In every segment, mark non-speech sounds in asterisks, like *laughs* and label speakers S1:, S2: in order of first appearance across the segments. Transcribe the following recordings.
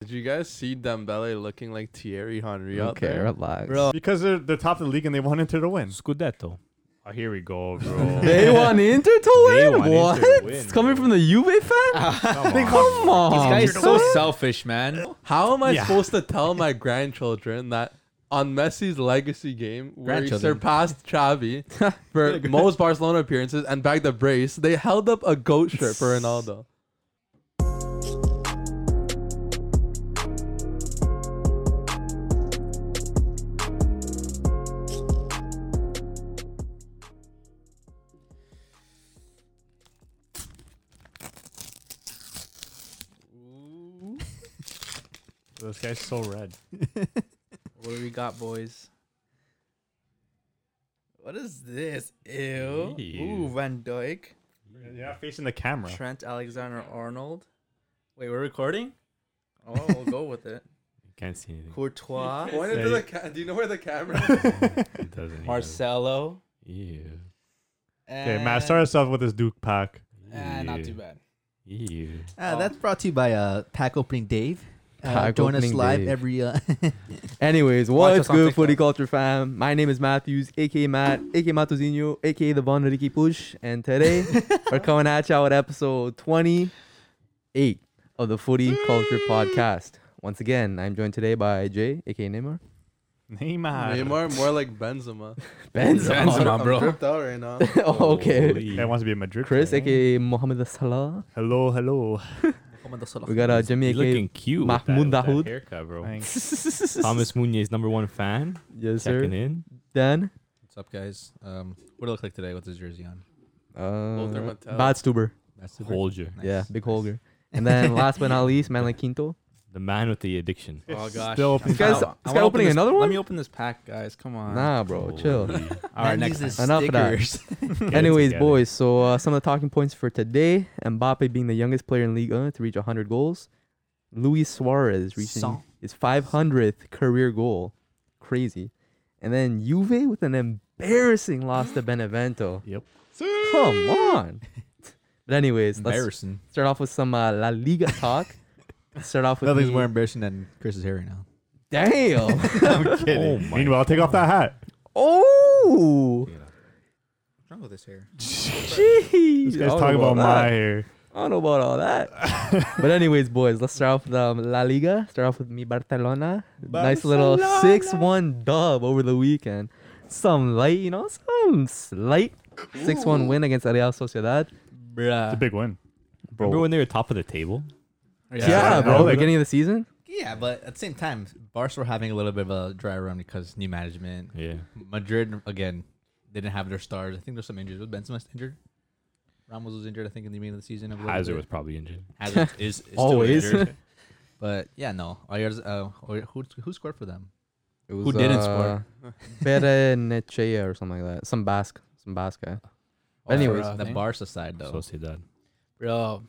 S1: Did you guys see Dembele looking like Thierry Henry out
S2: Okay,
S1: there?
S2: relax.
S3: bro. Because they're they're top of the league and they want Inter to win.
S4: Scudetto. Oh, here we go, bro.
S1: *laughs*
S2: They want Inter to
S4: *laughs* They
S2: win.
S4: want
S2: What?
S4: Inter to win,
S2: It's coming
S4: bro.
S2: from the Juve fan.
S4: Come
S3: They
S4: on.
S2: Come on.
S5: This guy is so selfish, man.
S1: How am I
S3: Yeah.
S1: supposed to tell my grandchildren that on Messi's legacy game, where he
S5: Grandchildren.
S1: surpassed Xavi *laughs* for most Barcelona appearances and bagged the brace, they held up a goat shirt for Ronaldo.
S3: This guy's so red.
S5: What do we got, boys? What is this? Ew.
S4: Ew.
S5: Ooh, Van Dyke.
S3: You're not facing the camera.
S5: Trent Alexander Arnold. Wait, we're recording?
S3: *laughs*
S5: Oh, we'll go with it.
S4: Can't see *laughs* anything.
S5: Courtois.
S4: into the
S1: do you know where the
S5: *laughs*
S1: camera is?
S4: It doesn't.
S5: Marcelo.
S4: Ew.
S3: Okay, Matt, start us off with this Duke pack.
S5: Eh, not too bad.
S4: Ew.
S6: Uh,
S5: Oh.
S6: That's brought to you by uh, Pack Opening Dave. Uh,
S2: Pack
S6: join us
S2: Opening
S6: live
S2: Dave.
S6: every.
S5: *laughs*
S6: Uh,
S2: Anyways,
S5: Watch
S2: what's
S5: us on
S2: good, footy
S5: TikTok.
S2: culture fam? My name is Matthews, aka Matt, aka Matuzinho, aka the Von Ricky Push, and today we're coming at y'all with episode 28 of the Footy Culture Podcast. Once again, I'm joined today by Jay, aka Neymar.
S3: Neymar.
S1: Neymar, more like *laughs* Benzema.
S2: Benzema.
S5: Benzema.
S1: I'm
S5: bro.
S1: tripped out right *laughs* now.
S2: *laughs* okay.
S4: Holy.
S3: Guy wants to be a Madrid.
S2: Chris,
S3: player.
S2: aka Mohamed Salah.
S3: Hello, hello.
S2: We got uh, Jimmy,
S4: He's
S2: aka
S4: looking cute. with that-
S2: Mahmoud
S4: with that
S2: Dahoud.
S4: haircut, bro.
S3: Thanks.
S2: *laughs*
S4: Thomas Munier's number one fan.
S2: yes
S4: Checking
S2: sir.
S4: in.
S2: Dan,
S5: What's up, guys? Um, what do I look like today with this jersey on?
S1: Lothar
S2: uh,
S1: Matthäus.
S2: Bad Stuber.
S5: That's the
S4: Holger,
S5: Nice,
S2: Yeah, big
S5: nice.
S2: Holger. *laughs* And then last but
S5: *laughs*
S2: not least, Manley Quinto.
S4: the man with the addiction.
S5: Oh gosh.
S3: Still
S5: I'm
S3: open.
S2: This guy's-
S5: kinda-
S2: this guy
S5: I wanna open
S2: opening
S5: this-
S2: another
S5: Let
S2: one?
S5: me open this pack, guys. Come on.
S2: Nah, bro, chill.
S4: Holy.
S5: All right, next.
S6: these
S5: time.
S6: are
S2: Enough of that.
S6: stickers.
S4: Get it
S2: *laughs* Anyways,
S4: together.
S2: boys, so uh, some of the talking points for today Mbappe being the youngest player in Liga to reach 100 goals. Luis Suarez reaching
S6: Son.
S2: his 500th career goal. Crazy. And then Juve with an embarrassing loss to Benevento.
S3: *gasps* Yep.
S2: Come on. But, anyways, let's
S5: Embarrassing.
S2: start off with some uh, La Liga talk. start off with.
S5: Nothing's
S2: the-
S5: more embarrassing than Chris's hair right now.
S2: Damn.
S3: *laughs*
S2: *laughs*
S4: *laughs*
S3: I'm kidding.
S4: Oh my
S3: Meanwhile, take off that hat.
S2: oh.
S5: What's wrong with this hair?
S2: Jeez. Oh,
S3: This
S2: I
S3: guy's
S2: don't
S3: talking
S2: know
S3: about
S2: that.
S3: my hair.
S2: I don't know about all that. but anyways, boys, let's start off with um, La Liga. Start off with Mi Barcelona. Nice little
S3: Barcelona.
S2: 6-1 dub over the weekend. Some light, you know, some slight 6-1 win against Real Sociedad.
S3: It's a
S5: Bruh.
S3: big win.
S4: Uh, Remember when they were top of the table?
S2: Yeah,
S3: Yeah,
S2: bro,
S3: bro.
S2: beginning of the season.
S5: Yeah, but at the same time, Barca were having a little bit of a dry run because new management.
S4: Yeah.
S5: Madrid again didn't have their stars. I think there's some injuries. Was Benzema injured? Ramos was injured. I think in the beginning of the season. a little
S4: Hazard
S5: bit.
S4: was probably injured.
S5: Hazard is, is still
S2: Always. *laughs*
S5: injured. but yeah, no. Oyarz- uh, Oy- who who scored for them?
S2: It was,
S5: didn't score?
S2: uh, *laughs* Berenechea or something like that. Some Basque. Some Basque guy.
S5: Oh,
S2: Anyways,
S5: for, uh, the
S7: thing.
S5: Barca side though.
S4: Sociedad.
S7: Bro,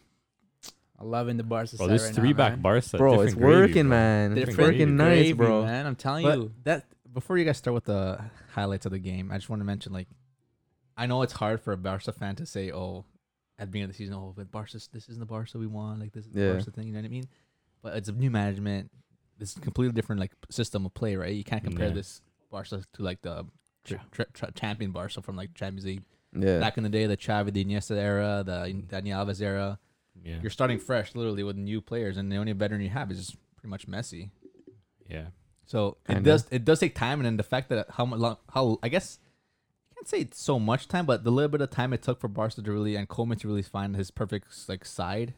S7: I'm loving the Barca
S4: Bro,
S7: side
S4: this
S7: right
S4: three
S7: now,
S4: back
S7: man.
S4: Barca.
S2: bro,
S4: different
S2: it's
S4: gravy,
S2: working,
S4: bro.
S2: man. It's
S4: Different
S2: working
S4: gravy,
S2: nice,
S7: Gravy,
S2: bro.
S7: Man, I'm telling
S5: But
S7: you.
S5: that before you guys start with the highlights of the game, I just want to mention like, I know it's hard for a Barca fan to say, "Oh, at the beginning of the season, oh, but Barca, this isn't the Barca we want. Like this is the
S2: Yeah.
S5: Barca thing." You know what I mean? But it's a new management. It's a completely different like system of play, right? You can't compare
S4: Yeah.
S5: this Barca to like the tr tr tr champion Barca from like Champions League
S2: Yeah.
S5: back in the day, the Xavi, the Iniesta era, the Dani Alves era.
S4: Yeah.
S5: You're starting fresh, literally, with new players, and the only veteran you have is just pretty much Messi.
S4: yeah.
S5: So
S2: Kinda.
S5: it does it does take time, and then the fact that how mu- long how I guess I can't say it's so much time, but the little bit of time it took for Barca to really and Coleman to really find his perfect like side,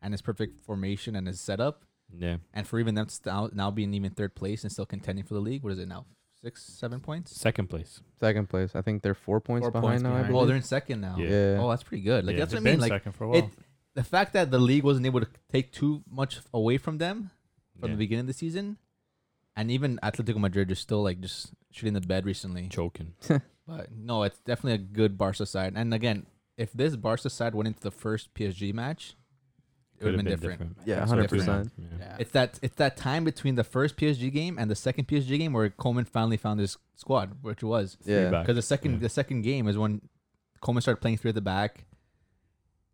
S5: and his perfect formation and his setup,
S4: Yeah.
S5: and for even them to now, now being even third place and still contending for the league. What is it now? Six, seven points.
S4: Second place.
S2: Second place. I think they're four points
S5: Four
S2: behind
S5: points
S2: now,
S5: behind.
S2: I
S5: Oh, they're
S2: believe.
S5: in second now.
S4: Yeah.
S2: yeah.
S5: Oh, that's pretty good. Like
S4: Yeah.
S5: that's what I
S3: They've
S5: mean.
S3: been
S5: Like
S3: second for a
S5: it,
S3: while.
S5: the fact that the league wasn't able to take too much away from them from
S4: Yeah.
S5: the beginning of the season, and even Atletico Madrid is still like just shooting the bed recently.
S4: Choking.
S5: But no, it's definitely a good Barca side. And again, if this Barca side went into the first PSG match, it would
S4: Could've
S5: have been, different.
S2: Yeah,
S5: It's different.
S2: 100%.
S4: Yeah.
S5: It's that it's that time between the first PSG game and the second PSG game where Coleman finally found his squad, which was
S2: Yeah.
S4: Three back.
S5: because the second
S4: Yeah.
S5: the second game is when Coleman started playing three at the back.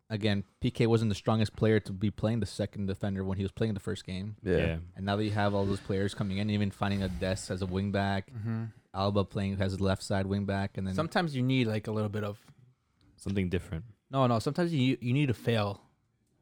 S5: again, PK wasn't the strongest player to be playing the second defender when he was playing the first game.
S4: Yeah.
S5: And now that you have all those players coming in, even finding a Des as a wing back, Alba playing as a left side wing back, and then
S7: Sometimes you need like a little bit of
S4: Something different.
S7: no, no. Sometimes you you need to fail.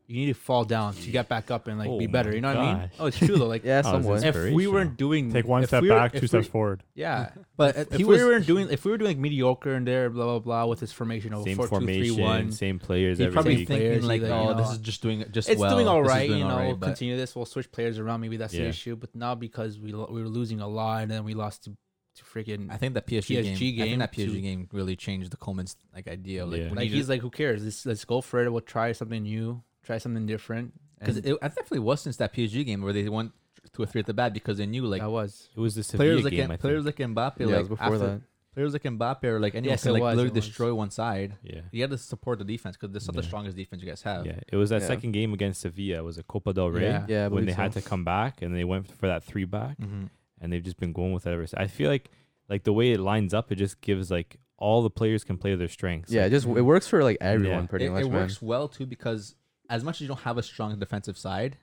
S7: You need to fall down to get back up and like
S4: Oh
S7: be better.
S4: my
S7: You know what I mean?
S4: gosh.
S7: Oh, it's true
S5: *laughs*
S7: though. Like
S2: Yeah,
S4: Oh, is this
S2: somewhat.
S4: it?
S7: if we weren't doing
S3: Take one
S7: if
S3: step
S7: we were-
S3: back,
S7: if
S3: two steps forward.
S7: *laughs* Yeah,
S5: but
S7: if,
S5: he
S7: if
S5: was
S7: we were doing if we were doing mediocre and there blah blah blah with this formation of
S4: Same
S7: four two three
S4: formation,
S7: one,
S4: same players
S5: he
S4: every
S5: probably
S4: week.
S7: think-
S5: thinking
S7: players,
S5: like,
S7: either, you
S5: oh,
S7: know,
S5: this is just doing just
S7: it's
S5: well.
S7: doing all
S5: This is
S7: right.
S5: doing
S7: you know,
S5: all right,
S7: we'll
S5: but-
S7: continue this. We'll switch players around. Maybe that's the
S4: Yeah.
S7: issue. But now because we lo- we were losing a lot and then we lost to to freaking
S5: I think that PSG, game,
S7: PSG
S5: I
S7: game
S5: think that PSG
S7: to-
S5: game really changed the Coleman's like idea. of, Like,
S4: Yeah.
S5: we
S7: like
S5: need to-
S7: he's like who cares? Let's let's go for it. We'll try something new. Try something different.
S5: Because
S7: And
S5: it, I definitely was since that PSG game where they went two or three at the bat because they knew like
S7: that was
S4: It was the Sevilla
S5: players like
S4: game, I
S5: players
S4: think.
S5: like Mbappe,
S2: Yeah, it
S5: like
S2: was before
S5: after,
S2: that.
S5: players like Mbappe or like anyone
S7: Yes,
S5: can
S7: it
S5: like
S7: was,
S5: literally
S7: it was.
S5: destroy one side.
S4: Yeah.
S5: You got to support the defense because this is not the
S4: Yeah.
S5: strongest defense you guys have.
S4: Yeah, it was that
S2: Yeah.
S4: second game against Sevilla. It was a Copa del Rey
S7: Yeah.
S2: Yeah, I
S4: when they
S2: believe
S4: had
S2: so.
S4: to come back and they went for that three back,
S5: Mhm.
S4: and they've just been going with it ever since. I feel like like the way it lines up, it just gives like all the players can play their strengths.
S2: Yeah, it just it works for like everyone
S4: Yeah.
S2: pretty
S5: it,
S2: much,
S5: it
S2: man.
S5: works well too because as much as you don't have a strong defensive side,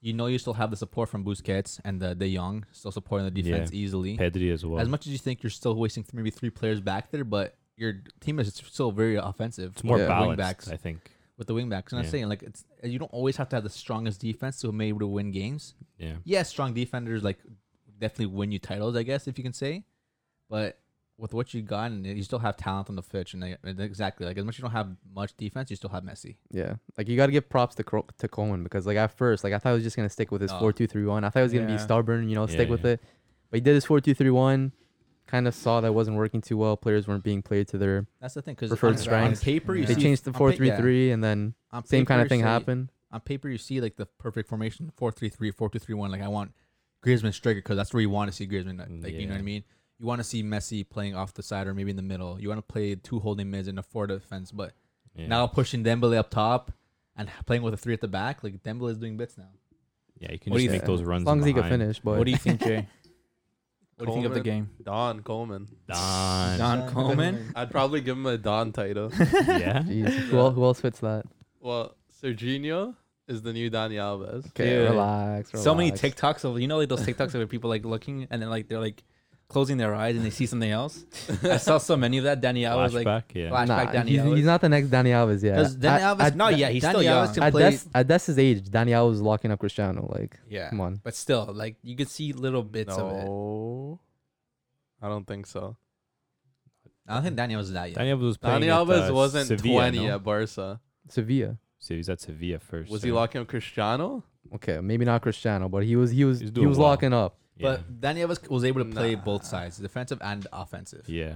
S5: you know you still have the support from Busquets and the De Jong still supporting the
S4: Yeah.
S5: defense easily.
S4: like Pedri as well.
S5: As much as you think you're still wasting th- maybe three players back there, but your d- team is still very offensive.
S4: it's more
S2: Yeah.
S5: wing
S4: balanced,
S5: backs
S4: I think.
S5: with the wingbacks. And I'm
S4: Yeah.
S5: saying like it's you don't always have to have the strongest defense to be able to win games.
S4: Yeah,
S5: Yes, strong defenders like definitely win you titles, I guess if you can say. But with what you got, and you still have talent on the pitch, and, like, and exactly like as much as you don't have much defense, you still have Messi.
S2: Yeah, like you got to give props to Cro- to Coleman because like at first, like I thought he was just gonna stick with his
S5: No.
S2: four two three one. I thought he was gonna
S7: Yeah.
S2: be stubborn, you know,
S4: Yeah,
S2: stick with
S4: yeah.
S2: it. But he did his four two three one. Kind of saw that wasn't working too well. Players weren't being played to their.
S5: That's the thing because
S2: Preferred
S5: on, on
S2: strengths.
S5: paper you
S2: They
S5: see
S2: changed to
S5: on pa-
S2: four three
S5: yeah,
S2: three, and then
S5: on
S2: same kind
S5: paper
S2: of
S5: you
S2: thing
S5: see-
S2: happened.
S5: On paper you see like the perfect formation 4-3-3, 4-2-3-1. Like I want Griezmann striker because that's where you want to see Griezmann. Like you know what I
S4: Yeah.
S5: mean. You want to see Messi playing off the side or maybe in the middle. You want to play two holding mids and a four defense, but
S4: yeah.
S5: now pushing Dembele up top and playing with a three at the back, like Dembele is doing bits now.
S4: yeah, you can
S7: What do
S4: just
S7: you
S4: make
S2: think?
S4: those runs.
S2: As long as he could
S4: behind.
S2: finish, but
S7: What do you think, *laughs* Jay? What do you think of the
S1: Coleman?
S7: game?
S1: Don Coleman.
S5: *laughs*
S4: Done.
S7: Don Coleman.
S1: I'd probably give him a Don *laughs* title.
S4: yeah,
S2: Jeez, who, el- who else fits that?
S1: well, Serginho is the new Dani Alves.
S2: Okay,
S7: Dude.
S2: relax, relax.
S7: So many TikToks of you know like those TikToks of people like looking and then like they're like closing their eyes and they see something else. I saw so many of that. Danny
S4: flashback.
S7: Alves like
S4: yeah,
S7: flashback.
S2: Nah,
S7: Danny
S2: he's, he's
S7: Alves.
S2: not the next Danny Alves yet.
S5: Because Dani
S2: At-
S5: Alves-
S2: at,
S7: no, yeah, he's
S5: Dani
S7: still
S5: Alves
S7: young.
S5: can
S2: at
S5: play-
S2: that's at that's his age. Danny Alves was locking up Cristiano. Like,
S7: yeah,
S2: come on.
S7: but still like you could see little bits of it.
S1: no, I don't think so.
S5: I don't think Daniel was that yet.
S4: Dani Alves was playing.
S1: Dani
S4: at,
S1: Alves
S4: uh,
S1: wasn't
S4: Sevilla,
S1: 20
S4: no?
S1: at Barca.
S2: Sevilla.
S4: So he was at Sevilla first.
S1: Was he
S4: so-
S1: locking up Cristiano?
S2: Okay, maybe not Cristiano, but he was he was
S4: He's
S2: he
S4: doing
S2: was
S4: well.
S2: locking up.
S4: Yeah.
S5: But Daniel was, was able to play
S1: Nah.
S5: both sides, defensive and offensive.
S4: yeah,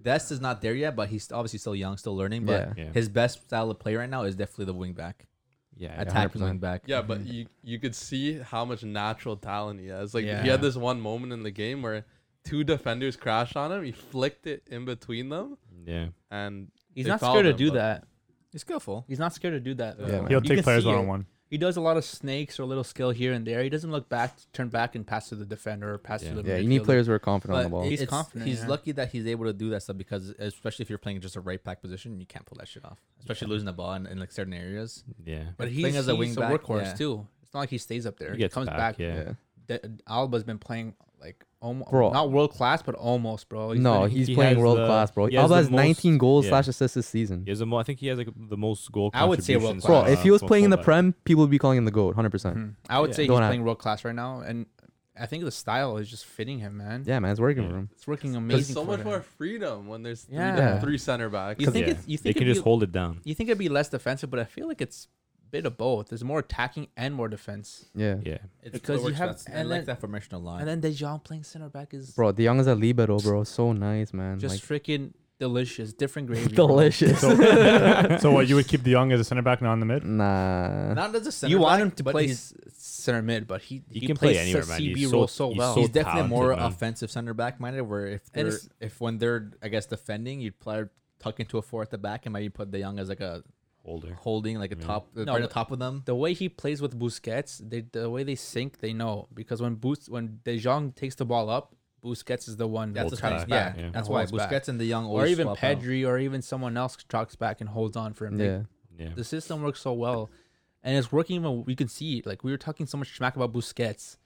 S5: Dest is not there yet, but he's obviously still young, still learning. But
S2: Yeah.
S4: yeah,
S5: his best style of play right now is definitely the wing back,
S4: yeah.
S5: attacking
S2: 100%.
S5: wing back.
S1: Yeah, but
S4: Mm-hmm.
S1: you you could see how much natural talent he has. Like he
S7: Yeah.
S1: had this one moment in the game where two defenders crashed on him. He flicked it in between them,
S4: yeah.
S1: and
S7: He's
S1: They
S7: not
S1: fouled
S7: scared to
S1: him,
S7: do
S1: though.
S7: that.
S5: he's skillful.
S7: He's not scared to do that.
S2: Yeah,
S7: though.
S2: man.
S3: He'll
S7: You
S3: take
S7: can
S3: players
S7: see
S3: one
S7: it.
S3: on one.
S7: He does a lot of snakes or a little skill here and there. He doesn't look back, turn back, and pass to the defender or pass
S4: Yeah.
S7: to the
S2: Yeah, you need
S7: midfielder.
S2: players who are confident on the
S5: But
S2: ball.
S5: he's
S7: He's
S5: confident.
S7: confident,
S5: He's
S7: yeah.
S5: lucky that he's able to do that stuff because, especially if you're playing just a right back position, you can't pull that shit off. Especially losing the ball in, in like certain areas.
S4: Yeah.
S7: But
S5: Playing
S7: he's,
S5: as
S7: he's
S5: a
S7: a,
S5: wing back,
S7: workhorse
S5: yeah.
S7: too. It's not like he stays up there.
S4: He
S7: He,
S4: gets
S7: comes
S4: back,
S7: back.
S4: yeah.
S2: yeah.
S7: D- Alba's been playing like almost
S2: Bro.
S7: not world class, but almost, bro.
S2: no,
S7: been-
S2: he's
S4: he
S2: playing
S4: has
S2: world
S4: the-
S2: class, bro.
S4: he has
S2: Alba
S4: the
S2: has 19
S4: most-
S2: goals
S4: yeah.
S2: slash assists this season.
S4: He has the mo- I think he has like the most goal.
S7: I would say world
S4: contributions
S2: Bro,
S4: for,
S2: if
S4: uh,
S2: he was
S4: for
S2: playing in the
S4: fullback.
S2: prem, people would be calling him the goat, 100. percent
S4: Mm-hmm.
S7: Mhm. I would
S4: Yeah.
S7: say he's
S2: Don't have-
S7: playing world class right now, and I think the style is just fitting him, man.
S2: Yeah, man, it's working
S4: Yeah.
S2: for him.
S7: It's working
S1: there's
S7: amazing.
S1: so
S7: for
S1: much
S7: him.
S1: more freedom when there's three,
S7: Yeah.
S1: def- three center backs.
S7: You think
S4: Yeah.
S7: it's, you
S4: They
S7: think
S4: can
S7: it'd
S4: just
S7: be,
S4: hold it down.
S7: you think it'd be less defensive, but I feel like it's bit of both. There's more attacking and more defense.
S2: Yeah,
S4: Yeah.
S5: It's
S7: Because you
S5: works
S7: have-
S5: that's- I
S7: and
S5: like
S7: then-
S5: that formation a lot.
S7: And then De Jong playing center back is
S2: bro, De Jong is a libero, bro. So nice, man.
S7: just freaking delicious, different gravy.
S2: like,
S4: *laughs*
S7: bro.
S2: delicious.
S3: *laughs* So, so what? You would keep the young as a center back, not in the mid.
S2: nah,
S5: Not as a center
S7: You want
S5: back,
S7: him to
S5: but
S7: play
S5: he's-
S7: s- center mid, but he
S4: He
S7: he
S4: can play
S7: plays
S4: anywhere,
S7: a
S4: man.
S7: CB
S4: He's so-
S7: role so,
S4: he's
S7: well.
S4: so
S5: he's definitely
S4: talented,
S5: more
S4: man.
S5: offensive center back minded. Where if
S7: And
S5: they're,
S7: it's-
S5: if when they're I guess defending, you'd play tuck into a four at the back and maybe put the young as like a
S4: Older.
S5: holding like a
S4: Yeah.
S5: top
S7: No,
S5: right on
S7: but-
S5: top of them.
S7: the way he plays with Busquets, they, the way they sync, they know because when Bus, when De Jong takes the ball up, Busquets is the one
S5: That's
S7: that
S5: the
S4: Holds
S5: tracks
S7: tracks
S4: back,
S5: Yeah,
S7: back.
S4: yeah.
S7: and
S5: that's why
S7: holds
S5: Busquets
S7: back.
S5: and the young
S7: or
S5: always
S7: even
S5: swap out.
S7: Pedri, or even someone else tracks back and holds on for him. They-
S2: yeah,
S4: Yeah.
S7: The system works so well, and it's working. Even you can see, like we were talking so much smack about Busquets.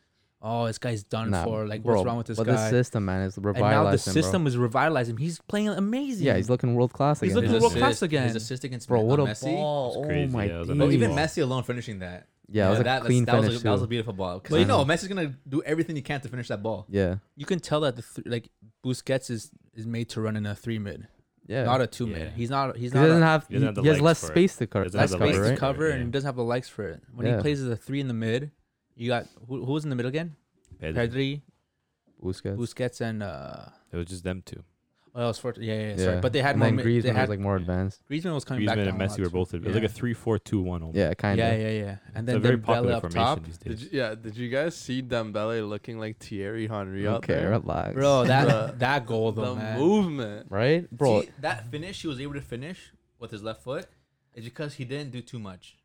S7: Oh, this guy's done
S2: Nah,
S7: for. Like,
S2: bro,
S7: what's wrong with this
S2: but
S7: guy?
S2: the system, man, is
S7: and now the
S2: revitalizing. bro.
S7: system is revitalizing. He's playing amazing.
S2: Yeah, he's looking world class
S7: He's
S2: again.
S7: looking
S5: His
S7: world class
S5: assist-
S7: again.
S5: His assist against
S2: bro, what a
S5: Messi.
S2: ball!
S4: It's crazy,
S2: Oh my
S4: yeah, it was
S2: days.
S5: But even Messi alone finishing that.
S2: yeah, it was a
S5: that,
S2: clean
S5: that
S2: finish
S5: was a, that was a
S2: too.
S5: beautiful ball. Because
S2: But
S5: you
S2: I
S5: know
S2: know.
S5: Messi's gonna do everything he can to finish that ball.
S2: Yeah,
S7: you can tell that the th- like Busquets is is made to run in a three mid,
S2: yeah.
S7: not a two mid.
S4: Yeah.
S7: He's not. He's
S2: he
S7: not.
S2: doesn't
S7: a,
S2: have. He,
S4: he doesn't have the
S2: he has
S4: legs
S2: less
S4: for it.
S2: space to cover.
S4: Doesn't have
S7: less
S4: the
S7: space
S4: legs
S7: to
S4: right?
S7: cover,
S4: Yeah.
S7: and he doesn't have the legs for it. When
S2: Yeah.
S7: he plays as a three in the mid, you got who, who was in the middle again?
S4: Pedri.
S7: Pedri,
S2: Busquets.
S7: Busquets, and uh,
S4: It was just them two.
S7: well, it was for, yeah, yeah, yeah, sorry.
S2: Yeah.
S7: But they had
S2: and
S7: more.
S2: then
S7: mid-
S2: Griezmann
S7: they
S2: was
S7: had
S2: like more advanced.
S7: Griezmann was coming back.
S4: Griezmann and
S7: down a lot
S4: Messi were
S7: too.
S4: both. It was like
S7: Yeah.
S4: a three-four-two-one. almost.
S2: Yeah, kind of.
S7: Yeah, yeah, yeah. And
S4: It's a
S7: then
S4: very
S7: Dembele
S4: popular
S7: up
S4: formation
S7: top,
S4: these days.
S1: Did you, yeah, did you guys see Dembele looking like Thierry Henry out
S2: Okay,
S1: there?
S2: relax,
S7: bro.
S1: Bruh.
S7: That that goal though,
S1: The
S7: man.
S1: movement.
S2: Right, bro.
S5: See, that finish he was able to finish with his left foot is because he didn't do too much.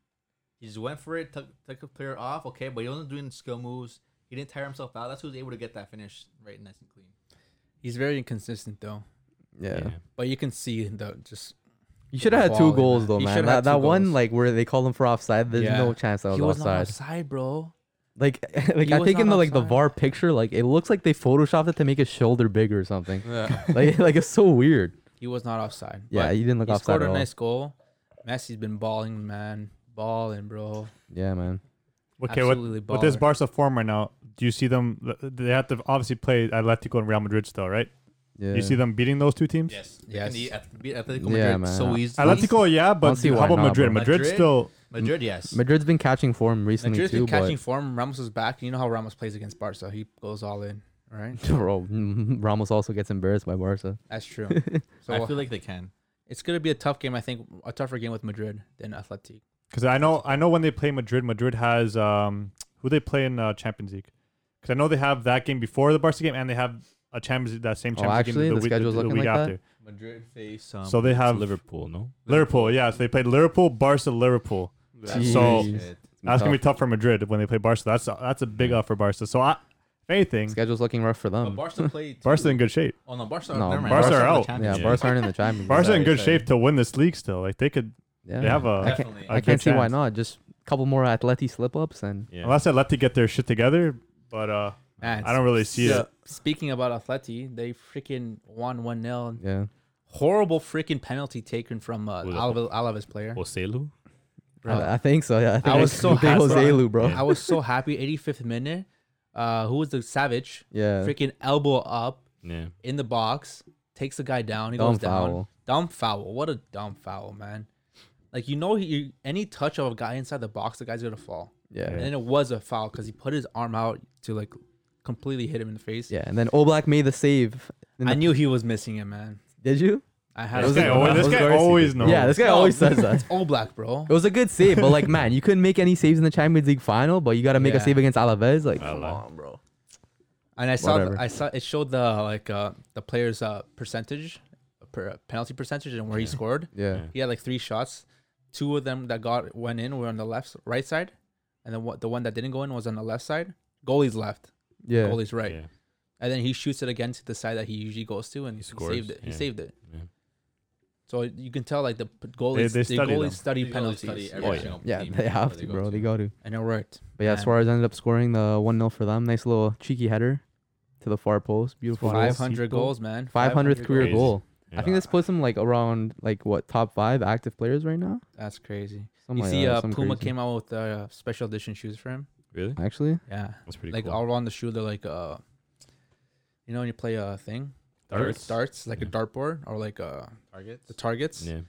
S5: He just went for it, took, took a player off, okay, but he wasn't doing skill moves. He didn't tire himself out. That's who was able to get that finish right nice and clean.
S7: He's very inconsistent though,
S2: yeah.
S7: but you can see the just
S2: You should have had two
S7: Quality,
S2: goals
S7: man.
S2: though,
S7: He
S2: man.
S7: should've had
S2: That, that
S7: two
S2: one
S7: goals.
S2: like where they called him for offside. There's
S7: Yeah.
S2: no chance that was
S7: he was not
S2: offside.
S7: offside, bro.
S2: Like, like
S7: He
S2: I
S7: was
S2: think
S7: not
S2: in the like the
S7: offside.
S2: VAR picture, like it looks like they photoshopped it to make his shoulder bigger or something.
S1: *laughs* Yeah.
S2: like, like it's so weird.
S7: He was not offside.
S2: Yeah,
S7: but
S2: he didn't look
S7: he
S2: offside
S7: scored
S2: at
S7: a
S2: all.
S7: nice goal. Messi's been balling, man, balling, bro.
S2: Yeah, man.
S3: Okay, what,
S7: Absolutely
S3: with this
S7: baller.
S3: Barca form right now, do you see them? They have to obviously play Atletico and Real Madrid still, right?
S2: Yeah.
S3: You see them beating those two teams?
S5: Yes.
S7: Yes.
S5: And he at- beat Atletico
S2: Yeah,
S5: Madrid
S2: man.
S5: so easily.
S3: Atletico, yeah, but
S2: see
S3: how
S2: why
S3: about
S2: not,
S3: Madrid?
S2: bro.
S3: Madrid?
S5: Madrid?
S3: still.
S5: Madrid, yes.
S2: Madrid's been catching form recently
S7: Madrid's
S2: too,
S7: been catching form. Ramos is back. You know how Ramos plays against Barca. He goes all in, right?
S2: but *laughs* bro, Ramos also gets embarrassed by Barca. *laughs*
S7: That's true.
S5: I feel
S7: So
S5: like they can.
S7: it's gonna be a tough game. I think a tougher game with Madrid than Athletic.
S3: Because I know, I know when they play Madrid, Madrid has um, who they play in uh, Champions League. Because I know they have that game before the Barca game, and they have a Champions League, that same
S2: Oh,
S3: Champions
S2: actually?
S3: game
S2: The schedule's
S3: the,
S2: looking
S3: week
S2: like that?
S3: after.
S5: Madrid face um,
S3: so they
S4: It's
S3: have Liverpool.
S4: Liverpool, no?
S3: yeah. So they played Liverpool, Barca, Liverpool.
S1: That's-
S3: So-
S5: shit.
S3: That's gonna be tough for Madrid when they play Barca. That's a, that's a big
S4: Yeah.
S3: off for Barca. So I, if anything,
S2: schedule's looking rough for
S5: But
S2: them.
S5: Barca played.
S3: Barca in good shape.
S5: Oh no, Barca.
S2: Um, No,
S5: never mind.
S3: Barca
S5: in
S3: are
S5: the
S3: out.
S5: Champions
S2: Yeah,
S5: League.
S2: Barca aren't in the Champions.
S3: Barca in
S5: Sorry,
S3: good
S5: sorry.
S3: shape to win this league still. Like they could,
S2: yeah.
S3: they have a.
S2: I can't,
S5: Definitely.
S3: a
S2: I
S3: good
S2: can't see why
S3: chance.
S2: not. Just a couple more Atleti slip ups and
S4: Yeah.
S3: Unless I let to get their shit together, but uh,
S7: Man,
S3: I don't really see
S1: Yeah.
S3: it.
S7: Speaking about Atleti, they freaking won one 0
S2: yeah.
S7: Horrible freaking penalty taken from uh,
S4: Who the-
S7: Alves, Alves player.
S4: Oselu?
S2: I, I think so. Yeah, I, think
S7: was
S2: it's
S7: so
S2: Lupe
S7: happy.
S2: Joselu, bro.
S7: I was so happy. 85th minute. Uh, who was the savage?
S2: Yeah,
S7: Freaking elbow up
S4: Yeah.
S7: in the box, takes the guy down. He
S2: dumb
S7: goes down.
S2: foul.
S7: Dumb foul. What a dumb foul, man. Like you know, he, you, any touch of a guy inside the box, the guy's gonna fall.
S2: Yeah. yeah,
S7: And it was a foul because he put his arm out to like completely hit him in the face.
S2: And then Oblak made the save. in
S7: I
S2: the-
S7: knew he was missing it, man.
S2: Did you?
S7: I had
S3: This
S2: was a
S3: guy,
S2: good one.
S3: always, this
S2: That was
S3: guy
S2: Garcia.
S3: always knows.
S2: Yeah, this guy
S7: No,
S2: always says that.
S7: *laughs* It's all black, bro.
S2: It was a good save, but like, man, you couldn't make any saves in the Champions League final, but you got to make a
S7: Yeah.
S2: save against Alaves. Like,
S4: I
S2: come
S4: like-
S2: on, bro.
S7: And I saw,
S2: Whatever.
S7: the, I saw it showed the like uh the player's uh percentage, per, uh, penalty percentage, and where he scored.
S2: Yeah.
S4: Yeah.
S7: He had like three shots. Two of them that got went in were on the left, right side, and then what the one that didn't go in was on the left side. Goalie's left,
S2: Yeah.
S7: goalie's right,
S4: Yeah.
S7: and then he shoots it again to the side that he usually goes to, and he,
S4: scores,
S7: saved it. He
S4: yeah.
S7: saved it.
S4: Yeah.
S7: So you can tell like the p- goalies,
S3: they
S7: the
S3: study
S7: goalies
S3: them.
S7: study
S5: They always
S7: penalties,
S5: study every
S4: Oh, yeah.
S5: single
S2: Yeah,
S5: team
S2: they have
S5: where
S2: to,
S5: go
S2: bro. They got to.
S7: and it worked.
S2: But yeah,
S7: Man.
S2: Suarez ended up scoring the 1 0 for them. Nice little cheeky header to the far post. Beautiful. goal.
S7: Five hundred goals, man.
S2: 500th career
S4: goals.
S2: goal.
S4: Yeah.
S2: I think this puts him like around like what top five active players right now.
S7: That's crazy.
S2: Something
S7: You
S2: like
S7: see,
S2: that,
S7: uh,
S2: something
S7: Puma
S2: crazy.
S7: came out with uh, special edition shoes for him.
S4: Really?
S2: actually.
S7: Yeah,
S4: That's pretty
S7: like
S4: cool.
S7: all around the shoe, they're like uh, you know when you play a thing,
S4: Darts?
S7: darts, like a
S4: Yeah.
S7: dartboard or like uh
S5: Targets.
S7: the targets,
S4: Yeah.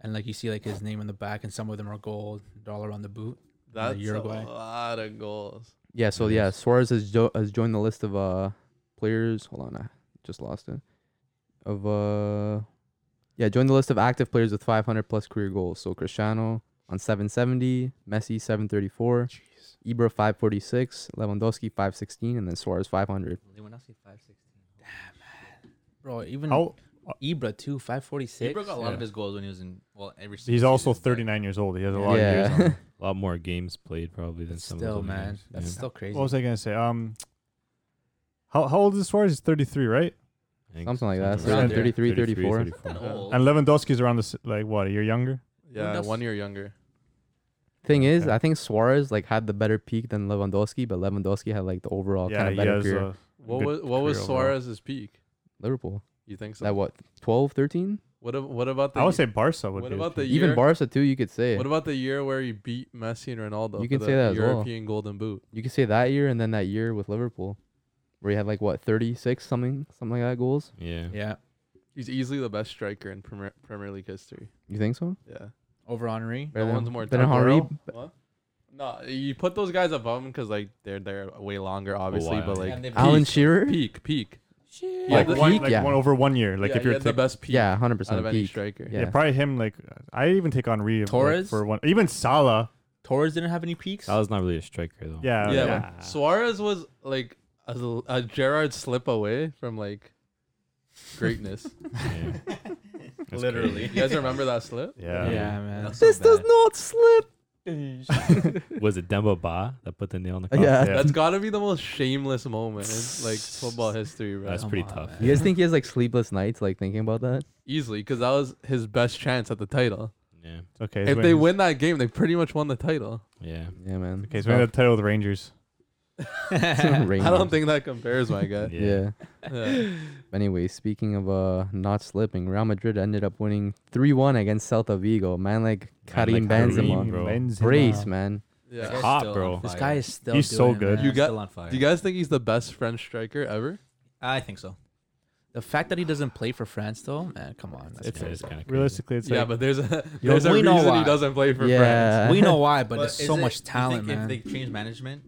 S7: and like you see like his name on the back, and some of them are gold, they're all around the boot.
S1: That's a
S7: Uruguay.
S1: lot of goals.
S2: Yeah. So yeah, Suarez has jo- has joined the list of uh players. Hold on, I just lost it. Of uh, yeah, joined the list of active players with 500 plus career goals. So Cristiano on 770, Messi 734, Ibra 546, Lewandowski 516, and then Suarez 500.
S7: Bro, even
S3: How,
S7: Ibra too, five forty six.
S5: Ibra got a lot of his goals when he was in. Well, every.
S3: he's also
S5: thirty
S3: 39
S5: nine.
S3: years old. He has a lot of years.
S2: yeah.
S3: On him.
S4: *laughs* A lot more games played probably than some of
S7: Still,
S4: those other
S7: man,
S4: games.
S7: that's
S4: Yeah.
S7: still crazy.
S3: What was I gonna say? Um, how how old is Suarez? He's 33, right?
S4: I think
S2: Something like that.
S4: something
S2: So around
S4: there.
S2: 33, 34.
S5: Not that old.
S3: And Lewandowski's around this like what a year younger.
S1: Yeah,
S7: Windows?
S1: one year younger.
S2: *laughs* Thing is,
S3: Okay.
S2: I think Suarez like had the better peak than Lewandowski, but Lewandowski had like the overall
S3: yeah,
S2: kind of
S3: he
S2: better
S3: has,
S2: career.
S3: uh,
S1: What
S3: good
S1: was what was
S3: career overall.
S1: Suarez's peak?
S2: Liverpool.
S1: You think so?
S2: At what 12, 13?
S1: What ab- what about the
S3: I would say Barca would
S1: What
S3: be his
S1: about
S3: peak.
S1: the
S2: Even
S1: year-
S2: Barca too, you could say.
S1: What about the year where you beat Messi and Ronaldo?
S2: You
S1: for
S2: can
S1: the
S2: say that as well.
S1: European Golden Boot.
S2: you could say that year and then that year with Liverpool, where he had like what thirty six something something like that goals.
S4: Yeah.
S7: Yeah,
S1: He's easily the best striker in Premier, Premier League history.
S2: You think so?
S1: Yeah,
S7: over Henry.
S1: no
S2: Better
S1: one's
S2: than-
S1: more.
S2: better than
S1: talented.
S2: Henry.
S1: What? No, you put those guys above him because like they're they're way longer, obviously.
S4: while.
S1: But like
S5: And they-
S2: Alan
S1: peak,
S2: Shearer.
S1: peak, peak.
S3: Yeah,
S1: Like
S3: like, one,
S2: peak,
S3: like
S2: yeah.
S3: one over one year. Like
S1: Yeah,
S3: if you're
S1: he had the
S3: taking-
S1: best peak
S2: Yeah,
S1: out
S2: hundred
S1: of
S2: percent
S1: any
S2: peak.
S1: striker.
S3: yeah.
S2: yeah.
S3: probably him. Like I even take on Reeve like,
S7: Torres?
S3: for one. Even Salah.
S7: Torres didn't have any peaks.
S4: That was not really a striker though.
S3: Yeah,
S1: Yeah,
S3: yeah.
S1: but Suarez was like a, a Gerard slip away from like greatness.
S4: Yeah. That's
S1: you guys *laughs*
S5: *laughs*
S1: remember that slip?
S3: *laughs* Yeah.
S7: yeah, man.
S2: This does not slip.
S4: crazy. Was it Demba Ba that put the nail in the
S2: *laughs*
S4: coffin?
S2: Yeah.
S3: Yeah.
S1: That's gotta be the most shameless moment in like football history, bro.
S4: That's
S7: Come
S4: pretty
S7: on,
S4: tough.
S2: You guys think he has like sleepless nights, like thinking about that?
S1: Easily, because that was his best chance at the title.
S4: Yeah.
S3: It's Okay.
S1: if they win that game, they pretty much won the title.
S4: Yeah.
S2: Yeah, man.
S3: Okay, so we the title with Rangers.
S1: *laughs* I don't think that compares, my guy.
S2: *laughs* Yeah.
S1: Yeah.
S2: Anyway, speaking of uh not slipping, Real Madrid ended up winning three one against Celta Vigo. Man, like
S4: Man, like
S2: Karim Benzema,
S4: Karim, bro.
S3: Benzema.
S2: brace, man.
S1: Yeah.
S4: guy's Hot, bro.
S7: This guy is still.
S3: He's
S7: doing
S3: so
S7: it,
S3: good.
S7: man.
S1: You got-
S5: still on fire.
S1: Do you guys think he's the best French striker ever?
S5: I think so.
S7: the fact that he doesn't play for France, though, man, come on. That's
S4: It's,
S7: crazy.
S4: it's kind of
S3: Realistically, it's
S1: yeah,
S3: like,
S1: but there's a *laughs*
S7: Yo,
S1: there's a
S7: we know
S1: reason
S7: why.
S1: he doesn't play for France.
S2: yeah,
S7: we know why, but,
S5: But
S7: there's so
S5: is it-
S7: much
S5: you
S7: talent,
S5: think
S7: man.
S5: If they change management,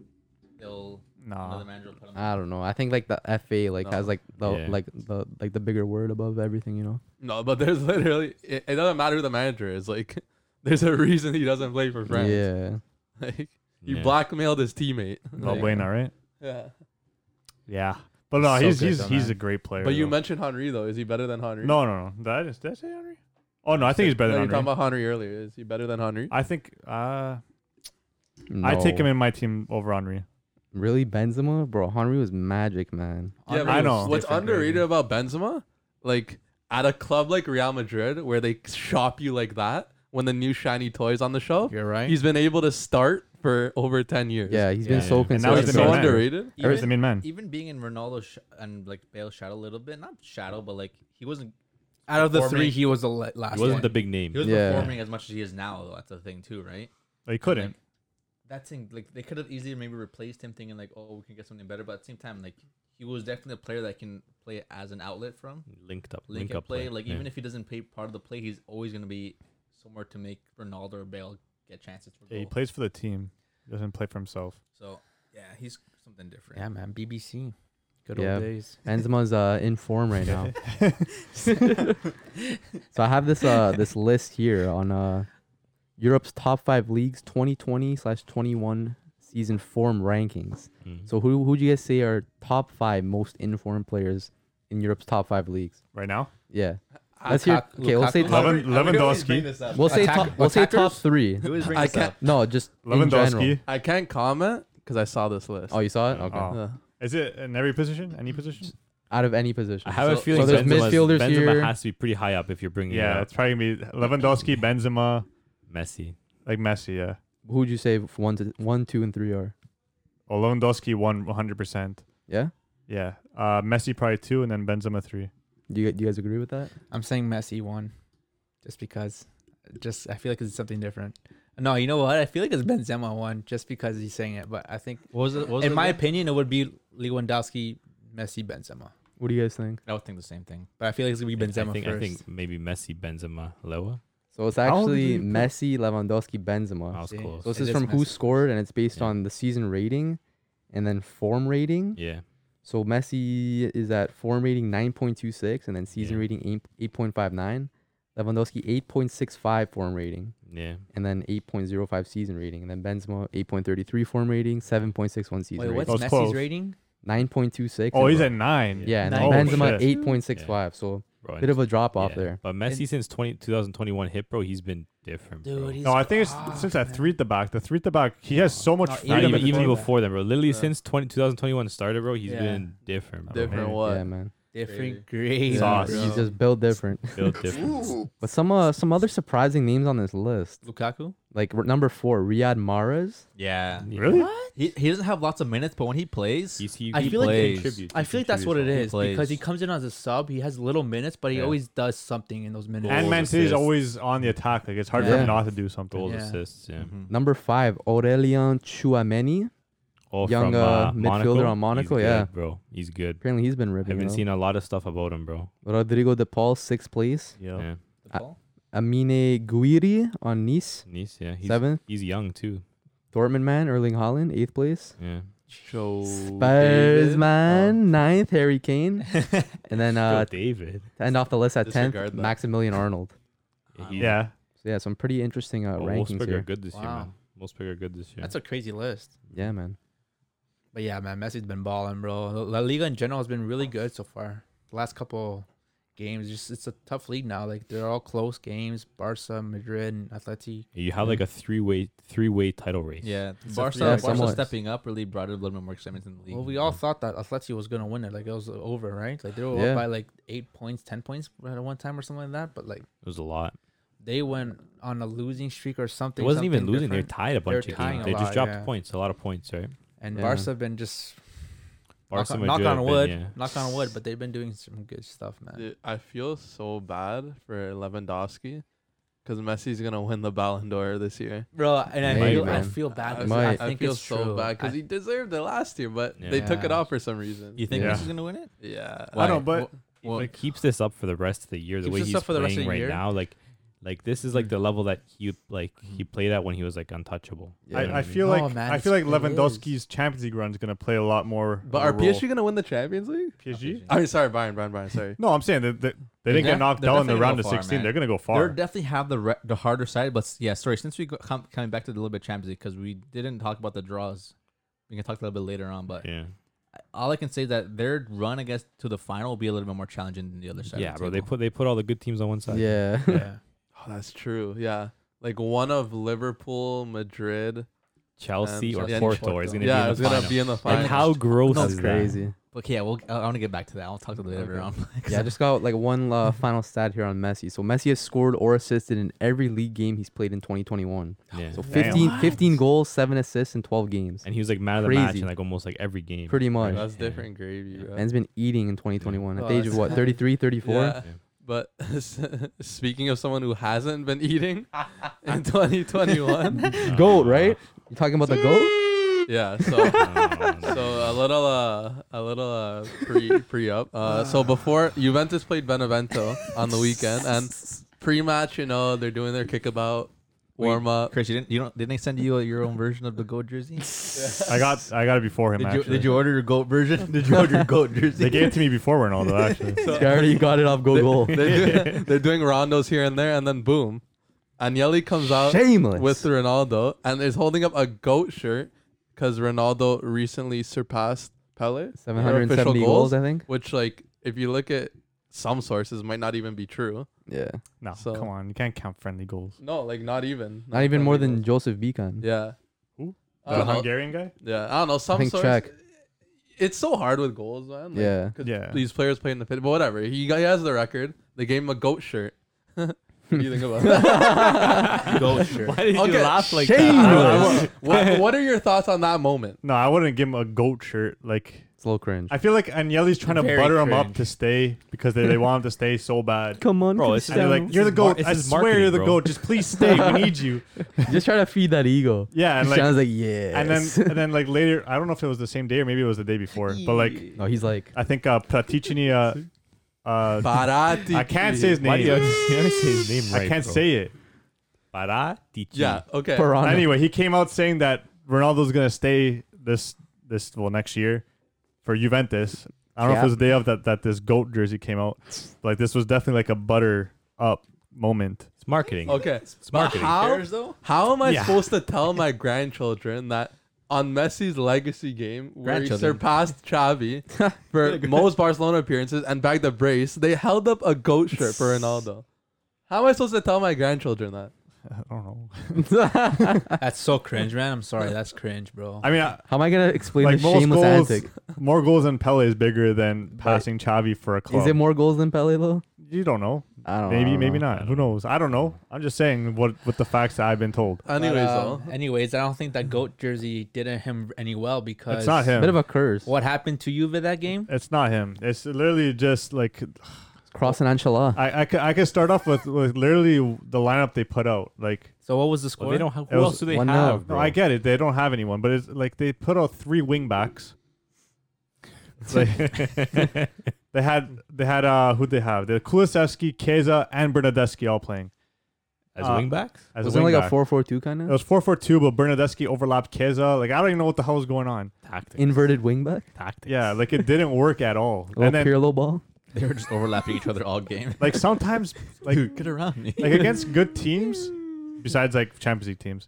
S5: they'll
S3: nah.
S5: another manager will put him.
S2: I don't know. I think like the FA like
S5: No.
S2: has like the
S4: Yeah.
S2: like the like the bigger word above everything, you know.
S1: No, but there's literally it, it doesn't matter who the manager is. Like *laughs* there's a reason he doesn't play for France.
S2: Yeah.
S1: *laughs* Like he
S4: yeah.
S1: blackmailed his teammate. *laughs*
S3: No
S1: Like,
S3: bueno, right?
S1: yeah.
S3: Yeah. But no,
S7: So
S3: he's
S7: good,
S3: he's
S7: though,
S3: he's
S7: man.
S3: a great player.
S1: But you
S3: though.
S1: mentioned Henry though. Is he better than Henry?
S3: No, no, no. Did I, just, did I say Henry? Oh no, I think he's better
S1: No,
S3: than
S1: You're talking
S3: Henry.
S1: about Henry earlier. Is he better than Henry?
S3: I think uh, I take him
S2: No.
S3: in my team over Henry.
S2: Really, Benzema, bro. Henry was magic, man.
S1: Yeah,
S3: I
S1: but
S3: know.
S1: What's
S7: different grade.
S1: underrated about Benzema, like at a club like Real Madrid, where they shop you like that, when the new shiny toys on the shelf,
S7: You're right.
S1: he's been able to start for over ten years.
S2: Yeah, he's
S4: Yeah,
S2: been so
S4: yeah.
S3: And now
S2: consistent.
S3: he's
S1: That's
S3: the
S1: so
S3: main man.
S1: *laughs* underrated.
S3: Or is the main man.
S5: even being in Ronaldo's sh- and like Bale's shadow a little bit, not shadow, but like he wasn't
S7: Out of the three,
S5: performing-
S7: he was the la- last
S4: He wasn't
S7: one.
S4: the big name.
S5: he was
S2: Yeah.
S5: performing as much as he is now. Though that's the thing too, right?
S3: Like, he couldn't.
S5: That thing, like they could have easily maybe replaced him, thinking like, oh, we can get something better. But at the same time, like he was definitely a player that can play as an outlet from
S4: linked up.
S5: link,
S4: Link,
S5: and
S4: up
S5: play.
S4: play.
S5: Like
S4: yeah.
S5: even if he doesn't play part of the play, he's always gonna be somewhere to make Ronaldo or Bale get chances for
S3: Yeah, he
S5: goal.
S3: plays for the team. He doesn't play for himself.
S5: so yeah, he's something different.
S7: yeah, man. BBC. Good
S2: Yeah.
S7: old days.
S2: Benzema's uh, in form right now. so I have this uh this list here on uh Europe's top five leagues 2020 slash 21 season form rankings.
S4: Mhm.
S2: So who who do you guys say are top five most informed players in Europe's top five leagues?
S3: Right now,
S2: Yeah, let's hear.
S7: Lukaku-
S2: Okay, we'll say
S7: Lukaku?
S2: top.
S3: Levan, Lewandowski,
S2: We'll say
S7: Attack-
S2: top. We'll say top
S7: attackers?
S2: three.
S5: Who is
S1: I can't.
S2: No, just in general.
S3: Lewandowski.
S1: I can't comment because I saw this list.
S2: Oh, you saw it? Okay.
S3: Oh.
S1: Yeah.
S3: Is it in every position? Any position?
S2: Out of any position.
S4: I have a
S5: So-
S4: feeling
S2: so there's
S4: Benzema's-
S2: midfielders
S4: Benzema
S2: here.
S4: has to be pretty high up if you're bringing
S3: Yeah,
S4: yeah,
S3: it's probably gonna be Lewandowski, Benzema,
S4: Messi.
S3: like Messi. Yeah,
S2: Who would you say f- one to one, two, and three are?
S3: well, Lewandowski won 100. percent
S2: Yeah.
S3: Yeah, uh, Messi probably two, and then Benzema three.
S2: Do you, do you guys agree with that?
S7: I'm saying Messi won, just because. Just I feel like it's something different. No, you know what? I feel like it's Benzema one, just because he's saying it. But I think,
S5: What was it? What was
S7: in
S5: it
S7: my
S5: again?
S7: opinion, it would be Lewandowski, Messi, Benzema.
S2: What do you guys think?
S5: I would think the same thing.
S7: But I feel like it's gonna be Benzema
S4: I think,
S7: first.
S4: I think maybe Messi, Benzema, Lewa.
S2: So it's
S3: How did
S2: actually
S3: you put-
S2: Messi, Lewandowski, Benzema.
S4: I was
S7: see.
S4: close.
S2: So this
S7: It
S2: is
S7: is
S2: from who
S7: Messi.
S2: scored, and it's based
S4: Yeah.
S2: on the season rating, and then form rating.
S4: Yeah.
S2: So Messi is at form rating nine point two six, and then season
S4: Yeah.
S2: rating eight eight point five nine. Lewandowski eight point six five form rating,
S4: Yeah.
S2: and then eight point zero five season rating, and then Benzema eight point thirty three form rating, seven point six one season
S7: Wait, what's
S2: rating,
S3: That was
S7: Messi's
S3: close.
S7: rating?
S2: nine point two six.
S3: Oh, he's at nine.
S2: yeah, and then
S3: Oh,
S2: Benzema
S3: shit.
S2: eight point six five. So
S4: Bro,
S2: bit of a drop off
S4: yeah.
S2: there.
S4: But Messi since 20, 2021 hit, bro, he's been different. bro.
S7: he's
S3: No, I think it's since that three at the back. The three at the back, he has so much
S7: No,
S4: Nah,
S3: freedom.
S4: even,
S3: in the
S4: even
S3: team.
S4: before that, bro. Literally
S1: Yeah.
S4: since 20, 2021 started, bro, he's
S7: Yeah.
S4: been different, bro.
S1: Different
S3: man.
S1: what?
S2: Yeah, man.
S7: Different grades.
S4: Sauce.
S7: bro.
S2: He's just built different.
S4: Build difference.
S2: But some uh, some other surprising names on this list,
S5: Lukaku.
S2: like r- number four, Riyad Mahrez.
S5: Yeah.
S3: Really?
S5: He, he doesn't have lots of minutes, but when he plays,
S4: You see,
S7: I
S4: he
S7: feel like
S4: plays.
S5: he contributes.
S7: I feel like that's what it
S5: He
S7: is because he
S5: plays.
S7: comes in as a sub. He has little minutes, but he
S4: Yeah.
S7: always does something in those minutes.
S3: And
S4: Goals,
S3: Man City is
S4: assists.
S3: always on the attack. Like it's hard for
S2: Yeah.
S3: him not to do something.
S4: Goals,
S7: Yeah.
S4: assists. Yeah.
S5: mm-hmm,
S2: Number five, Aurelien Chouameni.
S4: All
S2: Young,
S4: from,
S2: uh,
S4: uh,
S2: midfielder
S4: Monaco.
S2: on Monaco,
S4: He's
S2: yeah.
S4: good, bro. He's good.
S2: Apparently, he's been
S4: I
S2: ripping.
S4: haven't
S2: it up.
S4: seen a lot of stuff about him, bro.
S2: Rodrigo De Paul, sixth place.
S4: Yeah.
S2: Amine Guiri on Nice,
S4: Nice. Yeah. He's,
S2: seventh.
S4: he's young too.
S2: Dortmund man, Erling Holland, eighth place.
S4: Yeah.
S1: Show
S2: Spurs
S1: David.
S2: man, ninth. Harry Kane, and then
S4: Yo,
S2: uh,
S4: David.
S2: to end off the list at tenth,
S1: Disregard that.
S2: Maximilian Arnold.
S4: He's-
S3: Yeah.
S2: So yeah, some pretty interesting uh,
S4: Oh,
S2: rankings
S4: Wolfsburg are
S2: here.
S4: good this year,
S7: Wow.
S4: man. Wolfsburg are good this year.
S7: That's a crazy list.
S2: Yeah, man.
S7: But yeah, man, Messi's been balling, bro. La Liga in general has been really good so far. The last couple games, just it's a tough league now. Like they're all close games. Barca, Madrid, and Atleti.
S4: you have like a three-way, three-way title race.
S5: yeah,
S7: It's a
S5: Barca,
S7: three-
S2: Yeah,
S5: Barca
S2: somewhat.
S5: stepping up really brought a little bit more excitement in the league.
S7: Well, we all thought that Atleti was gonna win it. Like it was over, right? Like they were
S2: Yeah.
S7: up by like eight points, ten points at one time or something like that. But like
S4: It was a lot.
S7: they went on a losing streak or something.
S4: It wasn't even
S7: something
S4: losing.
S7: different.
S4: They tied a bunch
S7: They're
S4: of
S7: tying
S4: games.
S7: a
S4: They
S7: lot,
S4: just dropped
S7: yeah.
S4: points, a lot of points, right?
S7: And
S2: Yeah.
S7: Barca have been just knock
S4: Barca
S7: on, knock
S4: Madrid
S7: on
S4: have
S7: wood,
S4: been, yeah.
S7: knock on wood, but they've been doing some good stuff, man.
S1: Dude, I feel so bad for Lewandowski because Messi's gonna win the Ballon d'Or this year.
S7: Bro, and I
S2: Might,
S7: feel I
S2: man.
S7: feel bad. 'cause I
S2: Might.
S1: I,
S7: think
S1: feel
S7: it's
S1: so
S7: true.
S1: bad because
S7: I-
S1: he deserved it last year, but
S4: Yeah.
S1: they took it
S7: Yeah.
S1: off for some reason.
S5: you think
S4: Yeah.
S5: Messi's gonna win it?
S1: yeah,
S3: I don't know, but
S5: Well,
S4: If he keeps this up for the rest of the year. The
S7: Keeps
S4: way
S7: this
S4: he's
S7: up for the rest of
S4: playing
S7: the
S4: right
S7: year? Mm.
S4: now, like, like this is like the level that he like he
S2: Mm.
S4: played at when he was like untouchable. You know what
S3: I, I
S4: mean?
S3: feel
S7: Oh,
S3: like
S7: man,
S3: I feel like
S7: it's- it
S3: Lewandowski's Champions League run is gonna play a lot more.
S1: but
S3: of a
S1: are
S3: role.
S1: PSG gonna win the Champions League?
S3: PSG?
S1: I mean, sorry, Bayern, Bayern, Bayern. Sorry. *laughs*
S3: No, I'm saying that, that they didn't
S5: Yeah.
S3: get knocked
S5: They're
S3: out in the
S5: definitely gonna
S3: round
S5: go
S3: of
S5: far,
S3: 16.
S5: man.
S3: They're gonna go
S5: They're
S3: far.
S5: definitely have the re- the harder side, but s- yeah. Sorry, since we go, come coming back to a little bit Champions League because we didn't talk about the draws. We can talk a little bit later on, but
S4: yeah,
S5: all I can say is that their run, I guess, to the final will be a little bit more challenging than the other side.
S4: yeah,
S5: of the
S4: bro. They
S5: table.
S4: put they put all the good teams on one
S2: *laughs*
S4: side.
S2: Yeah.
S7: *laughs* yeah.
S1: Oh, that's true. Yeah, like one of Liverpool, Madrid.
S4: Chelsea
S1: Um,
S4: or
S1: yeah,
S4: Porto is
S7: Porto.
S4: gonna
S1: yeah,
S4: be in
S1: it's
S4: the
S1: gonna
S4: final.
S1: be in the
S4: Like
S1: final.
S4: how gross
S2: That's
S4: is
S2: crazy.
S5: But yeah, we'll, I want to get back to that. I'll talk to that later
S1: Okay.
S5: on. *laughs* 'Cause
S2: Yeah, I just got like one uh, final stat here on Messi. So Messi has scored or assisted in every league game he's played in 2021.
S4: that? Yeah.
S2: So
S3: Damn.
S2: 15, 15 goals, 7 assists in 12 games.
S4: and he was like mad at the match
S2: Crazy.
S4: in like almost like every game.
S2: Pretty much.
S1: That's different gravy, bro.
S2: Man's been eating in 2021 at
S1: Oh,
S2: the age of
S1: that's
S2: what,
S1: heavy.
S2: 33, 34?
S1: Yeah.
S4: Yeah.
S1: But *laughs* speaking of someone who hasn't been eating *laughs* in 2021,
S4: No,
S2: Goat,
S4: no,
S2: right? You talking about the goat?
S1: yeah. So
S4: no, no, no, no, no.
S1: so a little uh a little uh pre pre up uh so before juventus played benevento on the weekend and pre-match you know they're doing their kickabout warm up
S5: Chris, you didn't you don't didn't they send you uh your own version of the goat
S4: *laughs*
S5: jersey? *laughs*
S3: I got I got it before him.
S5: Did you,
S3: actually,
S5: did you order your
S1: *laughs*
S5: goat version? Did you order your goat jersey?
S3: they gave it to me before Ronaldo.
S5: *laughs*
S3: Actually,
S2: I already got it off Google.
S1: they're, do- they're doing rondos here and there and then boom agnelli comes out
S2: Shameless.
S1: with ronaldo and is holding up a goat shirt because ronaldo recently surpassed pele their
S2: 770 goals, I think.
S1: which like if you look at some sources might not even be true
S2: Yeah.
S3: no,
S1: So-
S3: come on, you can't count friendly goals.
S1: no like not even
S2: Not even more than
S1: goals.
S2: Joseph Bican.
S1: yeah Uh,
S3: Who?
S1: I
S5: Uh-huh.
S1: don't
S3: the
S1: know.
S3: Hungarian guy.
S1: Yeah, I don't know. Some
S2: think
S1: sort.
S2: Czech.
S1: It's so hard with goals, man. Like,
S2: Yeah.
S1: 'cause
S3: Yeah.
S1: These players play in the pit, but whatever. He, got- he has the record. They gave him a goat shirt. *laughs* what do you think about that?
S5: *laughs*
S7: Goat shirt.
S4: Why did you
S1: Okay,
S4: laugh like
S2: shameless.
S4: that?
S1: what, what are your thoughts on that moment?
S3: No, I wouldn't give him a goat shirt. Like
S2: It's a little cringe.
S3: I feel like Agnelli's trying to
S7: Very
S3: butter him up
S7: cringe.
S3: to stay because they, they want him to stay so bad.
S2: Come on,
S4: Bro, it's-
S3: And they're like,
S4: This
S3: "You're the
S4: is mar-
S3: goat.
S4: this
S3: I
S4: is
S3: swear
S4: marketing,
S3: you're the
S4: bro.
S3: goat. Just please stay. we need
S4: *laughs*
S3: you."
S2: *laughs* just try to feed that ego.
S3: Yeah, and like,
S2: Sean's like, yeah.
S3: and then and then like later, I don't know if it was the same day or maybe it was the day before, but like
S2: *laughs* no, he's like,
S3: I think uh, Praticini, uh, uh
S1: Barati.
S3: *laughs* I can't say his
S4: *laughs* Why do you
S3: name.
S4: you don't *laughs* say his name right?
S3: I can't
S4: bro?
S3: say it.
S4: Paratici.
S1: Yeah. Okay.
S2: Piranha.
S3: Anyway, he came out saying that Ronaldo's gonna stay this this well next year for Juventus. I don't know if it was the day of that that this goat jersey came out. Like this was definitely like a butter up moment.
S4: It's marketing.
S1: Okay.
S4: It's
S1: But
S4: marketing.
S1: how,
S5: though?
S1: how am I
S3: Yeah.
S1: supposed to tell my grandchildren that on Messi's legacy game where he
S5: Grandchildren.
S1: surpassed Xavi
S3: *laughs*
S1: for most Barcelona appearances and bagged the brace, they held up a goat shirt
S3: *laughs*
S1: for Ronaldo. How am I supposed to tell my grandchildren that?
S3: I don't know.
S2: *laughs*
S7: That's so cringe, man. I'm sorry. That's cringe, bro.
S3: I mean, I,
S2: How am I gonna explain
S3: like
S2: this
S3: most
S2: shameless
S3: goals,
S2: antic?
S3: more goals than Pele is bigger than passing Chavi for a club.
S2: Is it more Uh, goals than Pele though?
S3: you don't know.
S2: I don't.
S3: Maybe, maybe not. Who knows? I don't know. I'm just saying what what the facts that I've been told.
S1: Anyways,
S7: But,
S1: though,
S7: um, anyways, I don't think that goat jersey did him any well because
S3: It's not
S2: Bit of
S3: him.
S2: a curse.
S7: What happened to Juve that game?
S3: It's not him. It's literally just like
S2: Crossing Ancelotti.
S3: I I could, I could start off with, with literally the lineup they put out. Like
S7: So what was the score?
S4: Well, they don't have.
S3: It
S4: Who
S3: was
S4: else do they
S2: one
S4: have?
S2: up.
S3: no,
S4: Oh, bro?
S3: I get it. They don't have anyone, but it's like they put out three wing backs. It's like- *laughs* they had they had uh who they have? They had Kulisevsky, Keza, and Bernadeschi all playing
S4: as
S3: uh,
S4: wing backs.
S3: as
S2: Wasn't
S3: a Oh,
S2: it
S3: wing
S2: like a
S3: back.
S2: four four two kind
S3: It
S2: of
S3: was four four two, but Bernadeschi overlapped Keza. Like I don't even know what the hell was going on.
S4: Tactics.
S2: inverted wing back,
S4: Tactics.
S3: Yeah, like it didn't work at all.
S2: little
S3: And then
S2: Pirlo ball.
S5: They were just overlapping each other all game.
S3: like sometimes like
S5: Dude, get around me.
S3: like against good teams, besides like Champions League teams,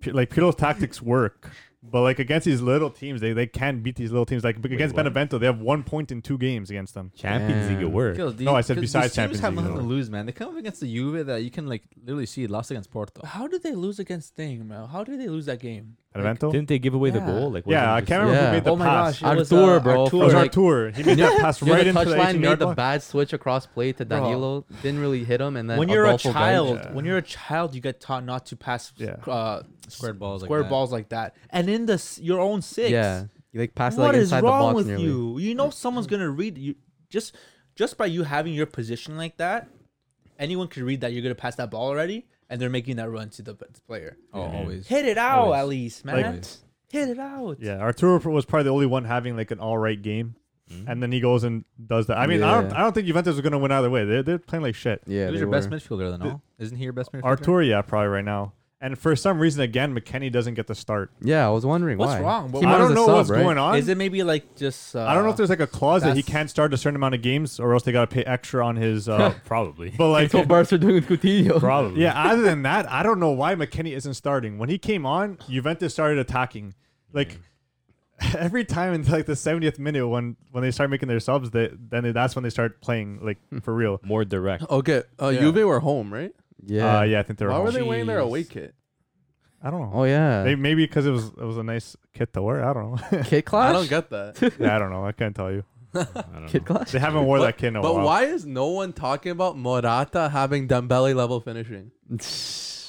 S3: P- like Pirlo's tactics work. But like against these little teams, they, they can beat these little teams. Like b- against
S4: what?
S3: Benevento, they have one point in two games against them.
S4: Champions League
S2: Damn.
S4: at work.
S5: Yo, these-
S3: No, I said
S5: 'cause these
S3: besides
S5: teams
S3: Champions
S5: have
S3: League,
S5: nothing to
S3: though.
S5: lose, man. They come up against the Juve that you can like literally see lost against Porto.
S7: How did they lose against Thing, man? How did they lose that game?
S3: Benevento.
S4: Didn't they give away the
S7: Yeah.
S4: goal? Like
S3: yeah, I
S4: wasn't it
S3: can't remember
S2: Yeah.
S3: who made the
S7: oh my
S3: pass.
S7: gosh, it was,
S2: Artur,
S7: uh,
S2: bro.
S3: It
S7: Artur.
S3: was
S2: Like-
S3: Artur. He made that pass right
S2: the
S3: into the
S2: touchline
S3: 18
S2: made
S3: yard
S2: the
S3: box.
S2: bad switch across play to
S3: Bro.
S2: Danilo. Didn't really hit him, and then
S7: when you're a
S2: Adolfo Gomez-
S7: child, when you're a child, you get taught not to pass
S3: Yeah.
S7: uh,
S5: Squared balls.
S7: square
S5: like that.
S7: balls like that, and in the s- your own six.
S2: yeah, you like passed it like
S7: What is
S2: inside the
S7: wrong
S2: box
S7: with
S2: nearly. Mm.
S7: you? You know someone's gonna read you just just by you having your position like that. Anyone could read that you're gonna pass that ball already, and they're making that run to the p- player.
S5: Oh, always.
S7: Hit it out
S5: Always.
S7: at least, man.
S5: Always.
S7: Hit it out.
S3: Yeah, Arturo was probably the only one having like an all right game, and then he goes and does that. I mean, I don't,
S2: Yeah.
S3: I don't think Juventus is going to win either way. They're, they're playing like shit.
S2: Yeah,
S5: Who's
S2: they
S5: your best
S2: were.
S5: midfielder then? No, isn't he your best midfielder?
S3: Artur, yeah, probably right now. And for some reason, again, McKenny doesn't get the start.
S2: Yeah, I was wondering
S7: What's
S2: why.
S7: wrong? What-
S2: Came
S7: I
S2: on
S3: I
S2: as
S3: don't
S2: a
S3: know
S2: sub,
S3: what's
S2: right?
S3: going on.
S7: Is it maybe like just? Uh,
S3: I don't
S2: *laughs*
S3: know if there's like a clause that he
S7: that's-
S3: can't start a certain amount of games, or else they gotta pay extra on
S1: *laughs*
S3: his. Uh, *laughs*
S4: Oh, Probably.
S3: but like,
S2: That's what Barca are doing with Coutinho.
S4: Probably.
S3: yeah. Other than that, I don't know why McKinney isn't starting. When he came on, Juventus started attacking. Like
S1: Mm.
S3: *laughs* every time in like the 70th minute, when when they start making their subs, they, then they, that's when they start playing like
S1: Hmm.
S3: for real.
S4: More direct.
S1: okay, uh,
S3: Yeah.
S1: Juve were home, right?
S3: Yeah,
S2: Yeah.
S3: uh, yeah. I think they're.
S1: Why were
S3: home.
S1: they wearing their
S7: Jeez.
S1: away kit?
S3: I don't know.
S2: oh yeah.
S3: They, maybe because it was it was a nice kit to wear. I don't
S2: *laughs*
S3: know. *laughs*
S2: Kid clash.
S1: I don't get that.
S3: yeah, I don't know. I can't tell you.
S4: I don't
S2: Kid
S4: know.
S2: clash.
S3: They haven't worn
S1: But-
S3: that kit in a
S1: but
S3: while.
S1: why is no one talking about Morata having Dembele level finishing?
S2: *laughs*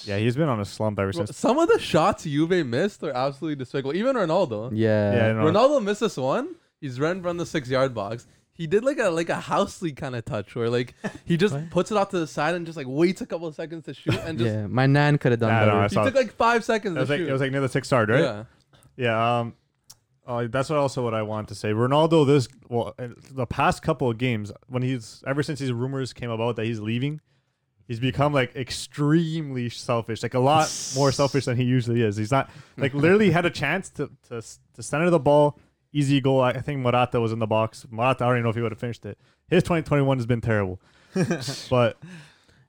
S3: Yeah, he's been on a slump ever
S1: Bro,
S3: since.
S1: Some of the shots Juve missed are absolutely despicable. Even Ronaldo.
S2: Yeah.
S3: Yeah, I know.
S1: Ronaldo missed this one. He's run from the six yard box. He did like a like a house league kind of touch where like he just puts it off to the side and just like waits a couple of seconds to shoot and just
S2: yeah. My nan could have done
S3: Nah,
S2: better.
S3: no, I
S1: he
S3: saw
S1: took like five seconds
S3: It
S1: to
S3: was like
S1: shoot.
S3: it was like near the six yard, right?
S1: Yeah.
S3: Yeah. Um, uh, that's what also what I want to say. Ronaldo, this well, uh, the past couple of games when he's ever since these rumors came about that he's leaving, he's become like extremely selfish, like a lot more selfish than he usually is. He's not like literally had a chance to to to center the ball, easy goal. I I think Morata was in the box. Morata, I don't even know if he would have finished it. His 2021 has been terrible, but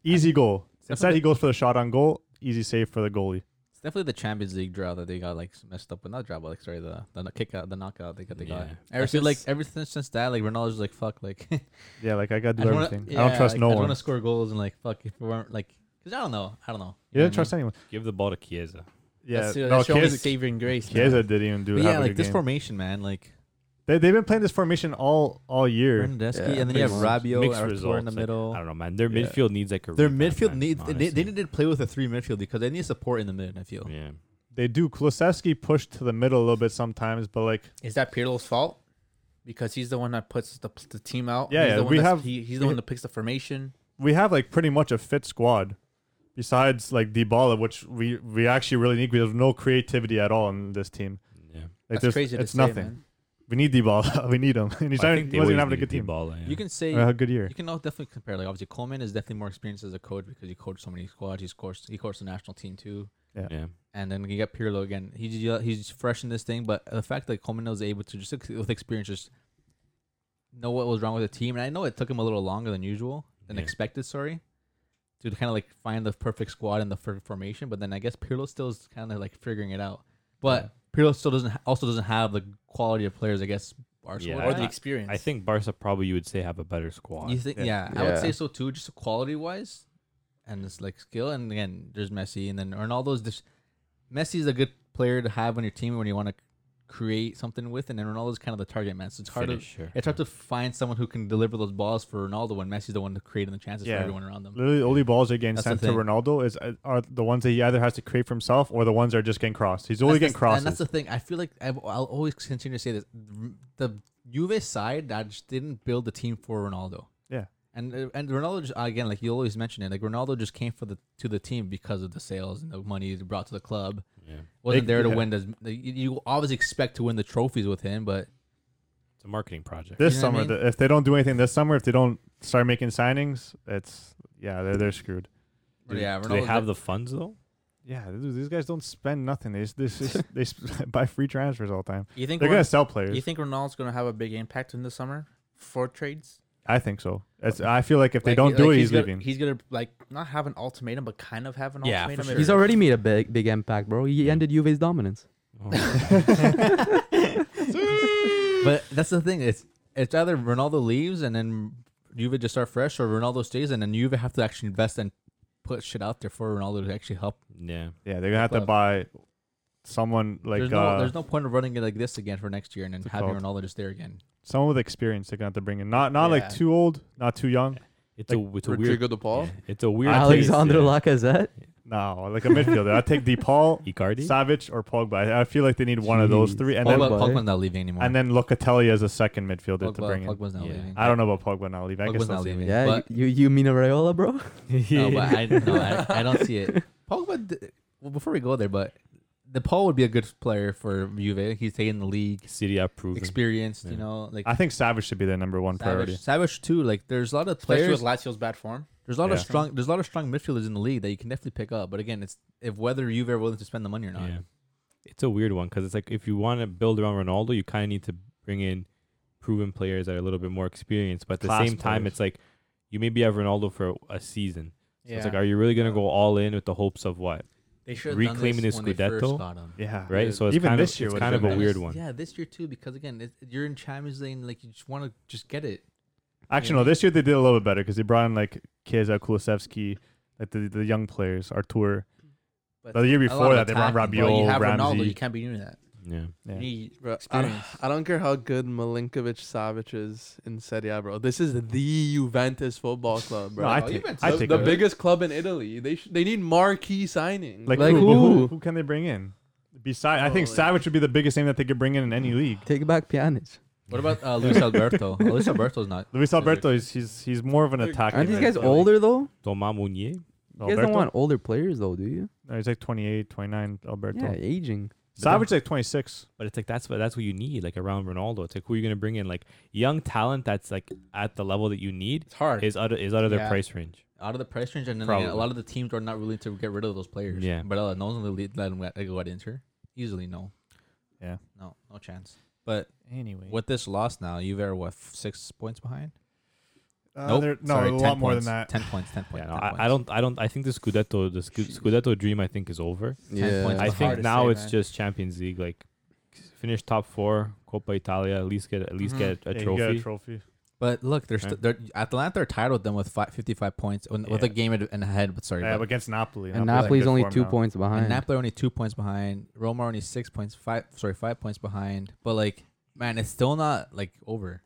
S3: easy goal. Instead, he goes for the shot on goal, easy save for the goalie.
S5: It's definitely the Champions League draw that they got like messed up with. Not draw, but like sorry, the the kick out, the knockout they got. They got.
S4: Yeah.
S5: Ever since, like ever since, since that, like Ronaldo's just like fuck, like *laughs*
S3: Yeah, like I gotta do
S5: I don't wanna-
S3: everything. I don't
S5: yeah,
S3: trust
S5: like,
S3: no
S5: I
S3: one.
S5: want to score goals and like fuck if we weren't like because I don't know, I don't know.
S3: You didn't trust anyone.
S4: Give the ball to Chiesa.
S3: Yeah,
S7: that's,
S3: no,
S7: that's your only
S3: Chiesa-
S7: saving grace. man.
S3: Chiesa didn't even do
S5: But
S3: have
S5: yeah,
S3: a
S5: like
S3: good
S5: this
S3: game.
S5: formation, man, like
S3: they, they've been playing this formation all all year.
S5: Bernadeschi,
S2: Yeah,
S5: and then you have
S2: mixed-
S5: Rabiot,
S4: Mixed
S5: Artur
S4: results.
S5: in the
S4: like,
S5: middle.
S4: I don't know, man. Their
S3: Yeah.
S4: midfield needs like a.
S5: Their
S4: revamp,
S5: midfield
S4: man,
S5: needs they, they
S4: honestly.
S5: needed to play with a three midfield because they need support in the mid midfield.
S4: Yeah.
S3: They do. Kulusevski pushed to the middle a little bit sometimes, but like
S7: Is that Pirlo's fault? Because he's the one that puts the, the team out.
S3: Yeah,
S7: he's
S3: yeah,
S7: The one
S3: we
S7: that's-
S3: have-
S7: He, he's
S3: we-
S7: the one that picks the formation.
S3: we have like pretty much a fit squad, besides like Dybala, which we we actually really need. We have no creativity at all in this team.
S4: Yeah.
S3: Like
S7: that's
S3: there's-
S7: crazy. To
S3: It's
S7: say,
S3: nothing.
S7: Man.
S3: We need Dybala. *laughs* we need him, and he's not,
S4: I think
S3: he
S4: they
S3: wasn't even
S4: always
S3: having a
S4: needed
S3: good team.
S4: Dybala, yeah.
S5: You can say
S3: Or a good year.
S5: you can all definitely compare. Like obviously, Coleman is definitely more experienced as a coach because he coached so many squads. He's coached he coached the national team too.
S4: Yeah.
S5: and then you get Pirlo again. He's ju- he's fresh in this thing, but the fact that Coleman was able to just ex- with experience just know what was wrong with the team, and I know it took him a little longer than usual than
S4: Yeah.
S5: expected. Sorry, to kind of like find the perfect squad and the perfect formation, but then I guess Pirlo still is kind of like figuring it out. But Pirlo still doesn't ha- also doesn't have the quality of players. I guess Arsenal
S4: Yeah,
S5: would
S7: Or
S4: I-
S7: the
S5: have.
S7: experience.
S4: I think Barca probably you would say have a better squad.
S5: You think? Yeah, I
S2: Yeah.
S5: would say so too. Just quality wise, and it's like skill. And again, there's Messi, and then Ronaldo's. This, Messi is a good player to have on your team when you want to create something with, and then Ronaldo's kind of the target man. So it's hard to
S4: Finisher.
S5: it's hard to find someone who can deliver those balls for Ronaldo when Messi's the one to create the chances
S3: Yeah.
S5: for everyone around them.
S3: Literally, the only balls that getting
S5: That's the
S3: sent to
S5: thing.
S3: Ronaldo is uh, are the ones that he either has to create for himself or the ones that are just getting crossed. He's only
S5: That's
S3: getting
S5: the-
S3: crosses.
S5: And that's the thing. I feel like I've, I'll always continue to say this: the Juve side that just didn't build the team for Ronaldo.
S3: Yeah.
S5: And uh, and Ronaldo just, again, like you always mention it, like Ronaldo just came for the to the team because of the sales and the money he brought to the club.
S4: Yeah.
S5: Wasn't
S3: They-
S5: there to
S3: yeah.
S5: win the. the- You you always expect to win the trophies with him, but
S4: It's a marketing project.
S3: this
S5: You know what I
S3: summer,
S5: mean?
S3: th- if they don't do anything this summer, if they don't start making signings, it's yeah, they're they're screwed.
S5: but yeah,
S4: Do
S5: Ronaldo.
S4: they have the funds though?
S3: Yeah, dude, these guys don't spend nothing. They just, they, just, they sp- *laughs* buy free transfers all the time.
S7: You think
S3: They're gonna
S7: Ron-
S3: sell players.
S7: you think Ronaldo's gonna have a big impact in the summer for trades?
S3: I think so. It's, I feel like if they
S7: Like,
S3: don't
S7: he-
S3: do
S7: like,
S3: it, he's,
S7: gonna,
S3: leaving.
S7: He's gonna like not have an ultimatum, but kind of have an
S4: Yeah, for
S7: ultimatum.
S4: sure.
S7: if-
S2: He's already made a big big impact, bro. He ended Juve's dominance.
S5: but that's the thing. It's it's either Ronaldo leaves and then Juve just start fresh, or Ronaldo stays and then Juve have to actually invest and put shit out there for Ronaldo to actually help
S4: Yeah.
S3: yeah, they're gonna have to
S5: Club.
S3: buy someone like
S5: there's, no,
S3: uh,
S5: there's no point of running it like this again for next year and then
S3: What's it
S5: having
S3: called?
S5: Ronaldo just there again.
S3: someone with experience. They're gonna have to bring in not not
S7: Yeah.
S3: like too old, not too young.
S4: It's a it's a weird.
S1: Rodrigo De Paul.
S4: yeah, It's a weird.
S2: Alexander
S4: place,
S2: Lacazette.
S3: No, like a midfielder. I take
S5: *laughs*
S3: DePaul,
S4: yeah. Icardi.
S3: Savage, or Pogba. I- I feel like they need one of those
S2: Jeez.
S3: three, and
S5: Pogba,
S3: then
S2: Pogba, eh?
S5: Pogba's not leaving anymore.
S3: and then Locatelli as a second midfielder
S5: Pogba,
S3: to bring in.
S5: Pogba's not
S4: Yeah.
S5: leaving.
S3: I don't know about Pogba now leaving. I guess
S5: Pogba's
S3: that's
S5: not leaving.
S2: Yeah,
S5: but, Oh,
S2: you, you mean Raiola,
S3: *laughs*
S2: bro?
S5: no, but I, no, I, I don't see it. Pogba. d- Well, before we go there, but the Paul would be a good player for Juve. He's taking the league,
S4: City approved.
S5: experienced.
S4: Yeah.
S5: You know, like
S3: I think Savage should be their number one priority.
S5: Savage, Savage too. Like there's a lot of
S7: especially
S5: players.
S7: with Lazio's bad form.
S5: There's a lot of
S4: Yeah.
S5: strong. There's a lot of strong midfielders in the league that you can definitely pick up. But again, it's if whether Juve are willing to spend the money or not.
S4: Yeah. It's a weird one because it's like if you want to build around Ronaldo, you kind of need to bring in proven players that are a little bit more experienced. But at the
S3: Class
S4: same time,
S3: players.
S4: it's like you maybe have Ronaldo for a season. So
S7: Yeah,
S4: It's like, are you really gonna go all in with the hopes of what?
S5: They
S4: should've done Reclaiming this his when they first Scudetto? got
S3: Yeah.
S4: Right. So it's
S3: Even
S4: kind
S3: this
S4: of
S3: year
S4: it's
S3: would've
S4: kind of
S3: been
S4: a
S3: nice.
S4: weird one.
S5: Yeah, this year too, because again, it, you're in Champions League, and, like you just want to just get
S4: *laughs*
S5: it.
S3: Actually, no. This year they did a little bit better because they brought in like Kiesa Kulusevski, like the, the young players, Artur.
S7: But
S3: the year
S7: a lot
S3: before
S7: of
S3: that, they brought
S7: attacking, but
S3: Rabiot,
S7: You have
S3: Ramsey.
S7: Ronaldo. You can't be doing that.
S4: Yeah.
S3: Yeah.
S7: You need
S1: Bro, I, don't,
S7: experience.
S1: I don't care how good Milinkovic Savic is in Serie A, bro. This is the Juventus football club, bro.
S3: No, I
S5: Oh,
S3: take,
S5: Juventus
S3: I
S1: the
S3: take
S1: the
S3: it.
S1: biggest club in Italy. They sh- they need marquee signings.
S3: Like,
S2: Like
S3: who, but
S2: who?
S3: who? Who can they bring in? Besides, I think
S1: Oh, yeah.
S3: Savage would be the biggest name that they could bring in in any league.
S2: *laughs* Take back Pjanic.
S5: What about uh, Luis Alberto?
S7: *laughs*
S5: Oh, Luis Alberto's not.
S3: Luis Alberto, is he's he's more of an
S1: They're-
S3: attacker.
S2: Aren't these
S3: than
S2: guys
S3: Alberto.
S2: older though?
S4: Thomas Meunier.
S2: You guys
S3: Alberto?
S2: don't want older players though, do you?
S3: No, he's like 28, 29, Alberto.
S2: Yeah, aging.
S3: Savage is like 26.
S4: But it's like that's what that's what you need, like around Ronaldo. It's like who are you gonna bring in? Like young talent that's like at the level that you need
S7: It's hard.
S4: is out of, is out of
S7: Yeah.
S4: their price range.
S5: Out of the price range, and then again, a
S4: Probably.
S5: lot of the teams are not willing to get rid of those players.
S4: Yeah.
S5: But uh, no one's gonna lead, let him let- go at Inter. Easily, no.
S3: Yeah.
S5: No, no chance. But
S3: Anyway.
S5: with this loss now, Juve are what f- six points behind?
S3: Uh,
S5: Nope.
S3: they're- No,
S5: Sorry,
S3: a
S5: 10
S3: lot more than
S5: points.
S3: that.
S5: Ten points. Ten
S4: Yeah,
S5: points.
S4: no,
S5: 10
S4: I, I
S5: points.
S4: don't I don't I think the Scudetto the Scu- Scudetto dream I think is over.
S5: Yeah. points
S4: I
S5: It's
S4: think
S7: hard to
S4: now
S7: say,
S4: it's
S7: man.
S4: just Champions League. Like finish top four, Coppa Italia. At least get at least
S7: Mhm.
S4: get a
S3: Yeah, you
S4: trophy.
S3: get a trophy.
S5: But look, they're, st-
S4: Right.
S5: they're Atalanta are tied with them with fi- 55 points and- with a
S3: Yeah.
S5: game ad- and ahead. But sorry,
S3: Yeah,
S5: but-
S3: against Napoli.
S2: And
S3: in
S2: Napoli's
S3: good
S2: only
S3: form
S2: two
S3: now.
S2: points
S5: and
S2: behind.
S5: Napoli are only two points behind. Roma are only six points, five sorry, five points behind. But like, man, it's still not like over.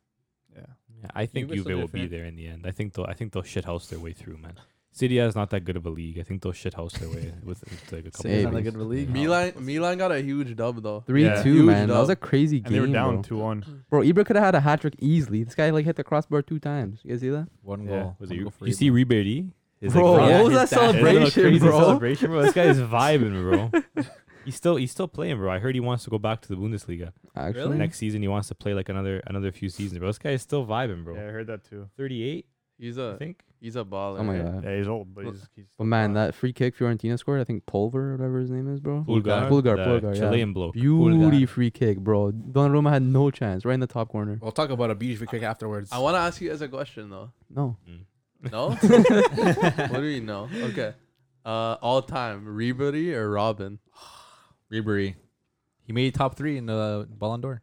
S3: Yeah.
S4: Yeah, I think
S7: Juve's
S4: Juve
S7: still
S4: will be
S7: different.
S4: there in the end. I think they'll I think they'll shithouse their way through, man. City is not that good of a league. I think they'll shithouse their way with, with like a couple.
S2: Maybe. Not
S4: of
S2: that
S4: goals.
S5: good of a league.
S4: Yeah.
S1: Milan Milan got a huge dub though.
S2: Three
S3: Yeah.
S2: two,
S1: Huge
S2: man. That was a
S1: dub.
S2: crazy
S3: And
S2: game.
S3: they were down
S2: bro.
S3: two one.
S2: Bro, Ibra could have had a hat trick easily. This guy like hit the crossbar two times. You guys see that?
S5: One
S3: Yeah.
S5: goal.
S4: Was
S5: one
S4: it,
S5: goal
S4: you,
S5: for
S4: you
S5: Ibra.
S4: see Ribery? He's
S2: Bro,
S4: like,
S2: what
S4: "Bro,
S2: was that
S4: his dad- his little
S2: celebration,
S4: crazy
S2: bro?"
S4: Celebration, bro. This guy's vibing, bro. He's still he's still playing, bro. I heard he wants to go back to the Bundesliga
S2: Actually,
S4: next season. He wants to play like another another few seasons, bro. This guy is still vibing, bro.
S3: Yeah, I heard that too.
S4: 38,
S1: He's
S4: I
S1: a
S4: think.
S1: he's a baller.
S2: oh my
S1: man.
S2: god.
S3: Yeah, he's old, but
S1: Well-
S3: he's, he's
S2: But man, that free kick Fiorentina scored, I think Pulver, or whatever his name is, bro.
S4: Pulgar,
S2: Pulgar,
S4: the
S2: Pulgar, yeah.
S4: Chilean bloke.
S2: Beauty free kick, bro. Donnarumma had no chance, right in the top corner.
S7: We'll talk about a beautiful kick afterwards.
S1: I want to ask you guys a question though.
S2: No.
S1: No. what do you know? Okay. Uh, all time, Ribery or Robin?
S5: Ribery. He made top three in the Ballon d'Or.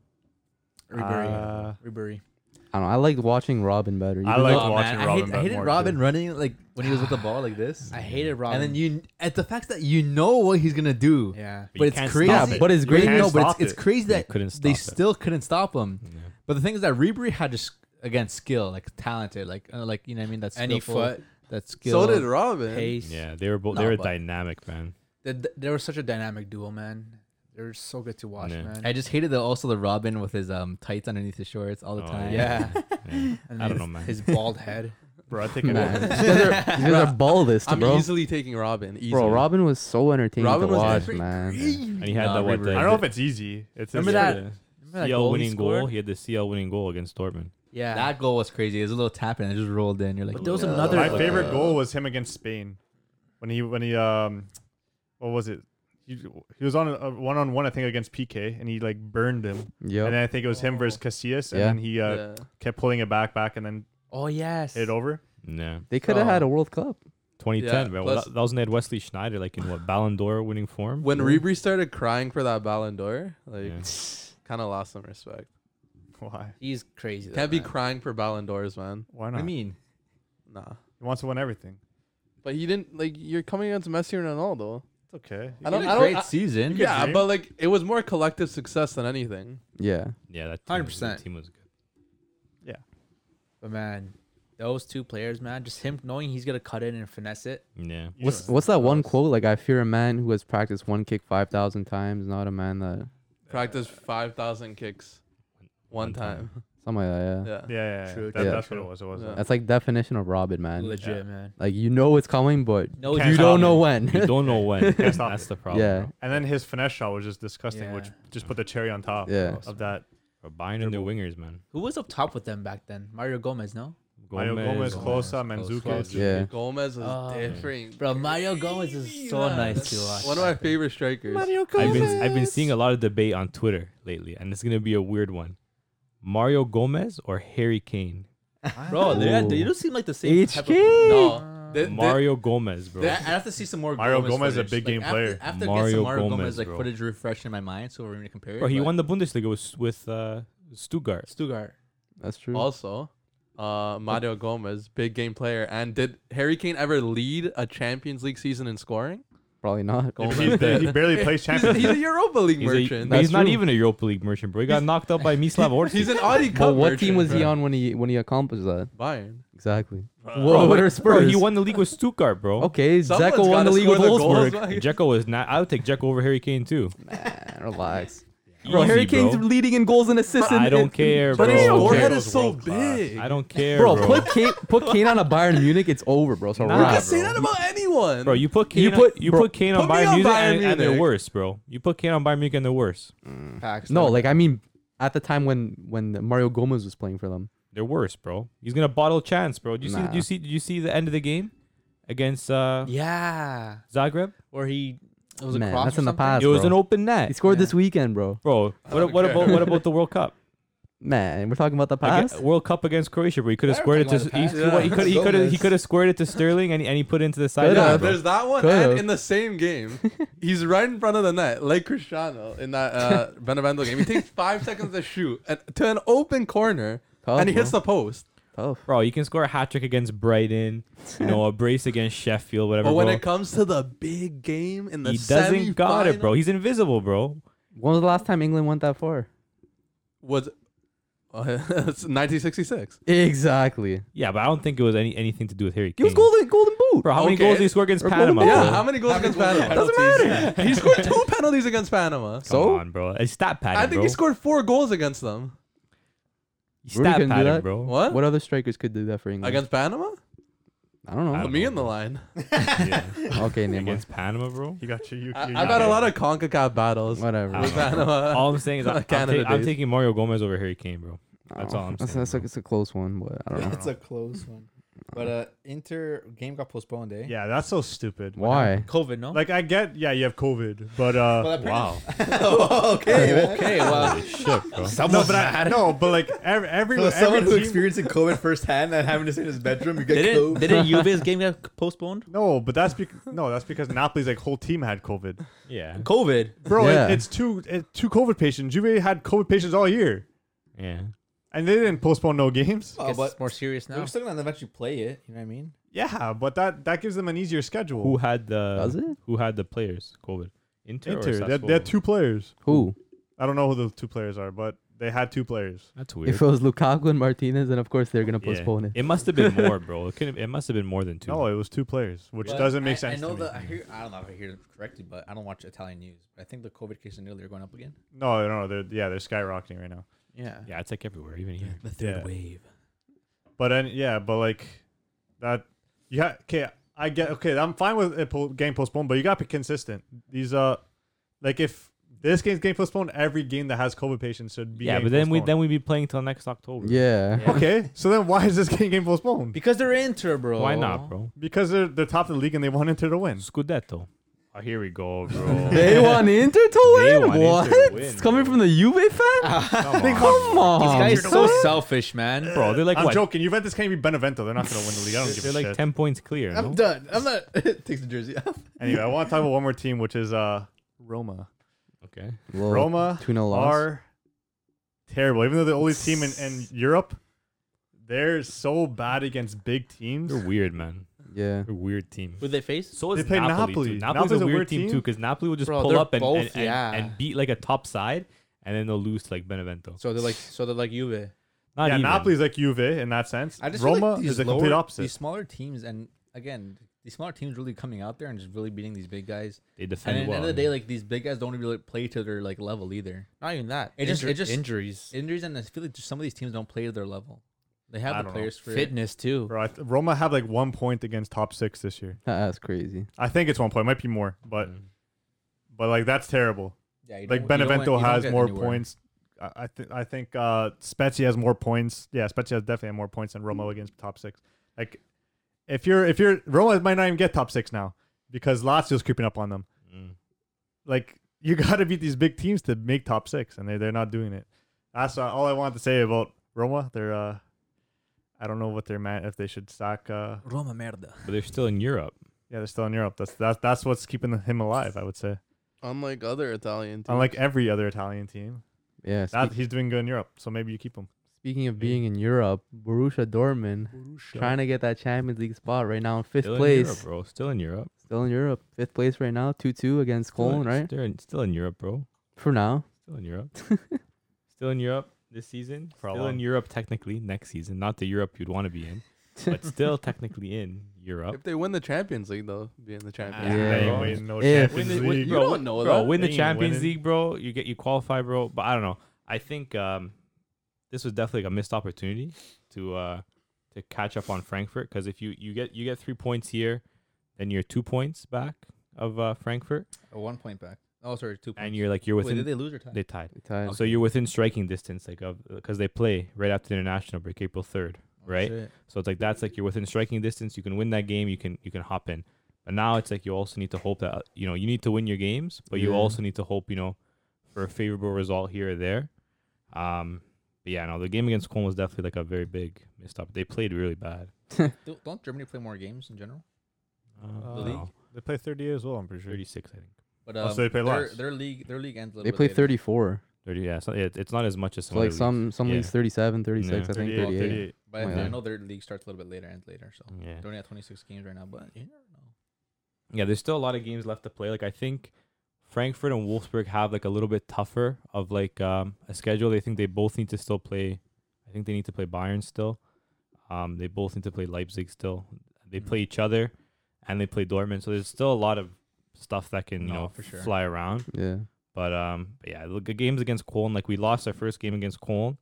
S7: Ribery.
S3: Uh,
S7: Ribery.
S2: I don't know. I liked watching Robin better.
S3: I
S2: even
S3: liked
S2: though-
S5: Oh,
S3: watching
S5: man, I,
S3: Robin
S5: hate, I
S3: Bud
S5: hated
S3: more,
S5: Robin
S3: too.
S5: running like when he was *sighs* with the ball like this,
S7: I hated Robin.
S5: and then you at the fact that you know what he's gonna do,
S7: yeah.
S4: you
S5: but it's
S4: can't
S5: crazy.
S4: stop it.
S2: but it's great.
S5: You know,
S3: Can't
S5: but
S3: stop
S5: it's, it's
S3: it.
S5: crazy
S4: They
S5: that
S4: couldn't
S5: they
S4: stop it.
S5: still couldn't stop him.
S4: Yeah.
S5: But the thing is that Ribery had just again skill, like talented, like uh, like you know what I mean. That's
S7: Any foot.
S5: that skill.
S1: So did Robin.
S7: Pace.
S4: Yeah, they were both.
S5: No,
S4: they were
S5: but-
S4: dynamic, man.
S7: They, they were such a dynamic duo, man. They were so good to watch,
S4: Yeah.
S7: man.
S5: I just hated the also the Robin with his um tights underneath his shorts all the
S4: Oh,
S5: time.
S7: yeah.
S4: Yeah.
S7: And
S4: I don't
S7: his-
S4: know, man.
S7: His bald head.
S3: Bro, I think it
S2: Man,
S3: was.
S2: these guys are, these guys are ballist,
S1: I'm
S2: *laughs* bro.
S1: easily taking Robin. Easily.
S2: bro, Robin was so entertaining
S1: Robin
S2: to
S1: was
S2: watch,
S1: great.
S2: man.
S4: And he had
S5: Nah,
S4: the what?
S5: Ribery.
S4: The,
S3: I don't know if it's easy. It's
S7: Remember
S3: his-
S7: that-
S4: the CL winning goal. He had the CL winning goal against Dortmund.
S7: Yeah.
S5: That goal was crazy. It was a little tap and it just rolled in. You're like,
S7: But there was
S5: "Yo."
S7: another-
S3: My
S7: Like,
S3: favorite
S7: uh,
S3: goal was him against Spain, when he when he um, what was it? He, he was on a one on one I think against PK and he like burned him. And
S2: Yep.
S3: then I think it was him versus Casillas and
S2: Yeah.
S3: then he uh,
S1: Yeah.
S3: kept pulling it back back and then
S7: oh, yes.
S3: hit it over. *laughs*
S4: Yeah,
S2: They could have
S7: Oh.
S2: had a World Cup.
S4: 2010.
S1: Yeah,
S4: man.
S1: plus-
S4: that, that was when they had Wesley Schneider, like in what Ballon d'Or winning form.
S1: When
S4: Yeah.
S1: Ribery started crying for that Ballon d'Or, like,
S4: Yeah.
S1: kind of lost some respect.
S3: Why?
S7: He's crazy. though,
S1: Can't be
S7: man.
S1: crying for Ballon d'Ors, man.
S3: Why
S5: What do
S3: not?
S5: you mean?
S1: Nah.
S3: He wants to win everything.
S1: But he didn't like. You're coming against Messi and Ronaldo.
S3: It's okay.
S1: I don't.
S5: What
S1: I
S5: a
S1: don't.
S5: great
S1: I-
S5: season.
S1: yeah,
S3: dream.
S1: but like it was more collective success than anything.
S2: Yeah.
S4: Yeah, that team, was- that
S7: 100%.
S4: team was good.
S7: But, man, those two players, man, just him knowing he's going to cut in and finesse it.
S4: Yeah,
S2: What's what's that one quote? Like, I fear a man who has practiced one kick five thousand times, not a man that
S1: Practice five thousand kicks, one
S4: One
S1: time.
S4: time.
S2: something like that. Yeah.
S1: Yeah.
S3: Yeah, yeah, yeah.
S7: True,
S3: That-
S2: true,
S3: that's
S7: true.
S3: what it was. It was.
S1: Yeah.
S3: uh,
S2: That's like definition of Robin, man.
S7: Legit,
S3: Yeah.
S7: man.
S2: Like you know it's coming, but
S7: No,
S3: Can't
S2: you
S3: stop
S2: don't
S3: it.
S2: know when. *laughs*
S4: you don't know when.
S3: Can't stop
S4: That's
S3: it.
S4: the problem.
S2: Yeah.
S4: Yeah,
S3: And then his finesse shot was just disgusting, which
S7: Yeah.
S3: just put the cherry on top
S2: Yeah.
S3: of that.
S4: bro. binding their wingers, man.
S7: Who was up top with them back then? Mario Gomez, no?
S3: Mario Gomez,
S5: Gomez,
S3: Closa,
S5: Klose,
S3: Manzukic.
S2: yeah.
S1: Gomez was
S7: Oh.
S1: different.
S7: Bro, Mario Gomez is so
S1: Yeah.
S7: nice to watch.
S1: One of my favorite strikers.
S4: I've been I've been seeing a lot of debate on Twitter lately, and it's gonna be a weird one. Mario Gomez or Harry Kane?
S1: Oh,
S7: Bro, they, they
S2: Ooh.
S7: don't seem like the same type of
S2: HK.
S1: No, they- they-
S4: Mario Gomez, bro.
S5: Dude, I- I'd have to see some more.
S3: Mario Gomez is a
S5: footage.
S3: big game
S5: after-
S3: player.
S5: After, I get
S4: Mario
S5: some Mario Gomez,
S4: Gomez,
S5: like
S4: bro.
S5: footage refreshed in my mind, so we're gonna compare it.
S4: Bro, he
S5: but-
S4: won the Bundesliga with with uh, Stuttgart.
S7: Stuttgart.
S2: That's true.
S1: Also, uh, Mario Gomez, big game player. And did Harry Kane ever lead a Champions League season in *laughs* scoring?
S2: Probably not.
S3: He-
S1: Gomez
S3: he-
S1: did.
S3: *laughs* He barely plays
S1: He's a,
S3: Champions.
S1: he's a
S3: League.
S1: Europa League
S4: He's, a-
S1: merchant.
S4: but he's
S2: That's
S4: not
S2: true.
S4: even a Europa League merchant, bro. He got
S1: *laughs*
S4: knocked out by Mislav Orsic.
S1: he's an Audi Cup
S2: But what
S1: merchant,
S2: team was he
S1: bro.
S2: on when he when he accomplished that?
S1: Bayern.
S2: Exactly.
S4: bro,
S2: Whoa, what are
S4: bro,
S2: Spurs?
S4: he won the league with Stuttgart, bro.
S2: Okay,
S1: Someone's
S2: Zeko won
S1: gotta
S2: the league
S1: score
S2: with
S1: the goals,
S2: Wolfsburg.
S1: right?
S4: Jekko was not. I would take Jekko over Harry Kane too.
S2: Man, relax.
S4: Easy,
S2: leading in goals and assists.
S4: I don't care,
S1: But
S4: bro.
S1: his
S4: I don't
S1: forehead
S4: care.
S1: is so
S3: World class.
S1: big.
S4: I don't care,
S2: Bro,
S4: bro.
S2: put Kane, put Kane on a Bayern Munich. It's over, bro. So
S4: Nah,
S1: You can
S2: rap,
S1: say
S2: bro.
S1: that about anyone.
S4: Bro, you put Kane.
S2: You
S4: You put,
S2: put-
S4: you
S2: bro,
S4: put Kane on
S1: put me
S4: Bayern
S1: on
S4: Munich,
S1: Bayern
S4: and, and they're
S1: Munich.
S4: worse, bro. You put Kane on Bayern Munich, and they're worse.
S2: No, like I mean, at the time when when Mario Gomez was playing for them.
S4: They're worse, bro. He's gonna bottle chance, bro. Did you see?
S2: Nah.
S4: Did you see? Did you see the end of the game against uh,
S7: Yeah.
S4: Zagreb?
S7: Where he it was
S2: Man,
S7: a cross.
S2: that's
S7: or
S2: in the
S7: something?
S2: past.
S4: It was
S2: bro.
S4: an open
S2: He
S4: net,
S2: scored
S7: Yeah.
S2: this weekend, bro.
S4: bro. What, what
S1: care.
S4: about what about the World
S2: *laughs*
S4: Cup?
S2: Man, we're talking about the
S4: Aga-
S2: past.
S4: World Cup against Croatia, bro. He could have
S7: They're
S4: squared it to
S7: talking
S4: he,
S7: about the
S1: past.
S4: he could he
S7: Yeah.
S4: could have he
S7: Gomez.
S4: could have squared it to Sterling, and he, and he put it into the side.
S2: Could've.
S1: yeah,
S4: net, bro.
S1: there's that one.
S2: Could've.
S1: And in the same game,
S2: *laughs*
S1: he's right in front of the net, like Cristiano in that uh, Benevento game. He takes five seconds to shoot and, to an open corner,
S2: Tough,
S1: and he hits
S2: bro.
S1: the post.
S2: Tough.
S4: Bro, you can score a hat trick against Brighton, you know, a brace against Sheffield, whatever.
S1: But when
S4: bro.
S1: it comes to the big game in the
S4: he doesn't got it, bro. He's invisible, bro.
S2: When was the last time England went that far?
S1: Was uh, *laughs* it's 1966.
S2: Exactly.
S4: Yeah, but I don't think it was any anything to do with Harry
S2: He
S4: Kane.
S2: was golden golden boot.
S4: Bro, how many
S1: Okay.
S4: goals did he score against
S2: Or
S4: Panama?
S2: golden
S4: Bro?
S2: ball.
S1: Yeah, how many goals against Panama?
S2: Doesn't
S1: *laughs*
S2: matter.
S1: he scored two penalties against Panama.
S4: Come
S2: So
S4: on, bro. It's stat pattern,
S1: I think
S4: bro.
S1: he scored four goals against them.
S4: It's
S2: Rudy
S4: stat
S2: couldn't do
S4: pattern,
S2: that.
S4: bro.
S1: What?
S2: what other strikers could do that for England?
S1: Against Panama?
S2: I don't know.
S4: I don't
S1: Me
S4: know,
S1: in the
S4: bro.
S1: line.
S4: Yeah.
S2: okay, Neymar.
S4: *laughs* against Panama, bro.
S3: He got you. you
S1: I,
S3: you-
S1: I've had a lot of CONCACAF battles.
S2: Whatever.
S4: I don't
S1: With
S4: know, bro.
S1: Panama.
S4: All I'm saying is I- I'm, ta-
S1: Canada
S4: I'm
S1: days.
S4: taking Mario Gomez over Harry Kane, bro. That's
S2: Oh,
S4: all I'm
S2: that's,
S4: saying,
S2: that's a,
S4: bro.
S2: it's a close one, but I don't know.
S5: it's a close one. But uh, Inter game got postponed, eh?
S3: Yeah, that's so stupid.
S2: Why?
S7: COVID, no?
S3: Like I get, yeah, you have COVID, but uh,
S4: Wow.
S5: *laughs*
S2: *laughs*
S5: okay, okay. Well,
S4: Holy shit, bro.
S3: no, but I, no, but like every every,
S5: so
S3: every
S5: *laughs* someone who
S3: team,
S5: experiencing COVID firsthand and having to sit in his bedroom, you get
S7: didn't
S5: COVID. *laughs*
S7: didn't Juve's game get postponed?
S3: no, but that's because no, that's because Napoli's like whole team had COVID,
S4: Yeah.
S7: COVID.
S3: bro.
S2: Yeah.
S3: It, it's two it, two COVID patients. Juve had COVID patients all year.
S4: Yeah.
S3: And they didn't postpone no games.
S5: Oh,
S7: Guess
S5: but
S7: it's more serious now.
S5: they're still gonna eventually play it. You know what I mean?
S3: Yeah, but that that gives them an easier schedule.
S4: Who had the
S2: Does it?
S4: Who had the players? COVID. Inter. Or
S3: Inter, they had,
S4: Sassuolo?
S3: they had two players.
S2: Who?
S3: I don't know who the two players are, but they had two players.
S4: That's weird.
S2: If it was Lukaku and Martinez, then of course they're gonna
S4: Yeah.
S2: postpone it.
S4: It must have been more, bro. It could. It must have been more than two.
S3: No, it was two players, which doesn't make
S5: I,
S3: sense.
S5: I
S3: to
S5: know
S3: me.
S5: that I hear. I don't know if I hear it correctly, but I don't watch Italian news. But I think the COVID cases in Italy are going up again.
S3: No, no, they're yeah, they're skyrocketing right now.
S7: yeah.
S4: yeah, it's like everywhere, even here.
S5: The
S3: third Yeah.
S5: wave.
S3: But then yeah, but like that, you ha okay. I get okay. I'm fine with it po- game postponed, but you got to be consistent. These uh, like if this game's game postponed, every game that has COVID patients should be.
S4: yeah,
S3: game
S4: but then we
S3: postponed.
S4: then we'd be playing till next October.
S2: Yeah.
S7: Yeah.
S3: okay. So then why is this *laughs* game game postponed?
S7: Because they're Inter, bro.
S4: Why not, bro?
S3: Because they're they're top of the league and they want Inter to win.
S4: Scudetto. Oh, here we go, *laughs* bro.
S2: They want Inter to
S4: They
S2: win.
S4: want
S2: What?
S4: Inter to win,
S2: It's coming
S4: bro. Ah.
S2: from the Juve fan.
S4: Come
S2: Come on,
S4: on,
S7: These guys
S2: son.
S7: so selfish, man.
S4: bro. They're like
S3: I'm
S4: what?
S3: joking. Juventus can't be Benevento. They're not gonna win the league. I don't give
S4: *laughs* They're
S3: a
S4: like
S3: shit.
S4: ten points clear.
S5: I'm
S4: no?
S5: done.
S1: *laughs*
S5: I'm not. Takes the jersey off.
S3: Anyway, I want to talk about one more team, which is uh Roma.
S4: Okay.
S2: Well,
S3: Roma
S2: 2-0 loss.
S3: are terrible. Even though they're the only team in, in Europe, they're so bad against big teams.
S4: They're weird, man.
S2: Yeah.
S4: They're a weird team.
S7: Who they face?
S4: So is
S3: They play
S4: Napoli.
S3: Napoli.
S4: Too. Napoli's,
S3: Napoli's
S4: a weird team, too, because Napoli will just
S7: Bro,
S4: pull
S7: they're
S4: up and, and,
S7: both-
S4: and,
S7: yeah.
S4: and beat like a top side, and then they'll lose to, like Benevento.
S7: So they're like, so they're like Juve.
S4: Not
S3: yeah,
S4: even.
S3: Napoli's like Juve in that sense.
S5: I just feel like
S3: Roma
S5: these
S3: is the
S5: lower-
S3: complete opposite.
S5: These smaller teams, and again, these smaller teams really coming out there and just really beating these big guys.
S4: They
S5: And,
S4: defend
S5: at the
S4: well.
S5: end of the day, like these big guys don't really play to their like level either.
S7: Not even that.
S5: It just-
S7: Injury-
S5: it just-
S7: injuries,
S5: Injuries and I feel like just some of these teams don't play to their level. They
S3: I
S5: have the
S3: don't know.
S5: players for it.
S7: fitness too.
S3: Bro, I th- Roma have like one point against top six this year.
S2: That's crazy.
S3: I think it's one point, might be more, but
S4: Mm.
S3: but like that's terrible.
S5: Yeah, you
S3: Like
S5: don't- you don't
S3: Benevento
S5: win- you don't
S3: has
S5: get
S3: more
S5: anywhere.
S3: points. I- I think I think uh, Spezia has more points. Yeah, Spezia has definitely more points than
S5: Mm-hmm.
S3: Roma against top six. Like if you're if you're Roma might not even get top six now because Lazio's creeping up on them.
S4: Mm.
S3: like you *laughs* got to beat these big teams to make top six, and they they're not doing it. That's uh, all I wanted to say about Roma. They're uh, I don't know what they're meant if they should sack. Uh,
S6: Roma merda.
S4: But they're still in Europe.
S3: yeah, they're still in Europe. That's that's that's what's keeping him alive. I would say,
S1: Unlike other Italian teams.
S4: Um,
S3: unlike every other Italian team,
S2: Yeah.
S3: that
S2: speak-
S3: he's doing good in Europe. So maybe you keep him.
S2: speaking of being in Europe, Borussia Dortmund trying to get that Champions League spot right now in fifth
S4: Still
S2: place.
S4: in Europe, bro. Still in Europe.
S2: Still in Europe. Fifth place right now. 2 2 against
S4: Still
S2: Cologne,
S4: in-
S2: right?
S4: They're in, still in Europe, bro.
S2: For now. *laughs*
S4: Still in Europe. still in Europe this season.
S3: For a
S4: still in
S3: long-
S4: Europe technically next season. Not the Europe you'd want to be in,
S5: *laughs*
S4: but still technically in Europe.
S1: if they win the Champions League, though, be in the Champions
S2: Yeah.
S1: League.
S3: They ain't
S4: bro.
S3: winning no
S2: If-
S3: Champions
S4: Win the- win-
S3: League.
S1: You
S4: Bro,
S1: don't know
S4: bro,
S1: that.
S4: win the
S3: They ain't
S4: Champions
S3: winning.
S4: League, bro. You get you qualify, bro. But I don't know. I think um, this was definitely a missed opportunity to uh, to catch up on Frankfurt because if you you get you get three points here, then you're two points back of uh, Frankfurt,
S5: Or One point back. Oh, sorry, two points.
S4: and you're like you're
S5: Wait,
S4: within
S5: did they lose or tie?
S4: they tied,
S2: Time.
S4: so you're within striking distance like of because they play right after the international break, April third, right?
S5: Oh, Shit.
S4: So it's like that's like you're within striking distance. You can win that game. You can you can hop in. But now it's like you also need to hope that uh, you know you need to win your games, but you
S2: Yeah.
S4: also need to hope you know for a favorable result here or there. Um, but yeah, no, the game against Cologne was definitely like a very big missed up. They played really bad.
S5: Do- Don't Germany play more games in general?
S4: Uh,
S3: Uh,
S5: league?
S4: no,
S3: They play 38 as well. I'm pretty sure.
S4: Thirty-six, I think.
S5: But
S3: Oh,
S5: um,
S3: so they play
S5: their,
S3: less.
S5: their league, their league ends. A little
S2: They
S5: bit
S2: play
S5: later.
S2: 34.
S4: Thirty, yeah, so it, it's not as much as
S2: It's
S4: some
S2: like
S4: other
S2: some, some
S4: Yeah.
S2: leagues 37, 36, I
S4: Yeah.
S2: think 38.
S3: 38.
S5: But
S2: Oh, Yeah.
S5: I know their league starts a little bit later, ends later. So
S4: leagues. Yeah.
S5: they're only at 26 games right now. But you never know.
S4: yeah, there's still a lot of games left to play. Like I think Frankfurt and Wolfsburg have like a little bit tougher of like um, a schedule. They think they both need to still play. I think they need to play Bayern still. Um, they both need to play Leipzig still. They
S5: Mm-hmm.
S4: play each other, and they play Dortmund. So there's still a lot of stuff that can you
S5: No,
S4: know
S5: for sure.
S4: fly around.
S2: Yeah.
S4: But um, but yeah, the g- games against Cologne, like we lost our first game against Cologne,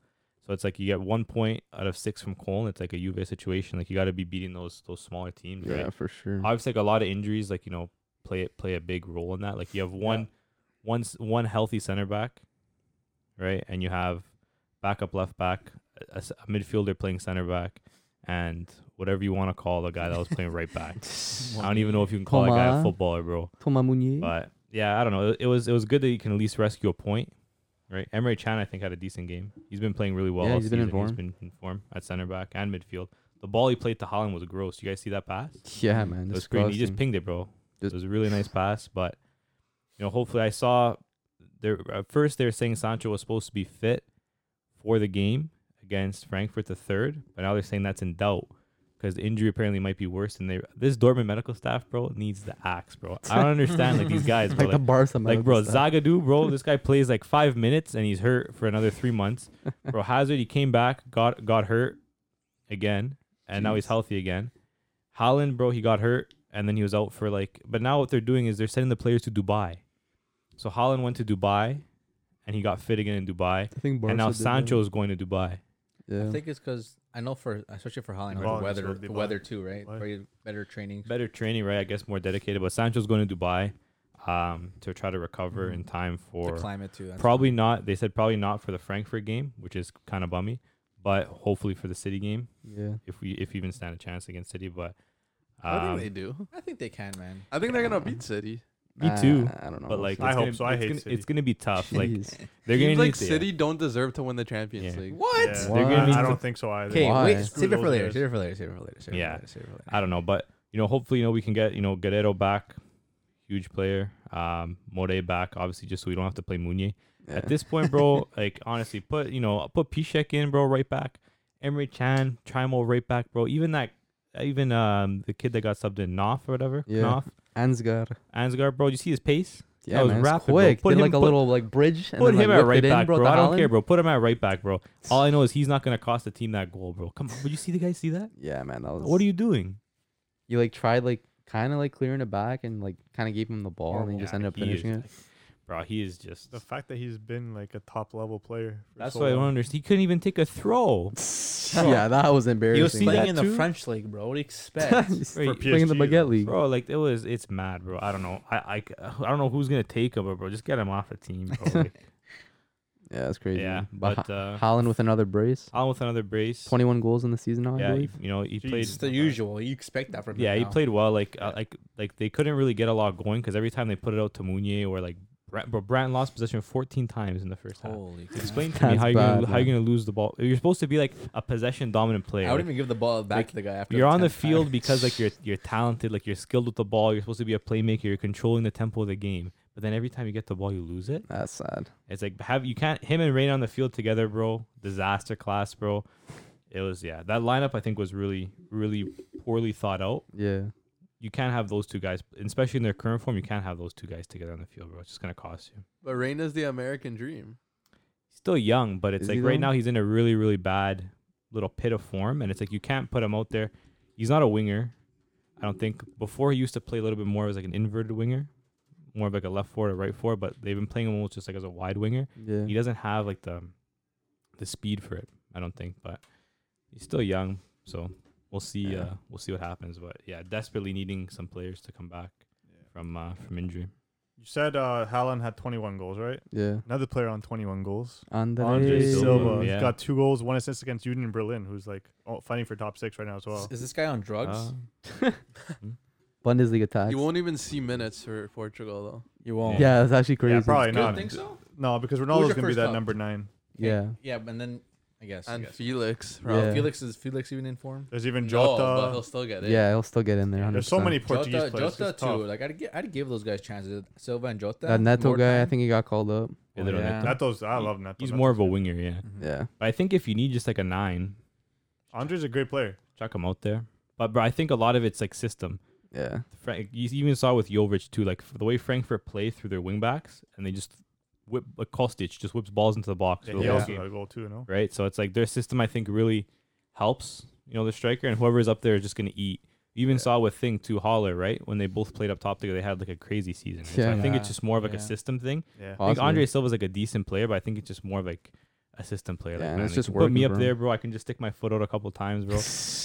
S4: so it's like you get one point out of six from Cologne. It's like a Juve situation. Like you got to be beating those those smaller teams,
S2: Yeah,
S4: right?
S2: for sure. *laughs*
S4: obviously like a lot of injuries like you know play play a big role in that like you have one one s- one healthy center back right and you have backup left back a- a, s- a midfielder playing center back and whatever you want to call the guy that was playing
S2: *laughs*
S4: right back i don't even know if you can call that guy a
S2: Thomas.
S4: footballer bro
S2: Thomas Meunier.
S4: but yeah i don't know it, it was it was good that you can at least rescue a point right emery chan i think had a decent game he's been playing really well
S2: Yeah,
S4: all
S2: he's been in
S4: season. he's
S2: form.
S4: been in form at center back and midfield the ball he played to holland was gross you guys see that pass
S2: Yeah, man.
S4: it was great. He just
S2: disgusting.
S4: pinged it, bro.
S2: Just-
S4: it was a really nice pass, but you know, hopefully, I saw there at first they were saying Sancho was supposed to be fit for the game against Frankfurt to third, but now they're saying that's in doubt because the injury apparently might be worse than they. This Dortmund medical staff, bro, needs the axe, bro. I don't understand like these guys, bro.
S2: *laughs* Like the
S4: Like,
S2: Barca
S4: like, bro, Zagadou, bro, this guy plays like five minutes and he's hurt for another three months. Bro, Hazard, he came back, got got hurt again, and now he's healthy again. Holland, bro, he got hurt and then he was out for like. But now what they're doing is they're sending the players to Dubai. So Holland went to Dubai, and he got fit again in Dubai.
S2: I think Barca
S4: and now
S2: did that.
S4: Sancho is going to Dubai.
S2: Yeah.
S5: I think it's because I know for especially for Holland,
S3: Well,
S5: the
S3: it's
S5: weather,
S3: gonna be
S5: the weather
S3: bad.
S5: too, right?
S3: Why?
S5: Probably better training.
S4: Better training, right? I guess more dedicated. But Sancho's going to Dubai um, to try to recover in time
S5: The
S4: for
S5: climate too. that's
S4: probably not. They said probably not for the Frankfurt game, which is kind of bummy. But hopefully for the City game,
S2: Yeah.
S4: if we if we even stand a chance against City. But
S1: I
S4: um,
S1: think they do.
S5: why- I think they can, man.
S1: I think they're gonna beat City.
S4: me too.
S2: I don't know.
S4: But like
S3: I
S4: it's
S3: hope
S4: gonna-
S3: so. I
S4: it's
S3: hate
S4: gonna,
S3: City.
S4: It's gonna
S3: *laughs*
S4: be tough. Like
S2: Jeez.
S4: they're gonna
S1: Teams like
S4: need to-
S1: City don't deserve to win the Champions
S4: Yeah.
S1: League.
S3: Yeah,
S7: What?
S3: they're
S2: What?
S3: gonna- I
S4: Why?
S3: don't think so either.
S5: Okay,
S2: Why?
S5: wait, save it
S3: Screw
S5: for
S3: those
S5: later.
S3: guys.
S5: Save it for later. Save it for later. Save it
S4: Yeah.
S5: for later. Save it for later.
S4: I don't know, but you know, hopefully, you know, we can get you know Guerrero back, huge player. Um, More back, obviously, just so we don't have to play Munier. At this
S3: *laughs*
S4: point, bro, like honestly, put you know put Pishek in, bro, right back. Emre Chan, Trimo right back, bro. Even that, even um the kid that got subbed in Knopf or whatever,
S2: Yeah.
S4: Knopf,
S2: *laughs* Ansgar.
S4: Ansgar, bro. You see his pace?
S2: Yeah,
S4: That was
S2: man, it's
S4: rapid, bro.
S2: quick.
S4: Put
S2: Did
S4: him-
S2: like a
S4: put-
S2: little like bridge and
S4: Put
S2: then
S4: him
S2: like, whipped
S4: at right
S2: it in,
S4: back,
S2: bro.
S4: bro.
S2: to
S4: I don't
S2: Haaland.
S4: care, bro. Put him at right back, bro. All I know is he's not gonna cost the team that goal, bro. Come on, would you see the guys see that?
S2: Yeah, man. That was,
S4: What are you doing?
S2: You like tried like kind of like clearing it back and like kind of gave him the ball and he just
S4: Yeah,
S2: ended up
S4: he is,
S2: finishing it.
S4: like, bro. He is just
S3: The fact that he's been like a top level player. For
S4: That's
S3: so
S4: why I don't
S3: long.
S4: understand. He couldn't even take a throw. *laughs*
S2: *laughs* yeah, that was
S7: He
S2: embarrassing.
S7: was
S4: that
S7: playing in
S4: too?
S7: the French league, bro. What do you
S2: *laughs*
S7: expect?
S2: for
S4: Right.
S2: playing in the
S3: PSG,
S2: baguette league.
S4: Bro, like it was, it's mad, bro. I don't know. I, I, c- I don't know who's gonna take him, but bro, just get him off the
S2: *laughs*
S4: team, bro. Like,
S2: Yeah, that's crazy.
S4: yeah,
S2: but,
S4: but uh,
S2: Holland with another
S4: *laughs*
S2: brace.
S4: on with another brace.
S2: 21 goals in the season now, I
S4: yeah, he,
S2: believe.
S4: you know he
S3: Jeez.
S4: played.
S7: It's the usual. You expect that from him.
S4: Yeah, he
S7: now.
S4: played well. Like, uh, like, like they couldn't really get a lot going because every time they put it out to Mounier or like, Brant, bro, Brant lost possession 14 times in the first half.
S5: Holy. cow.
S4: Explain to me
S2: That's
S4: how you're gonna,
S2: bad,
S4: how you're
S2: man.
S4: gonna lose the ball. You're supposed to be like a possession dominant player.
S5: I
S4: Like,
S5: wouldn't even give the ball back
S4: Like,
S5: to the guy after.
S4: you're on the
S5: tenth time. *laughs*
S4: field because like you're you're talented, like you're skilled with the ball. You're supposed to be a playmaker. You're controlling the tempo of the game. But then every time you get the ball, you lose it.
S2: That's sad.
S4: It's like have you can't him and Rain on the field together, bro. Disaster class, bro. It was yeah. That lineup I think was really really poorly thought out.
S2: Yeah.
S4: You can't have those two guys, especially in their current form. You can't have those two guys together on the field, bro. It's just gonna cost you.
S1: But Reina's the American dream.
S4: He's still young, but it's
S2: Is
S4: like
S2: he
S4: right
S2: though?
S4: now he's in a really really bad little pit of form, and it's like you can't put him out there. He's not a winger. I don't think before he used to play a little bit more as like an inverted winger, more of like a left forward or right forward. But they've been playing him almost just like as a wide winger.
S2: Yeah.
S4: he doesn't have like the the speed for it. I don't think, but he's still young, so we'll see.
S2: Yeah.
S4: Uh, we'll see what happens. But yeah, desperately needing some players to come back from uh, from injury.
S3: You said uh, Haaland had 21 goals, right?
S2: Yeah.
S3: Another player on 21 goals.
S2: Andre,
S3: Andre
S4: Silva.
S3: Silva. He's
S4: Yeah.
S3: got two goals, one assist against Union Berlin, who's like oh, fighting for top six right now as well.
S7: Is this guy on drugs?
S4: Uh,
S2: Bundesliga tax.
S1: You won't even see minutes for Portugal though.
S7: you won't.
S2: yeah, that's actually crazy.
S3: Yeah, probably
S7: You
S3: not.
S7: don't think so?
S3: No, because
S7: your
S3: Ronaldo's gonna be
S7: first
S3: that
S7: up?
S3: number nine.
S2: Yeah.
S5: Yeah, and then I guess. I
S1: And
S5: guess.
S1: Felix,
S2: Yeah.
S1: probably.
S5: Felix is Felix even in form?
S3: There's even
S1: No, but
S3: Jota.
S1: he'll still get it.
S2: Yeah, he'll still get in there. 100%.
S3: There's so many Portuguese
S5: Jota,
S3: players.
S5: Jota
S3: it's
S5: too.
S3: tough.
S5: Like I'd give, I'd give those guys chances. Silva and Jota.
S2: That Neto
S5: more
S2: guy, I
S5: time.
S2: think he got called up.
S4: yeah, they don't
S7: yeah.
S4: have to-
S3: That those I love Neto.
S4: he's
S3: Neto's
S4: more of a
S3: good.
S4: winger, yeah.
S2: Yeah.
S4: But I think if you need just like a nine,
S3: Andre's a great player.
S4: chuck him out there. But bro, I think a lot of it's like system.
S2: Yeah.
S4: Frank, you even saw with Jovic too, like the way Frankfurt play through their wingbacks, and they just whip like Kostic just whips balls into the box.
S3: Yeah,
S4: the
S3: he
S4: whole
S3: also
S4: game.
S3: got a goal too. No,
S4: right? So it's like their system, I think, really helps, you know, the striker and whoever's up there is just going to eat. You even saw with Thing too, Holler, right? When they both played up top together, they had like a crazy season. right? so I
S2: Yeah.
S4: think it's just more of like
S7: Yeah.
S4: a system thing.
S3: yeah.
S4: I think
S2: Possibly.
S4: *laughs* Andre Silva's like a decent player, but I think it's just more of like a system player.
S2: Yeah,
S4: like,
S2: and
S4: man,
S2: it's
S4: like,
S2: just
S4: you put me
S2: working
S4: up
S2: for him.
S4: there, bro. I can just stick my foot out a couple times, bro. Bro,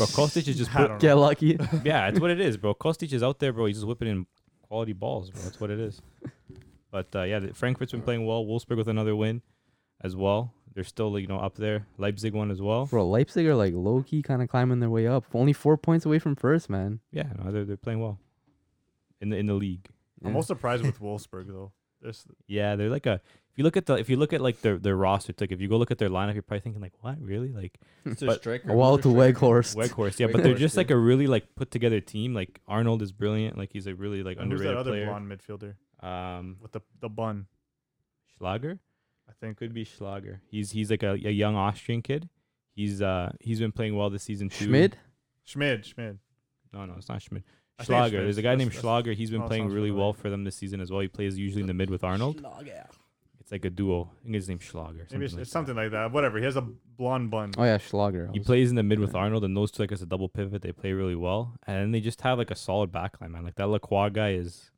S4: Kostic is just
S3: I
S4: put-
S3: don't know.
S2: Get
S4: *laughs*
S2: lucky.
S4: yeah, it's what it is, bro. Kostic is out there, bro. He's just whipping in quality balls, bro. That's what it is. But uh, yeah, the- Frankfurt's been playing well. Wolfsburg with another win as well. They're still, you know, up there. Leipzig won as well.
S2: Bro, Leipzig are like low key kind of climbing their way up. Only four points away from first, man.
S4: Yeah, no, they're, they're playing well in the in the league.
S2: Yeah.
S3: *laughs* I'm most surprised with Wolfsburg though. This
S4: Yeah, they're like a. If you look at the if you look at like their their roster, it's like if you go look at their lineup, you're probably thinking like, what really like
S5: It's a
S4: But-
S5: striker.
S2: a while
S5: Who's
S2: to
S5: their striker?
S2: Weghorst.
S4: Weghorst, yeah, but they're
S5: Weghorst,
S4: just like
S5: yeah.
S4: a really like put together team. Like Arnold is brilliant. Like he's a really like
S3: and who's
S4: underrated
S3: that other
S4: player.
S3: blonde midfielder
S4: Um,
S3: with the the bun?
S4: Schlager.
S3: I think
S4: Could be Schlager. He's he's like a, a young Austrian kid. He He's uh he's been playing well this season too.
S2: Schmid?
S3: Schmid, Schmid.
S4: No, no, it's not
S3: I
S4: Schmid.
S3: think it's
S4: Schlager.
S3: Schmid.
S4: There's a guy
S3: That's-
S4: named
S3: that's-
S4: Schlager. He's been
S3: oh,
S4: playing
S3: sounds
S4: really
S3: familiar.
S4: well for them this season as well. He plays usually in the mid with Arnold. It's like a duo. I think his name's Schlager.
S3: Maybe it's,
S4: like
S3: it's
S4: that.
S3: something like that. Whatever. He has a blonde bun.
S2: Oh yeah, Schlager. I
S4: He
S2: was-
S4: plays in the mid with
S2: Yeah.
S4: Arnold, and those two, like, as a double pivot, they play really well. And then they just have, like, a solid backline, man. Like, that Lacroix guy is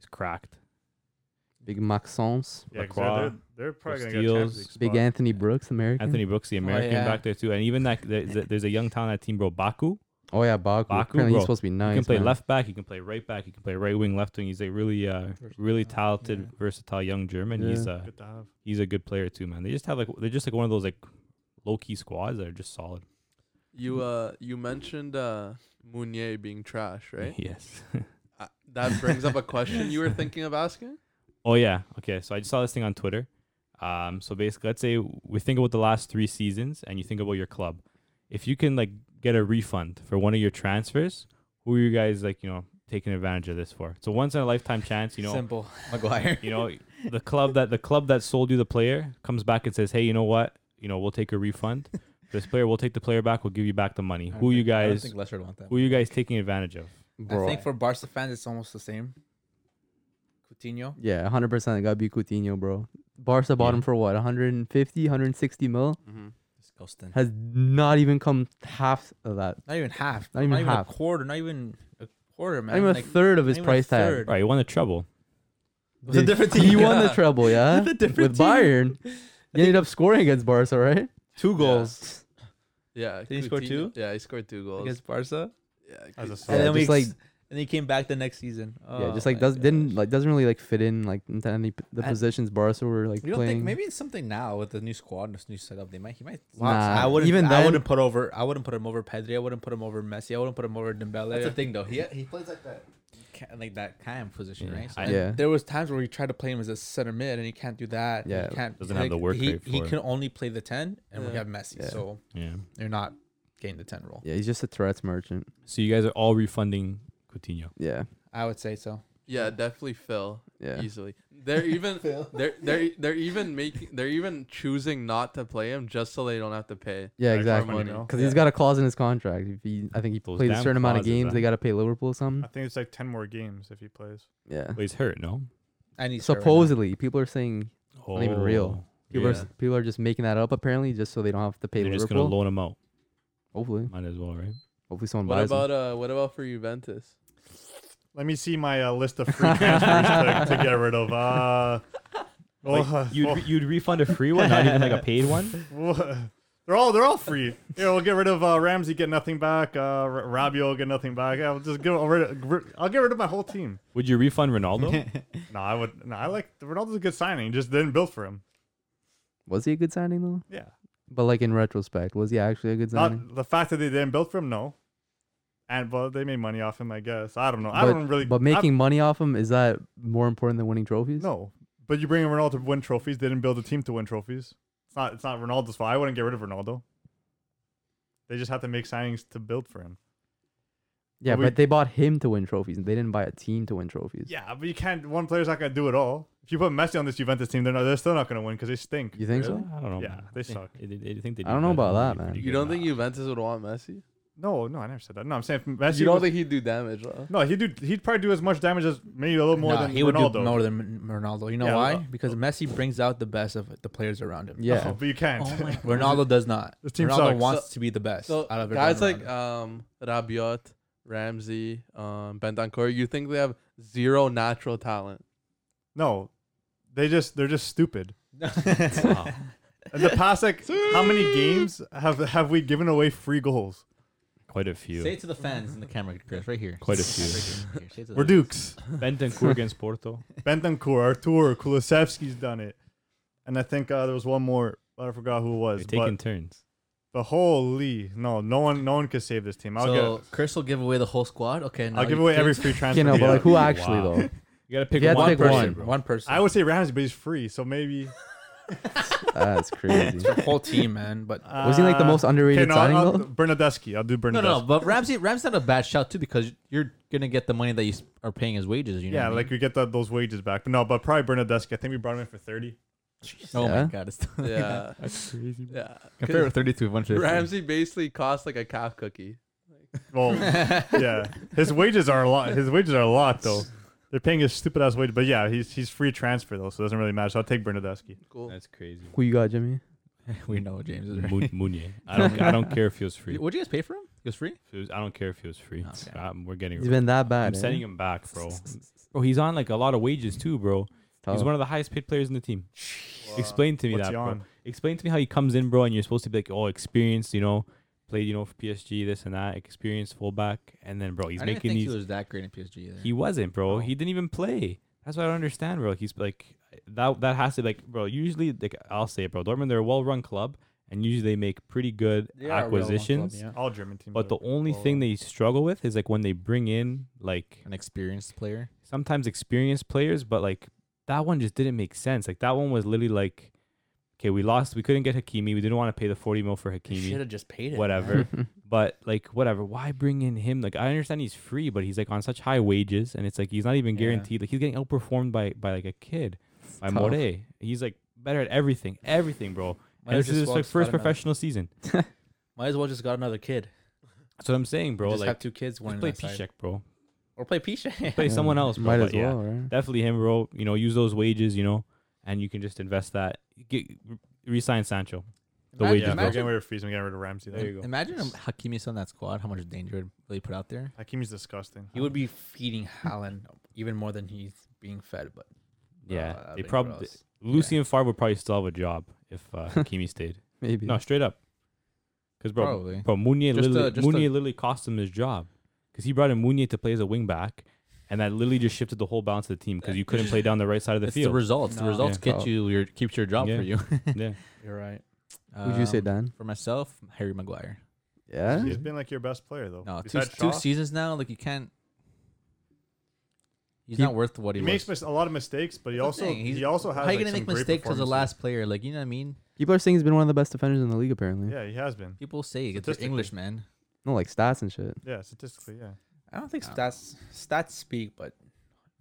S4: is cracked.
S2: Mm-hmm. Big Maxence.
S3: Yeah, 'cause
S4: Lacroix,
S3: they're, they're, they're probably going to get a
S4: Steals.
S3: Champions League
S2: Big
S3: spot.
S2: Anthony Brooks, American.
S4: Anthony Brooks, the
S2: Oh,
S4: American
S7: yeah.
S4: back there, too. And even that, there- there- there's a young talent on that team, bro, Baku.
S2: Oh yeah, Baku.
S4: Baku,
S2: Apparently
S4: bro.
S2: he's supposed to be nice.
S4: He can play
S2: man.
S4: left back, he can play right back, he can play right wing, left wing. He's a really, uh, really talented, versatile young German. He's
S2: Yeah.
S4: uh,
S3: Good to have.
S4: he's a good player too, man. They just have like they're just like one of those like low key squads that are just solid.
S1: You uh you mentioned uh Mounier being trash, right?
S4: *laughs* Yes.
S1: Uh, that brings up a question you were thinking of asking.
S4: Oh yeah. Okay. So I just saw this thing on Twitter. Um. So basically, let's say we think about the last three seasons, and you think about your club. If you can like get a refund for one of your transfers, who are you guys like you know taking advantage of this for? It's a once in a lifetime chance. You know.
S7: Simple.
S5: *laughs* Maguire.
S4: You know, the club that the club that sold you the player comes back and says, "Hey, you know what? You know, we'll take a refund. This player, we'll take the player back. We'll give you back the money. Who you
S5: I don't
S4: guys?
S5: think Lester would want that.
S4: Who you guys taking advantage of?
S2: Bro.
S7: I think for Barca fans, it's almost the same. Coutinho.
S2: yeah, 100. percent It gotta be Coutinho, bro. Barca bought
S4: Yeah.
S2: him for what? 150, 160 mil.
S1: Mm-hmm.
S5: Disgusting.
S2: Has not even come half of that.
S7: Not even half.
S2: Not even half.
S7: a quarter. Not even a quarter, man.
S2: not even
S7: Like,
S2: a third of
S7: not
S2: his
S7: even a
S2: price tag.
S7: third.
S4: Right, you won the treble.
S7: It was a
S2: Did- *laughs*
S7: different
S2: He
S7: team.
S2: won the
S7: Yeah.
S2: treble, yeah.
S7: With a different
S2: With
S7: team.
S2: Bayern, he ended up scoring against Barca, right?
S7: Two goals
S1: Yeah.
S7: Did he score
S1: Coutinho-
S7: two?
S1: Yeah, he scored two goals.
S7: against Barca.
S1: yeah,
S3: As a
S1: Coutinho-
S7: and
S2: Yeah,
S7: then we
S2: just
S7: like,
S2: like-
S7: and he came back the next season.
S2: yeah,
S7: Oh
S2: just like
S7: my
S2: does
S7: gosh.
S2: didn't like doesn't really like fit in like into any p- the
S5: I-
S2: positions Barca were like
S5: You don't
S2: playing.
S5: think maybe it's something now with the new squad and this new setup? They might. He might.
S2: Wow. Nah,
S7: I wouldn't.
S2: even
S7: Even I
S2: then-
S7: wouldn't put over. I wouldn't put him over Pedri. I wouldn't put him over Messi. I wouldn't put him over Dembele.
S5: That's the thing though. He he plays like that, ca- like that cam position,
S4: Yeah.
S5: right?
S4: I-
S7: And
S2: Yeah.
S7: There was times where we tried to play him as a center mid, and he can't do that. and
S2: Yeah.
S7: He can't.
S4: Doesn't have the work
S7: He,
S4: rate
S7: he
S4: for it.
S7: can only play the ten, and we
S1: Yeah.
S7: have Messi.
S2: Yeah.
S7: So
S4: Yeah.
S7: you're not getting the ten role.
S2: yeah, he's just a threats merchant.
S4: So you guys are all refunding Coutinho.
S2: Yeah,
S7: I would say so.
S1: yeah, definitely Phil.
S2: yeah.
S1: Easily, they're even
S7: *laughs*
S1: they're they're they're even making they're even choosing not to play him just so they don't have to pay.
S2: Yeah,
S3: Like,
S2: exactly.
S3: Harmony,
S1: Money.
S3: no?
S2: Because
S1: Yeah.
S2: he's got a clause in his contract. If he, I think he
S4: Those
S2: plays a
S4: damn
S2: certain amount of
S4: clauses, uh,
S2: games,
S4: huh?
S2: they gotta pay Liverpool
S3: I
S2: something.
S3: think it's like 10 more games if he plays.
S2: Yeah.
S4: But he's hurt, no?
S7: And he's hurt right now.
S2: Supposedly, people are saying
S4: Oh,
S2: Not even real. people are
S4: yeah.
S2: s- people are just making that up apparently, just so they don't have to pay
S4: They're just gonna
S2: Liverpool.
S4: loan him out.
S2: Hopefully,
S4: Might as well, right?
S2: hopefully someone
S1: What
S2: buys him.
S1: about uh what about for Juventus?
S3: Let me see my uh, list of
S4: *laughs*
S3: free transfers to, to get rid of. Uh,
S5: Oh.
S3: well, uh,
S4: you'd,
S3: well,
S4: you'd refund a free one, not even like a paid one.
S3: well, they're all they're all free. Here, we'll get rid of uh, Ramsey, get nothing back. Uh, R- Rabiot, will get nothing back. I'll just get rid. Of, I'll get rid of my whole team.
S4: *laughs* Would you refund Ronaldo?
S3: No, I would. No, I like Ronaldo's a good signing. Just didn't build for him.
S2: Was he a good signing though?
S3: Yeah,
S2: But like in retrospect, was he actually a good signing?
S3: not the fact that they didn't build for him. No, and well, they made money off him. I guess I don't know. I
S2: but,
S3: don't really.
S2: But
S3: I-
S2: making money off him is that more important than winning trophies?
S3: no. But you bring in Ronaldo to win trophies. They didn't build a team to win trophies. It's not. It's not Ronaldo's fault. I wouldn't get rid of Ronaldo. They just have to make signings to build for him.
S2: Yeah,
S3: But
S2: but,
S3: we-
S2: they bought him to win trophies, and they didn't buy a team to win trophies.
S3: Yeah, but you can't. One player's not gonna do it all. If you put Messi on this Juventus team, they're not. They're still not gonna win because they stink.
S2: You think
S4: Really?
S2: so?
S4: I don't know.
S3: Yeah,
S4: man.
S3: they
S4: I think-
S3: suck.
S4: I- I- I think they
S2: I don't know
S4: did
S2: about
S4: better.
S2: that,
S4: Pretty
S2: man.
S4: good
S1: You don't think
S4: amount.
S1: Juventus would want Messi?
S3: No, no, I never said that. No, I'm saying if Messi.
S1: You don't
S3: was-
S1: think he'd do damage? Huh?
S3: no, he'd do. He'd probably do as much damage as maybe a little more
S7: Nah,
S3: than
S7: he would
S3: Ronaldo.
S7: do more than Ronaldo. You know
S3: Yeah,
S7: why?
S3: Ronaldo.
S4: uh,
S7: Because Messi brings out the best of the players around him.
S2: Yeah.
S3: No, but you can't. *laughs*
S7: Ronaldo does not.
S3: This team
S7: Ronaldo
S3: sucks.
S7: wants to be the best
S1: So
S7: out of
S1: guys
S7: everyone
S1: like
S7: around
S1: um Rabiot, Ramsey, um Bentancur, you think they have zero natural *laughs* talent?
S3: no, they just they're just
S7: *laughs*
S3: stupid.
S7: him.
S4: Wow.
S3: In the past, like how many games have have we given away free goals?
S4: Quite a
S5: Say
S4: few.
S5: it to the fans in the camera, Chris, right here.
S4: Quite a few.
S5: Right here, right here. Say it to
S3: We're
S5: the-
S3: Dukes,
S4: Bentancur against Porto.
S3: Bentancur, Artur, Kulisevsky's done it, and I think uh, there was one more. but I forgot who it
S4: They're
S3: was.
S4: taking
S3: But,
S4: turns.
S3: but holy no, no one no one could save this team. I'll
S5: So
S3: get.
S5: Chris will give away the whole squad. Okay, now
S3: I'll give
S5: you
S3: away
S5: *laughs*
S3: every
S5: kids-
S3: free transfer.
S2: Okay, no,
S3: we
S2: but like
S3: have.
S2: who actually
S4: Wow.
S2: though?
S4: You gotta pick
S2: You had to
S4: one
S2: pick
S4: person,
S2: one.
S4: bro.
S7: one person.
S3: I would say Ramsey, but he's free, so maybe.
S2: *laughs* That's crazy.
S7: the whole team, man.
S3: *laughs*
S7: But
S2: Was he like the
S3: Uh,
S2: most underrated
S3: no,
S2: signing
S3: I'll, *laughs*
S2: though?
S3: Bernadeschi. I'll do
S5: No,
S3: Bernadeschi.
S5: no, no, but Ramsey, Ramsey's not a bad shot too because you're gonna get the money that you s- are paying as wages. You know
S3: yeah,
S5: what I
S3: like
S5: mean?
S3: we get the, those wages back. But no, but probably Bernadeschi. I think we brought him in for 30.
S5: Oh
S2: Yeah.
S5: my god, it's
S1: Yeah.
S4: That's crazy. bro.
S1: Yeah.
S5: compare with 32 to 150.
S1: Ramsey basically costs like a calf cookie.
S3: Well, yeah, his wages are a lot. His wages are a lot though. They're paying his stupid ass wage, but yeah, he's he's free transfer though, so it doesn't really matter. So I'll take Bernadeschi.
S1: Cool.
S4: That's crazy.
S2: Who you got, Jimmy?
S5: *laughs* we know James is right.
S4: Mu- Munye. I don't. I don't care if he was free.
S5: What'd you guys pay for him? He was free.
S4: If he was- I don't care if he
S2: *laughs*
S4: was free.
S5: Okay.
S4: Um, we're getting.
S2: He's been that bad.
S4: I'm
S2: eh?
S4: sending him back,
S2: *laughs*
S4: bro. Bro, he's on like a lot of wages too, bro. He's
S2: Tough.
S4: one of the highest paid players in the team.
S1: Uh,
S4: Explain to me
S3: What's
S4: that,
S3: he
S4: bro.
S3: on?
S4: Explain to me how he comes in, bro, and you're supposed to be like, oh, experienced, you know, played, you know, for PSG, this and that, experienced fullback, and then, bro,
S5: *laughs*
S4: he's
S5: I didn't
S4: making
S5: think
S4: these.
S5: he was that great in PSG either.
S4: He wasn't, bro.
S5: No.
S4: He didn't even play. That's what I don't understand, bro. He's like that. That has to like, bro. Usually, like I'll say, it, bro. Dortmund, they're a well-run club, and usually they make pretty good acquisitions.
S3: All German teams.
S4: But the
S3: are
S4: only
S3: well-run.
S4: thing they struggle with is like when they bring in like
S5: an experienced player.
S4: sometimes experienced players, but like that one just didn't make sense. Like that one was literally like, okay, we lost. We couldn't get Hakimi. We didn't want to pay the forty mil for Hakimi
S7: Should have just paid
S2: *laughs*
S7: it.
S4: whatever. *laughs* but like whatever, why bring in him? Like I understand he's free, but he's like on such high wages, and it's like he's not even
S7: Yeah.
S4: guaranteed. Like he's getting outperformed by by like a kid, by
S2: tough.
S4: More. He's like better at everything, everything, bro.
S7: Might
S4: And
S7: as
S4: this is his
S7: well
S4: like
S7: just
S4: first
S7: got another-
S4: professional season.
S7: Might as well just got another kid.
S4: That's what I'm saying, bro.
S7: just have
S4: Like
S7: two kids. One
S4: just
S7: on
S4: play
S7: that side.
S4: Piszek, bro.
S7: or play Pisha. *laughs*
S4: Play
S2: Yeah.
S4: someone else, bro.
S2: Might as
S4: But yeah,
S2: well, right?
S4: definitely him, bro. You know, use those wages, you know, and you can just invest that. Get, resign Sancho. The
S5: Imagine-
S4: wages,
S3: yeah,
S4: bro.
S3: we're getting rid of Friesen, we're getting rid of Ramsey.
S4: There
S3: There.
S4: you go.
S5: Imagine um, Hakimi's on that squad. How much danger would really put out there?
S3: Hakimi's disgusting.
S7: He would be feeding Haaland even more than he's being fed. But
S4: Yeah,
S7: uh,
S4: they
S7: that'd be
S4: probably
S7: gross.
S4: Lucien Favre would probably still have a job if
S7: *laughs*
S4: uh, Hakimi stayed.
S2: Maybe.
S4: No, straight up. Because bro,
S5: Probably.
S4: bro, Mounier
S5: Just
S4: literally,
S5: a- just
S4: Mounier
S5: a-
S4: literally cost him his job because he brought in Mounier to play as a wing back, and that literally just shifted the whole balance of the team because you couldn't play down the right side of the
S5: it's the
S4: field.
S5: results. The
S7: No.
S5: results
S2: Yeah.
S5: get you your keeps your job
S4: Yeah.
S5: for you. *laughs*
S4: yeah,
S7: You're right.
S2: Would you say
S5: Um,
S2: Dan?
S5: For myself, Harry Maguire.
S2: Yeah.
S3: He's been like your best player though.
S5: No, two,
S3: Besides Shaw,
S5: two seasons now. Like you can't. He's
S2: He-
S5: not worth what
S3: He
S5: he,
S3: makes
S5: was.
S3: mis- a lot of mistakes, but he
S5: That's the
S3: also
S5: thing, he's-
S3: he also has.
S5: How are
S3: like,
S5: you gonna
S3: some
S5: make
S3: great
S5: mistakes as a
S3: performances.
S5: last player? Like you know what I mean?
S2: People are saying he's been one of the best defenders in the league. Apparently.
S3: Yeah, he has been.
S5: People say it's they're English man.
S2: No, like stats and shit.
S3: Yeah, statistically, yeah.
S7: I don't think
S5: I don't
S7: stats stats speak, but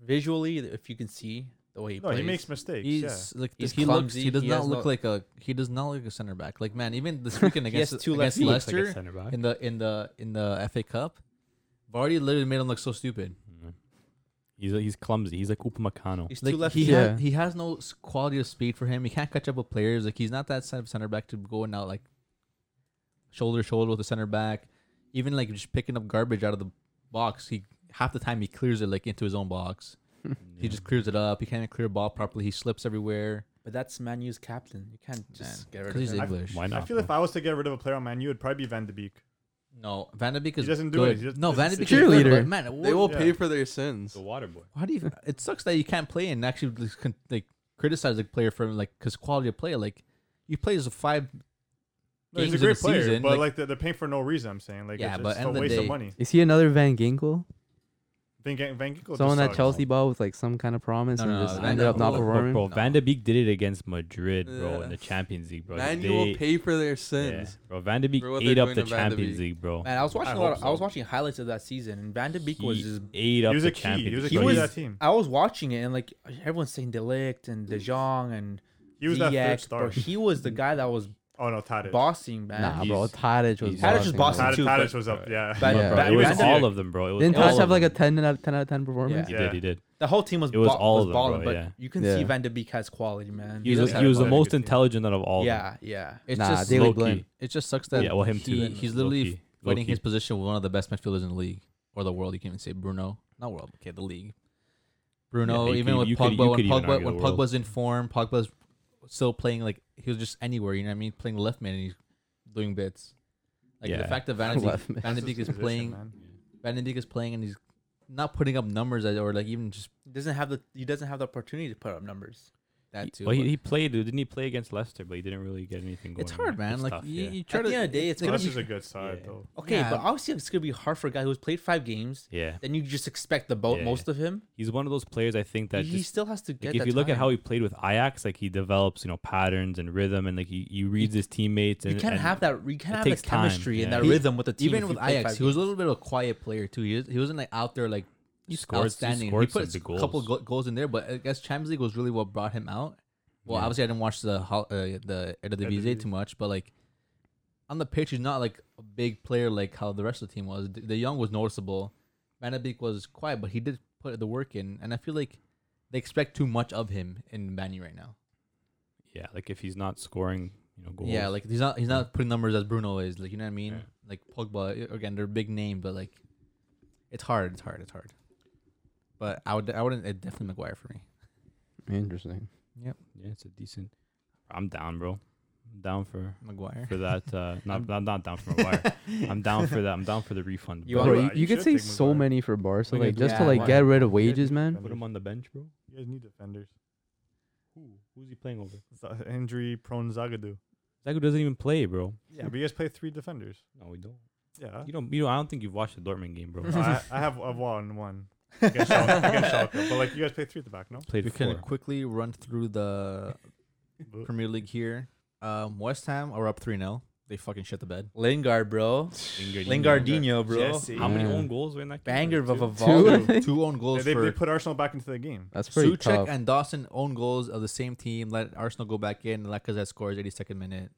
S7: visually, if you can see the way he
S3: No,
S7: plays,
S3: he makes mistakes.
S5: He's
S3: yeah.
S5: like
S7: He's
S5: he looks.
S7: clumsy,
S5: He does
S7: he
S5: not
S7: has
S5: look
S7: no-
S5: like a. He does not look like a center back. Like man, even
S3: *laughs*
S5: this weekend
S7: has
S5: against
S7: two left
S5: against
S4: he looks like a
S5: Leicester
S4: center back.
S5: in the in the in the FA Cup, Vardy literally made him look so stupid.
S4: Mhm. He's he's clumsy. He's like Upamecano.
S7: he's
S5: Like
S7: too left.
S5: he
S2: feet.
S5: ha-
S2: Yeah.
S5: he has no s- quality of speed for him. He can't catch up with players. Like he's not that type of center back to go and out like shoulder to shoulder with the center back. Even like just picking up garbage out of the box, he half the time he clears it like into his own box. He just clears it up. He can't even clear a ball properly. He slips everywhere.
S7: but that's Manu's captain. You can't just get rid of
S5: because he's
S7: him.
S5: English.
S4: Why
S3: I
S4: not?
S3: feel if I was to get rid of a player on Man U, it'd probably be Van de Beek.
S5: No, Van de Beek is
S3: doesn't do
S5: good.
S3: it. He just-
S5: no,
S3: he's a
S5: Van de Beek
S2: cheerleader.
S5: is good, but man.
S1: They
S5: Whoa,
S1: will
S3: Yeah.
S1: pay for their sins.
S4: the water boy.
S5: how do you? It sucks that you can't play and actually just con- like criticize the player for like because quality of play. Like you play as a five.
S3: No, he's a
S5: games in
S3: great
S5: the
S3: player,
S5: season,
S3: but like,
S5: like-
S3: they're, they're paying for no reason. I'm saying like
S5: Yeah,
S3: it's
S5: but
S3: just
S5: end
S3: a
S5: of the
S3: waste of
S5: day-
S3: money.
S2: *laughs* Is he another Van Ginkel?
S3: Van, Gan- Van Ginkel
S2: Someone
S3: just
S2: that
S3: sucks.
S2: Chelsea bought with like some kind of promise
S5: No,
S2: and
S5: no,
S2: just
S5: Van
S2: ended
S5: de-
S2: up not
S5: look,
S4: But,
S2: performing.
S4: bro,
S5: No.
S4: Van de Beek did it against Madrid, bro,
S1: Yeah.
S4: in the Champions League, bro.
S1: Man, you
S4: They-
S1: will pay for their
S4: yeah,
S1: sins.
S4: bro. Van de Beek
S1: For what they're
S4: ate up
S1: doing
S4: the
S1: to Van de
S4: Champions
S1: Beek.
S4: League, bro.
S7: Man, I was watching
S3: I
S7: a lot.
S3: hope
S7: Of, I was
S3: so.
S7: watching highlights of that season, and Van de Beek was
S4: He
S7: just.
S4: ate up
S3: He was
S4: the
S3: a key. He was a
S4: Champions
S3: key
S4: League.
S7: He
S3: to
S7: was-
S3: that team.
S7: I was watching it, and like everyone's saying, De Ligt and De Jong and
S3: He was that
S7: Ziyech,
S3: third star.
S7: bro, he was the guy that *laughs* was
S3: Oh no, Tadic.
S7: bossing, man.
S2: Nah,
S4: He's-
S2: bro. Tadic was.
S4: he's-
S7: Tadic was
S2: bossing,
S7: bossing
S2: bro.
S3: Tadic,
S7: too,
S3: Tadic
S7: but-
S3: was up. Yeah,
S7: but-
S4: Yeah,
S7: Yeah,
S4: bro,
S7: Van-
S4: it was
S7: Van de
S4: all
S3: Beek-
S4: of them, bro. It was
S2: Didn't
S4: all
S2: Tadic
S4: of
S2: have like a
S4: them.
S2: 10 out of 10 out of 10 performance?
S4: He
S3: Yeah.
S4: did. He did.
S7: The whole team was,
S4: It was
S7: ba-
S4: all
S7: was
S4: of them,
S7: balling,
S4: bro,
S7: but
S4: yeah.
S7: you can
S2: Yeah.
S7: see Van de Beek has quality, man.
S4: He
S3: does
S4: was,
S3: have
S4: he was
S3: a
S4: the
S3: very good
S4: most
S3: team.
S4: intelligent out of all. of them.
S7: yeah, yeah.
S5: It's
S2: Nah,
S5: just
S2: Daley
S4: low-key.
S2: Blind.
S5: It just sucks that
S4: Yeah, well, him too. uh,
S5: he, he's literally
S4: Low-key.
S5: fighting
S4: Low-key.
S5: his position with one of the best midfielders in the league or the world. You can even say Bruno, not world, okay, the league. Bruno,
S4: Yeah, you
S5: even
S4: could-
S5: with
S4: you
S5: Pogba,
S4: could- you
S5: when
S4: could even
S5: Pogba,
S4: argue
S5: when
S4: the world.
S5: Pogba's in form, Pogba's still playing like he was just anywhere. You know what I mean? Playing left man and he's doing bits. Like the
S4: Yeah.
S5: fact
S2: *laughs*
S5: that Van de Beek,
S2: Left mid.
S5: Van de Beek is playing, Van de Beek is playing, and he's not putting up numbers that- or like even just
S7: doesn't have the he doesn't have the opportunity to put up numbers.
S5: that too.
S4: Well, he,
S5: but
S4: he played. Didn't he play against Leicester? But he didn't really get anything going.
S5: it's hard, man.
S4: It's
S5: like
S4: tough,
S5: you,
S4: yeah.
S5: you try
S7: At the
S5: to
S7: end of the day, it's gonna
S3: This
S7: be
S3: is a good side
S4: Yeah.
S3: though.
S7: okay,
S5: Yeah.
S7: but obviously it's gonna be hard for a guy who's played five games.
S4: Yeah.
S7: Then you just expect the boat
S4: Yeah.
S7: most of him.
S4: he's one of those players. I think that
S7: he
S4: just,
S7: still has to get.
S4: like, if
S7: that
S4: you look at
S7: time.
S4: how he played with Ajax, like he develops, you know, patterns and rhythm, and like he, he reads his teammates.
S7: you
S4: And,
S7: can't
S4: and
S7: have that. You can't
S4: it
S7: have that
S4: takes time,
S7: chemistry and
S4: yeah.
S7: that
S4: He-
S7: rhythm with the team. if
S5: even
S7: you
S5: with
S7: play
S5: Ajax,
S7: five
S5: he was a
S7: games.
S5: little bit of a quiet player too. He, was, he wasn't like out there like
S4: He scored. He
S5: outstanding.
S4: scored
S5: he put
S4: some
S5: a
S4: big
S5: couple
S4: goals.
S5: go- goals in there, but I guess Champions League was really what brought him out. Well,
S1: Yeah.
S5: obviously, I didn't watch the hol- uh, the Eredivisie
S3: Eredivisie.
S5: too much, but like on the pitch, he's not like a big player like how the rest of the team was. The Young was noticeable. Van de Beek was quiet, but he did put the work in, and I feel like they expect too much of him in Vanny right now.
S4: Yeah, like if he's not scoring, you know, goals.
S5: Yeah, like he's not he's not putting numbers as Bruno is. Like you know what I mean?
S4: Yeah.
S5: Like Pogba again, they're a big name, but like it's hard. It's hard. It's hard. But I would I wouldn't it definitely Maguire for me.
S2: Interesting.
S4: yeah, it's a decent. I'm down, bro. I'm down for
S5: Maguire.
S4: for that.
S5: *laughs*
S4: Uh, not not not down for Maguire. I'm down for that. I'm down for
S5: *laughs*
S4: the refund.
S7: You
S4: bro.
S7: want-
S2: Bro,
S7: Well,
S2: you,
S3: you
S2: you could
S3: should
S2: say
S3: take
S2: so
S3: Maguire.
S2: many for Barca,
S4: We're gonna
S2: like
S4: do
S2: just to
S7: that.
S2: like
S7: Why?
S2: get rid of
S3: You guys
S2: wages,
S3: need
S2: man.
S4: Put
S3: defenders.
S4: him on the bench, bro.
S3: You guys need defenders.
S4: Who who's he playing over?
S3: Injury prone Zagadou.
S4: Zagu doesn't even play, bro.
S3: Yeah, but you guys play three defenders.
S4: No, we don't.
S3: Yeah.
S5: *laughs*
S4: You don't. You know, I don't think you've watched the Dortmund
S3: *laughs*
S4: game, bro.
S3: No, I, I have I've won one against Schalke, against Schalke. But like you guys play three at the back, no?
S4: Played
S5: We
S4: four.
S5: can quickly run through the Premier League here. Um, West Ham are up 3 0. They fucking shit the bed.
S7: Lingard, bro.
S4: Lingardinho.
S7: Lingardinho, bro.
S3: Jesse.
S4: How many
S2: Yeah.
S4: own goals were in that game?
S7: Banger
S4: Two?
S7: of
S2: Two?
S7: a
S5: *laughs*
S7: volley.
S5: Two own
S3: They,
S5: goals
S3: they, they
S5: for
S3: put Arsenal back into the game.
S2: That's pretty
S5: Suchek
S2: tough.
S5: and Dawson own goals of the same team. Let Arsenal go back in. Lacazette scores 82nd minute.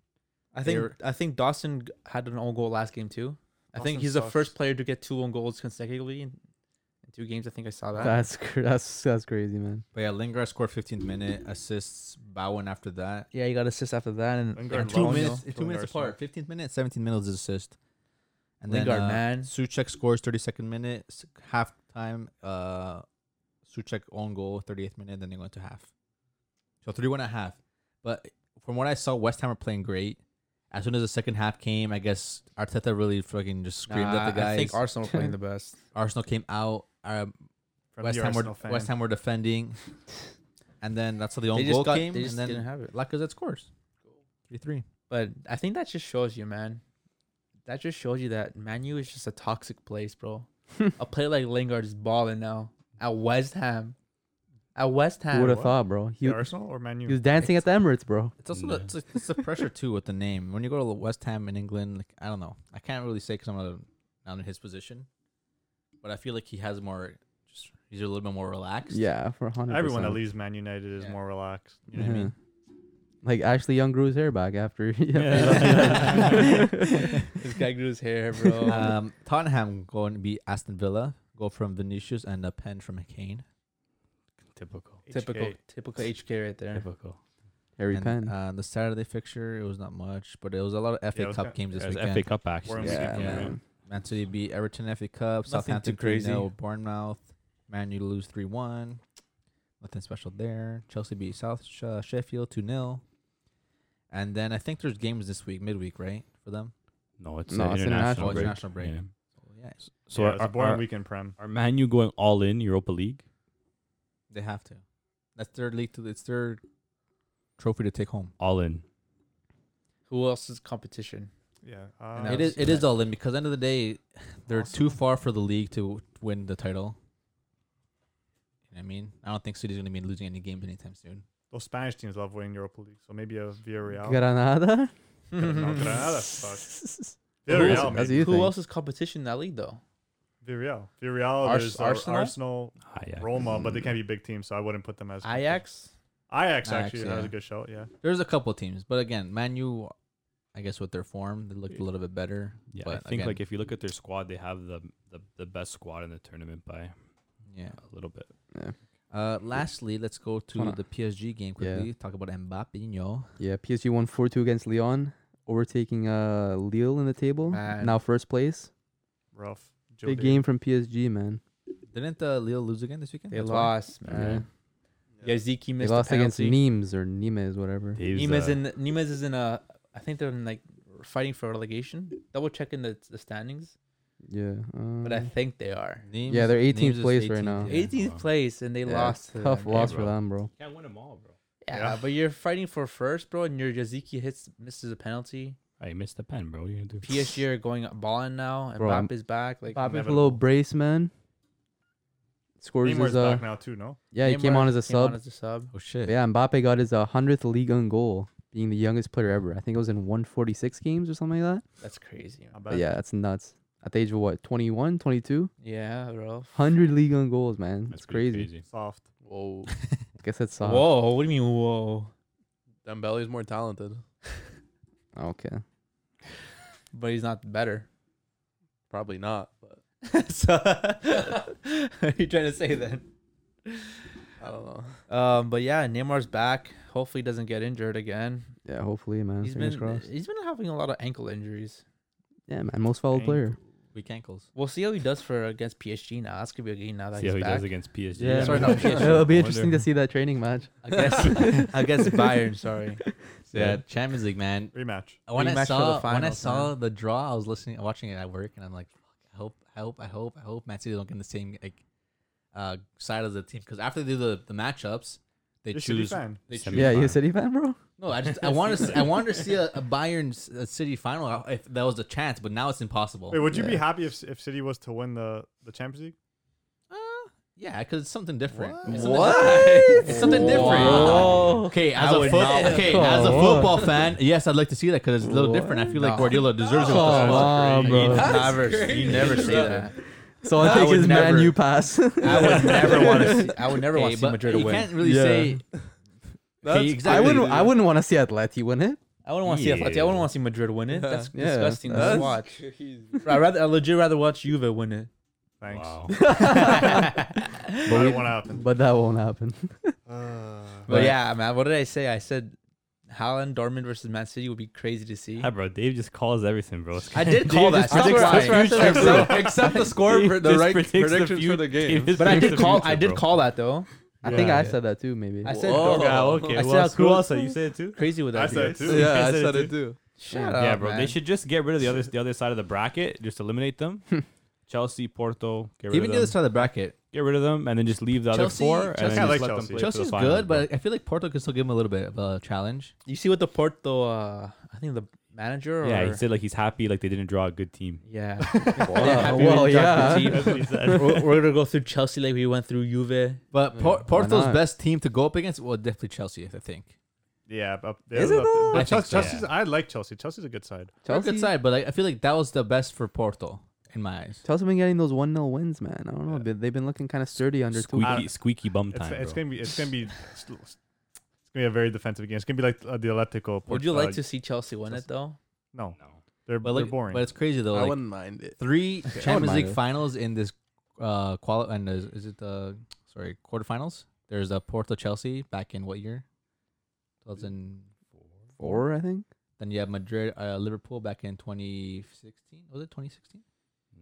S7: I think
S5: They're-
S7: I think Dawson g- had an own goal last game too. I think
S3: Dawson
S7: he's the
S3: sucks.
S7: first player to get two own goals consecutively in, in two games. I think I saw that.
S2: That's cr- that's that's crazy, man.
S5: But yeah, Lingard scored 15th minute. Assists Bowen after that.
S7: yeah, you got assist after that, and
S3: Lingard
S7: and
S3: and
S5: two
S3: Longino
S5: minutes,
S3: killing
S5: two minutes
S3: Arsenal.
S5: apart. 15th minute, 17 minutes is assist. And
S7: Lingard,
S5: then uh,
S7: man.
S5: Suchek scores 32nd minute, s- half time. Uh, Suchek own goal, 38th minute. Then they went to half. So 3 1 at half. But from what I saw, West Ham are playing great. As soon as the second half came, I guess Arteta really fucking just screamed
S7: Nah,
S5: at the guys.
S7: I think Arsenal
S5: *laughs*
S7: were playing the best.
S5: Arsenal came out. Um,
S3: From
S5: West
S3: the
S5: Ham were
S3: Arsenal fan.
S5: West Ham were defending, *laughs* and then that's how the
S7: They
S5: own
S7: just
S5: goal
S7: got-
S5: came.
S7: they just
S5: and
S7: didn't
S5: then
S7: have it.
S5: Lacazette scores, three three.
S7: But I think that just shows you, man. That just shows you that Manu is just a toxic
S2: *laughs*
S7: place, bro. a player like Lingard is balling now at West Ham. At West
S2: Who would
S7: Ham,
S2: have
S3: what?
S2: thought, bro? He,
S3: The
S2: he
S3: Arsenal or Man U?
S2: was dancing at the Emirates, bro.
S5: It's also
S4: No.
S5: the, it's, like, it's the pressure too with the name. When you go to West Ham in England, like I don't know, I can't really say because I'm not, a, not in his position, but I feel like he has more. Just he's a little bit more relaxed.
S2: Yeah, for hundred.
S3: Everyone that leaves Man United is
S5: Yeah.
S3: more relaxed.
S5: you
S2: Mm-hmm.
S5: know what I mean.
S2: *laughs* Like Ashley Young grew his hair back after. *laughs*
S4: Yeah.
S7: this guy grew his hair,
S2: *laughs*
S7: bro.
S2: Uh,
S5: *laughs* Um, Tottenham going to be Aston Villa. Go from Vinicius and a pen from Kane.
S4: Typical.
S7: typical,
S3: HK.
S7: typical HK right there.
S4: Typical.
S2: Harry
S5: And,
S2: Penn.
S5: Uh, the Saturday fixture, it was not much, but it was a lot of FA
S3: it was
S5: Cup
S3: kinda-
S5: games this
S4: It was
S5: weekend.
S4: FA Cup
S3: Warren
S4: action.
S3: Wick
S2: yeah,
S3: came
S5: yeah.
S3: in.
S5: Man City beat Everton FA Cup. Southampton
S1: crazy.
S5: crazy. Bournemouth. Man U lose 3 1. Nothing special there. Chelsea beat South Sh- uh, Sheffield 2 0. And then I think there's games this week, midweek, right? For them?
S4: No, it's
S2: No,
S4: an
S2: it's an
S4: international,
S2: international
S4: break.
S5: international break.
S4: Yeah.
S5: So, yeah,
S4: So
S3: yeah,
S4: are-
S3: it's a
S4: are,
S3: boring
S4: are,
S3: weekend prem.
S4: are Man U going all in Europa League?
S5: they have to. That's their league. To, it's their trophy to take home.
S4: All in.
S7: Who
S2: *laughs*
S7: else's competition?
S3: Yeah.
S7: And
S3: Uh,
S7: that
S5: It
S7: was
S5: is. It is all in because end of the day, they're too
S3: Arsenal.
S5: far for the league to win the title. You know what I mean, I don't think City's going to be losing any games anytime soon.
S3: Those Spanish teams love winning Europa League, so maybe a Villarreal.
S2: Granada.
S3: No,
S7: *laughs*
S3: Granada sucks.
S2: Who
S3: Villarreal,
S2: else- that's
S3: maybe.
S2: you
S7: Who
S2: think.
S7: else's competition in that league though?
S3: Villarreal. Villarreal.
S7: Ars-
S3: there's uh,
S7: Arsenal?
S3: Arsenal,
S4: Ah, yeah.
S3: Roma,
S5: Mm.
S3: but they can't be big teams, so I wouldn't put them as
S7: Ajax.
S3: Ajax
S5: Ajax,
S3: actually
S5: yeah.
S3: has a good shout. Yeah.
S5: There's a couple teams, but again, Man U, I guess with their form, they looked a little bit better.
S4: Yeah,
S5: but
S4: I think
S5: again,
S4: like if you look at their squad, they have the, the the best squad in the tournament by
S5: yeah.
S4: a little bit.
S5: Uh, lastly, let's go to
S2: Wanna-
S5: the PSG game
S2: Yeah.
S5: quickly. Talk about Mbappe.
S2: Yeah, PSG won four two against Lyon, overtaking uh Lille in the table.
S7: Man.
S2: Now first place.
S3: Rough. Joe
S2: Big
S3: Davis.
S2: game from PSG, man.
S5: Didn't uh, Lille lose again this weekend?
S7: They
S5: That's why.
S7: lost,
S2: Yeah.
S7: man. Yeah, Zeke
S2: They
S7: missed
S2: lost
S7: a
S2: against
S7: penalty.
S2: Nimes or Nimes, whatever.
S4: Dave's,
S7: Nimes
S4: uh,
S7: in Nimes is in a. I think they're in like fighting for relegation. Double checking the, the standings,
S2: Yeah. Um,
S7: but I think they are
S5: Nimes-
S2: Yeah, they're 18th
S5: Nimes is
S2: place right now.
S7: 18th
S4: Wow.
S7: place, and they
S2: yeah,
S7: lost.
S2: *laughs*
S7: to
S2: Tough
S7: them.
S2: loss for
S4: bro.
S2: them, bro.
S4: can't win them all, bro.
S7: Yeah,
S3: Yeah.
S7: but you're fighting for first, bro, and your Yaziki hits misses a penalty.
S4: I Ah, missed the pen, bro. What are you gonna do? *laughs*
S2: *sighs*
S7: PSG are going up balling now, and
S2: Bro, I'm-
S7: Mbappe is back. Like
S2: Popping for a
S3: inevitable.
S2: little brace, man. Scores
S3: Neymar's
S2: his uh,
S3: back now too. No.
S2: yeah, he came
S7: Neymar
S2: on as a
S7: came on
S2: sub.
S7: as a sub.
S5: Oh shit!
S2: But yeah, Mbappe got his uh, 100th league on goal, being the youngest player ever. I think it was in 146 games or something like that.
S7: That's crazy. man.
S3: I
S2: But
S3: bet.
S2: yeah, that's nuts. At the age of what, 21, 22?
S7: Yeah, bro.
S2: 100 league on goals, man. That's,
S4: pretty
S2: crazy.
S3: Soft.
S7: Whoa.
S2: I guess that's soft.
S7: Whoa. What do you mean? Whoa.
S1: Dembele's more talented.
S8: Okay.
S7: but he's not better. *laughs*
S1: Probably not. But
S7: so, what are you trying to say then?
S1: I don't know.
S7: Um, but yeah, Neymar's back. Hopefully, he doesn't get injured again.
S8: Yeah, hopefully, man.
S7: He's
S8: Fingers
S7: been eh,
S8: crossed.
S7: he's been having a lot of ankle injuries.
S8: Yeah, man. Most valuable player.
S5: Weak *laughs* ankles.
S7: We'll see how he does for against PSG now. That's gonna be a game now that
S4: See
S7: he's
S4: how he
S7: back.
S4: does against PSG.
S2: Yeah,
S7: Sorry,
S2: man.
S7: not
S2: *laughs*
S7: PSG.
S2: it'll be interesting to see that training match. *laughs*
S7: against
S4: *laughs*
S7: against Bayern. Sorry.
S5: Yeah, Champions League, man.
S3: Rematch.
S5: When
S7: Rematch for
S5: I
S7: the
S5: saw when I
S7: finals,
S5: saw the draw, I was listening, watching it at work, and I'm like, Fuck, I hope, I hope, I hope, I hope Man City don't get in the same like uh, side of the team because after they do the, the matchups, they
S3: Just
S5: choose.
S3: fan.
S5: They choose.
S8: Yeah, you a City fan, bro?
S5: No, I just I want to I wanted to see a, a Bayern s- a City final if that was a chance, but now it's impossible.
S3: Wait, would you be
S8: Yeah.
S3: happy if if City was to win the the Champions League?
S5: Uh, yeah, because it's something different.
S3: What?
S5: It's something different. *laughs* It's something different. Okay, as a foot, okay, as a football fan, yes, I'd like to see that because it's a little different. I feel like
S7: No.
S5: Guardiola deserves it. with
S2: Come
S5: this one.
S2: on,
S7: you
S2: bro.
S7: never, you never say that.
S2: So I
S7: I
S2: take
S7: would
S2: his
S7: never-
S2: Man U pass. *laughs*
S7: I would never want to see. I would never
S5: Okay,
S7: want to see
S5: but
S7: Madrid
S5: you
S7: win.
S5: can't really
S2: Yeah. *laughs*
S5: say. *laughs*
S7: That's
S5: Okay,
S2: I
S5: exactly.
S2: wouldn't. I wouldn't want to see Atleti win it.
S7: I wouldn't want to see. Atleti. I wouldn't want to see Madrid win it. That's
S2: Yeah.
S7: disgusting
S2: That's
S1: *laughs*
S7: to watch. I rather, I legit rather watch Juve win it.
S3: Thanks.
S4: *laughs*
S3: *laughs*
S4: Wow.
S3: But
S2: we-
S3: it won't
S4: *laughs*
S3: happen.
S2: But that won't happen.
S7: But yeah, man, what did I say? I said Haaland, Dortmund versus Man City would be crazy to see.
S4: Yeah, bro, Dave just calls everything, bro.
S7: I
S4: *laughs*
S7: did call that. Stop lying.
S1: except, except the score, for the
S4: Just
S1: right
S4: predicts the
S1: predictions
S4: fut-
S1: for the game.
S4: Dave just
S7: But I
S4: predicts
S7: did
S4: the
S7: call.
S4: future,
S7: I did
S4: bro.
S7: call that though.
S2: I
S3: Yeah.
S2: think I
S7: Yeah.
S2: said that too. Maybe.
S7: I said
S1: Whoa.
S7: Dortmund.
S4: Yeah, Oh, okay.
S7: I
S4: who
S7: said
S4: else- who
S7: cool-
S4: else said you said it too?
S7: Crazy with that.
S3: I said it
S7: dude.
S3: too.
S1: Yeah, I
S4: said
S1: said
S4: it
S1: it too.
S7: Shut up,
S4: yeah, bro.
S7: man.
S4: They should just get rid of the other the other side of the bracket. Just eliminate them. Chelsea, Porto, get rid
S5: Even the
S4: of them.
S5: other side of the bracket.
S4: get rid of them, and then just leave the
S5: Chelsea-
S4: other four.
S5: Chelsea-
S4: and
S3: I
S4: then
S3: like
S4: just let
S3: Chelsea.
S4: Them play
S5: Chelsea's
S4: to the final,
S5: good,
S4: bro.
S5: but I feel like Porto can still give him a little bit of a challenge.
S7: You see what the Porto, uh, I think the manager. Or,
S4: yeah, he said like he's happy like they didn't draw a good team.
S7: Yeah.
S2: Wow, well, yeah.
S4: That's what he
S7: *laughs*
S4: said.
S7: we're, we're gonna go through Chelsea like we went through Juve.
S5: But Por- Porto's
S2: not?
S5: best team to go up against was definitely Chelsea, I think.
S3: Yeah, but
S2: Is it though?
S5: I
S3: But
S5: think
S3: Chelsea,
S5: so.
S3: Chelsea's, I like Chelsea. Chelsea's a good side.
S5: They're a
S2: Chelsea-
S5: good side, but like, I feel like that was the best for Porto in my eyes.
S2: Chelsea been getting those one 0 wins, man. I don't know. but They've been looking kind of sturdy under two.
S4: squeaky, squeaky bum
S3: It's,
S4: time.
S3: it's
S4: bro.
S3: gonna be it's gonna be it's gonna be a very defensive game. It's gonna be like uh, the Atletico.
S7: Would
S3: Porto-
S7: you like to see Chelsea win it *laughs* though?
S3: No,
S4: No.
S3: they're,
S5: But
S3: they're
S5: like,
S3: boring.
S5: but it's crazy though.
S1: I
S5: Like,
S1: wouldn't mind it.
S5: three Champions
S2: mind
S5: League
S2: it.
S5: finals in this uh quali and is, is it the sorry quarterfinals? There's a Porto Chelsea back in what year? 2000.
S2: Four, I think.
S5: Then you have Madrid uh, Liverpool back in 2016. Was it 2016?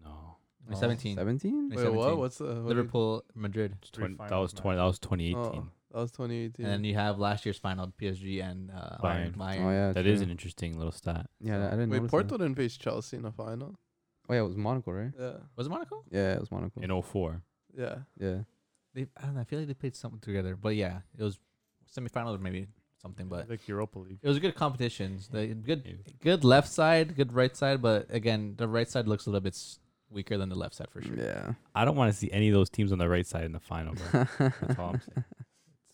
S4: No.
S7: No.
S5: 2017.
S2: Seventeen.
S1: Oh, Wait, what?
S5: 2017.
S1: What's the what did-
S5: Liverpool Madrid.
S4: It's
S3: Three
S4: 20, that
S3: finals
S4: was twenty. That was twenty eighteen.
S1: Oh, that was 2018.
S5: And then you have last year's final PSG and uh,
S4: Bayern.
S2: Oh yeah.
S4: That
S2: true.
S4: is an interesting little stat.
S2: Yeah, I didn't.
S1: Wait,
S2: notice
S1: Porto
S2: That.
S1: didn't face Chelsea in the final.
S2: Oh yeah, it was Monaco, right?
S1: Yeah,
S5: Was it Monaco?
S2: Yeah, it was Monaco.
S4: In 04.
S1: yeah.
S2: Yeah.
S5: They I don't know. I feel like they played something together, but yeah, it was semifinal or maybe something. But
S3: like Europa League.
S5: it was a good competition. The good
S4: Yeah.
S5: good left side, good right side, but again, the right side looks a little bit s- weaker than the left side for *laughs* sure.
S2: Yeah.
S4: I don't want to see any of those teams on the right side in the final,
S2: *laughs*
S4: bro.
S8: *laughs*
S4: That's all I'm saying.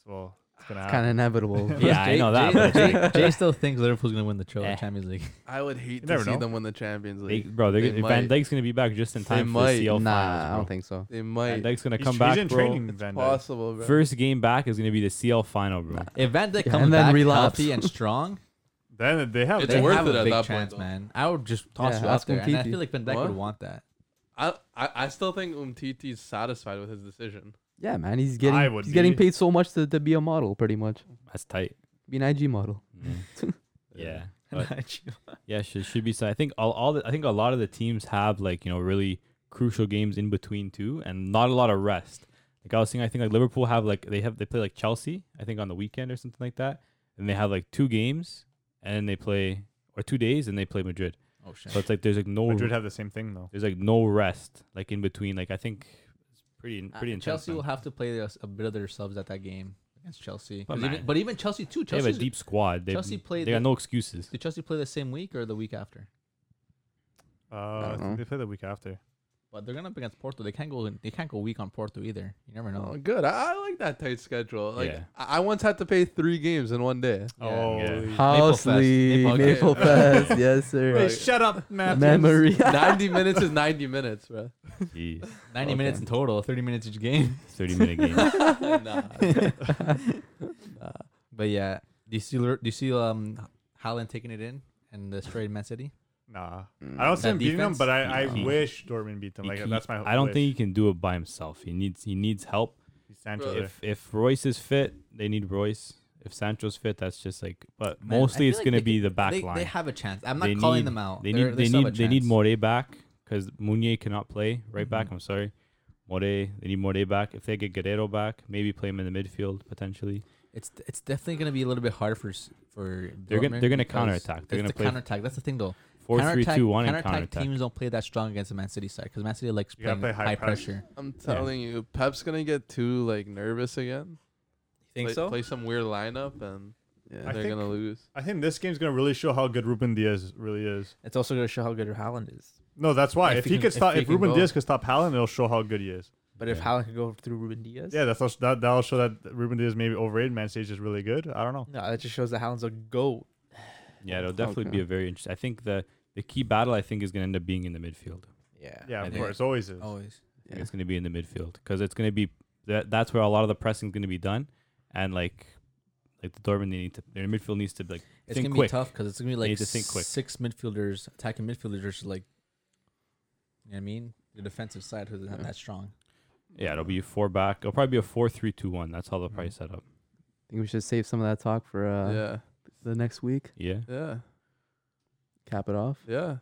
S3: Well, it's gonna
S2: Kind of
S3: happen.
S2: inevitable.
S4: yeah, I know that. but
S5: Jay,
S4: it's
S5: *laughs*
S4: like,
S5: Jay still thinks Liverpool's gonna win the tro-
S4: Eh.
S5: Champions League.
S1: I would hate to
S3: never
S1: see
S3: know.
S1: them win the Champions
S4: they,
S1: League.
S4: bro, they're
S1: They
S4: gonna, Van
S1: might.
S4: Dyke's gonna be back just in
S1: They
S4: time for
S1: might.
S4: the CL finals.
S2: Nah, I
S4: Bro.
S2: don't think so.
S1: They
S4: Van
S1: might.
S4: Dyke's gonna
S3: He's-
S4: come
S3: he's
S4: back,
S3: in
S4: bro.
S3: training. Van Dijk.
S1: Possible, bro.
S4: First game back is gonna be the CL final, bro.
S5: *laughs* If Van Dijk
S2: Yeah,
S5: comes
S2: and then
S5: back
S2: relapse.
S5: healthy and strong,
S3: Then they have.
S1: *laughs* It's
S5: they
S3: they-
S1: worth
S5: have
S1: it
S5: a
S1: at
S5: big
S1: that point,
S5: chance,
S1: though.
S5: man. I would just toss
S2: Yeah,
S5: you
S2: ask
S5: out there, and I
S2: Umtiti.
S5: feel like Van Dijk
S1: What?
S5: would want that.
S1: I, I I still think Umtiti's satisfied with his decision.
S2: Yeah, man. He's
S3: I
S2: getting
S3: would
S2: he's getting
S3: be.
S2: paid so much to, to be a model, pretty much.
S5: *laughs*
S4: That's tight.
S2: Be an IG model.
S4: Mm. yeah. But yeah, should should be so. I think all, all the, I think a lot of the teams have like you know really crucial games in between too, and not a lot of rest. Like I was saying, I think like Liverpool have like they have they play like Chelsea, I think on the weekend or something like that, and they have like two games, and they play or two days, and they play Madrid.
S5: Oh shit!
S4: So it's like there's like no
S3: Madrid have the same thing though.
S4: there's like no rest like in between. Like I think it's pretty
S5: Uh,
S4: pretty intense.
S5: Chelsea will have to play their, a bit of their subs at that game against Chelsea.
S4: But
S5: 'Cause
S4: man.
S5: even, but even Chelsea too.
S4: they have
S5: Chelsea
S4: a deep squad. They,
S5: Chelsea played
S4: They
S5: the-
S4: got no excuses.
S5: *laughs* Did Chelsea play the same week or the week after?
S3: Uh, I
S2: don't
S3: think
S2: know.
S3: they play the week after.
S5: But they're gonna up against Porto. They can't go. They can't go weak on Porto either. You never know.
S1: Oh, good. I, I like that tight schedule. Like
S4: Yeah.
S1: I, I once had to pay three games in one day.
S3: Oh,
S4: Yeah.
S2: House
S5: Fest.
S2: League,
S5: Maple-
S2: Maple Fest. Yes, sir.
S3: shut up, man.
S2: Memory.
S1: *laughs* ninety minutes is ninety minutes, bro.
S4: Jeez.
S5: Ninety
S2: Okay.
S5: minutes in total. Thirty minutes each game. *laughs*
S4: Thirty minute game.
S1: nah.
S5: But yeah, Do you see? Do you see um Haaland taking it in and destroyed Man City?
S3: Nah, I don't see
S5: That
S3: him beating them,
S5: defense?
S3: but I, I
S4: No.
S3: wish Dortmund beat them.
S4: He-
S3: *laughs* Like
S4: he-
S3: that's my.
S4: I don't
S3: wish.
S4: think he can do it by himself. He needs he needs help.
S3: He's Sancho there.
S4: If if Royce is fit, they need Royce. If Sancho's fit, that's just like. But
S5: Man, I
S4: mostly
S5: feel
S4: it's
S5: like
S4: gonna
S5: they
S4: be
S5: could-
S4: the back
S5: they,
S4: line.
S5: They have a chance. I'm not
S4: They
S5: calling
S4: need-
S5: them out.
S4: They
S5: They're-
S4: need
S5: they
S4: they
S5: still have
S4: need
S5: a
S4: they need
S5: chance. Mm-hmm.
S4: More back because Munier cannot play right back. I'm sorry, More they need More back. If they get Guerrero back, maybe play him in the midfield potentially.
S5: It's it's definitely going to be a little bit hard for s- for.
S4: They're gonna-
S5: Dortmund
S4: they're gonna
S5: because
S4: counterattack. They're
S5: it's
S4: gonna
S5: the
S4: play-
S5: counterattack. That's the thing though.
S4: Four three two one and
S5: counterattack
S4: counter attack.
S5: Teams don't play that strong against the Man City side because Man City likes
S3: You gotta
S5: playing
S3: play high
S5: high
S3: press.
S5: pressure.
S1: *laughs* I'm telling you, Pep's gonna get too like nervous again.
S7: Think
S1: play,
S7: so?
S1: play some weird lineup and
S8: Yeah.
S3: I
S1: they're
S3: think-
S1: gonna lose.
S3: I think this game's gonna really show how good Ruben Diaz really is.
S7: It's also gonna show how good Holland is.
S3: No, that's why.
S7: If
S3: If,
S7: he
S3: he
S7: can-
S3: could
S7: if
S3: stop,
S7: he
S3: if
S7: can
S3: Ruben
S7: go.
S3: Diaz could stop Haaland, it'll show how good he is.
S7: But if
S4: Yeah.
S7: Holland could go through Ruben Diaz,
S3: Yeah, that's also, that that'll show that Ruben Diaz may be overrated. Man Stage is really good. I don't know.
S7: no, that just shows that Holland's a goat.
S4: Yeah, it'll definitely
S8: Okay.
S4: be a very interesting. I think the the key battle I think is gonna end up being in the midfield.
S7: Yeah,
S3: Yeah,
S4: I
S3: of
S4: think-
S3: course, always is.
S5: Always.
S4: I think It's gonna be in the midfield because it's gonna be that that's where a lot of the pressing is gonna be done, and like like the Dortmund they need to their midfield needs to like
S5: It's
S4: think
S5: gonna
S4: quick.
S5: be tough because it's gonna be
S4: need
S5: like
S4: to think quick.
S5: six midfielders attacking midfielders like. You know what I mean? The defensive side who's not
S8: Yeah.
S5: that strong.
S4: Yeah, it'll be four back. It'll probably be a four three two one. That's how they'll probably
S5: Mhm.
S4: set up.
S8: think we should save some of that talk for uh,
S1: yeah,
S8: the next week.
S4: Yeah.
S1: yeah,
S8: Cap it off.
S1: yeah.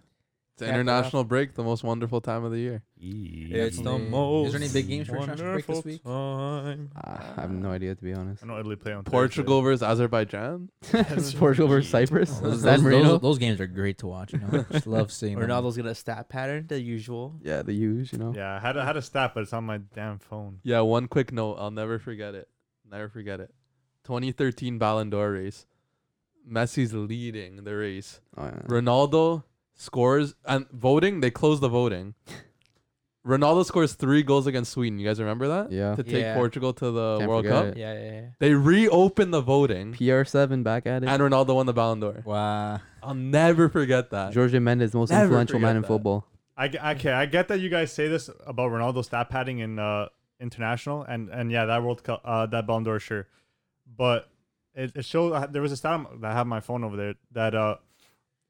S1: It's
S7: Yeah,
S1: international break, the most wonderful time of the year.
S7: It's the
S5: Definitely.
S7: most.
S5: Is there any big games for international break this
S7: wonderful
S5: week?
S7: Time.
S8: Uh, I have no idea to be honest.
S3: I know Italy play on Thursday.
S1: Portugal versus Azerbaijan.
S8: *laughs* Portugal versus Cyprus.
S5: Those,
S8: San
S5: those-
S8: Marino.
S5: those- those games are great to watch. You know, just love seeing. them.
S7: Ronaldo's gonna stat pattern the usual.
S8: Yeah, the huge. You know.
S3: Yeah, I had a, had a stat, but it's on my damn phone.
S1: Yeah, one quick note. I'll never forget it. Never forget it. 2013 Ballon d'Or race. Messi's leading the race.
S8: Oh, yeah.
S1: Ronaldo scores and voting. They close
S8: *laughs*
S1: the voting. Ronaldo scores three goals against Sweden. You guys remember that?
S8: Yeah.
S1: To take
S7: Yeah.
S1: Portugal to the
S8: Can't
S1: World
S8: forget
S1: Cup.
S8: it.
S7: Yeah, yeah, yeah.
S1: They reopened the voting,
S8: PR7 back at it.
S1: and Ronaldo won the Ballon d'Or.
S5: Wow.
S1: I'll never forget that.
S8: Jorge Mendes, most
S1: Never
S8: influential man
S1: forget
S8: in
S1: that.
S8: football.
S3: I, g- I- okay, I get that you guys say this about Ronaldo stat padding in uh, international, and, and yeah, that World Cup, uh, that Ballon d'Or, sure, but it, it shows uh, there was a stat on- that I have my phone over there that uh,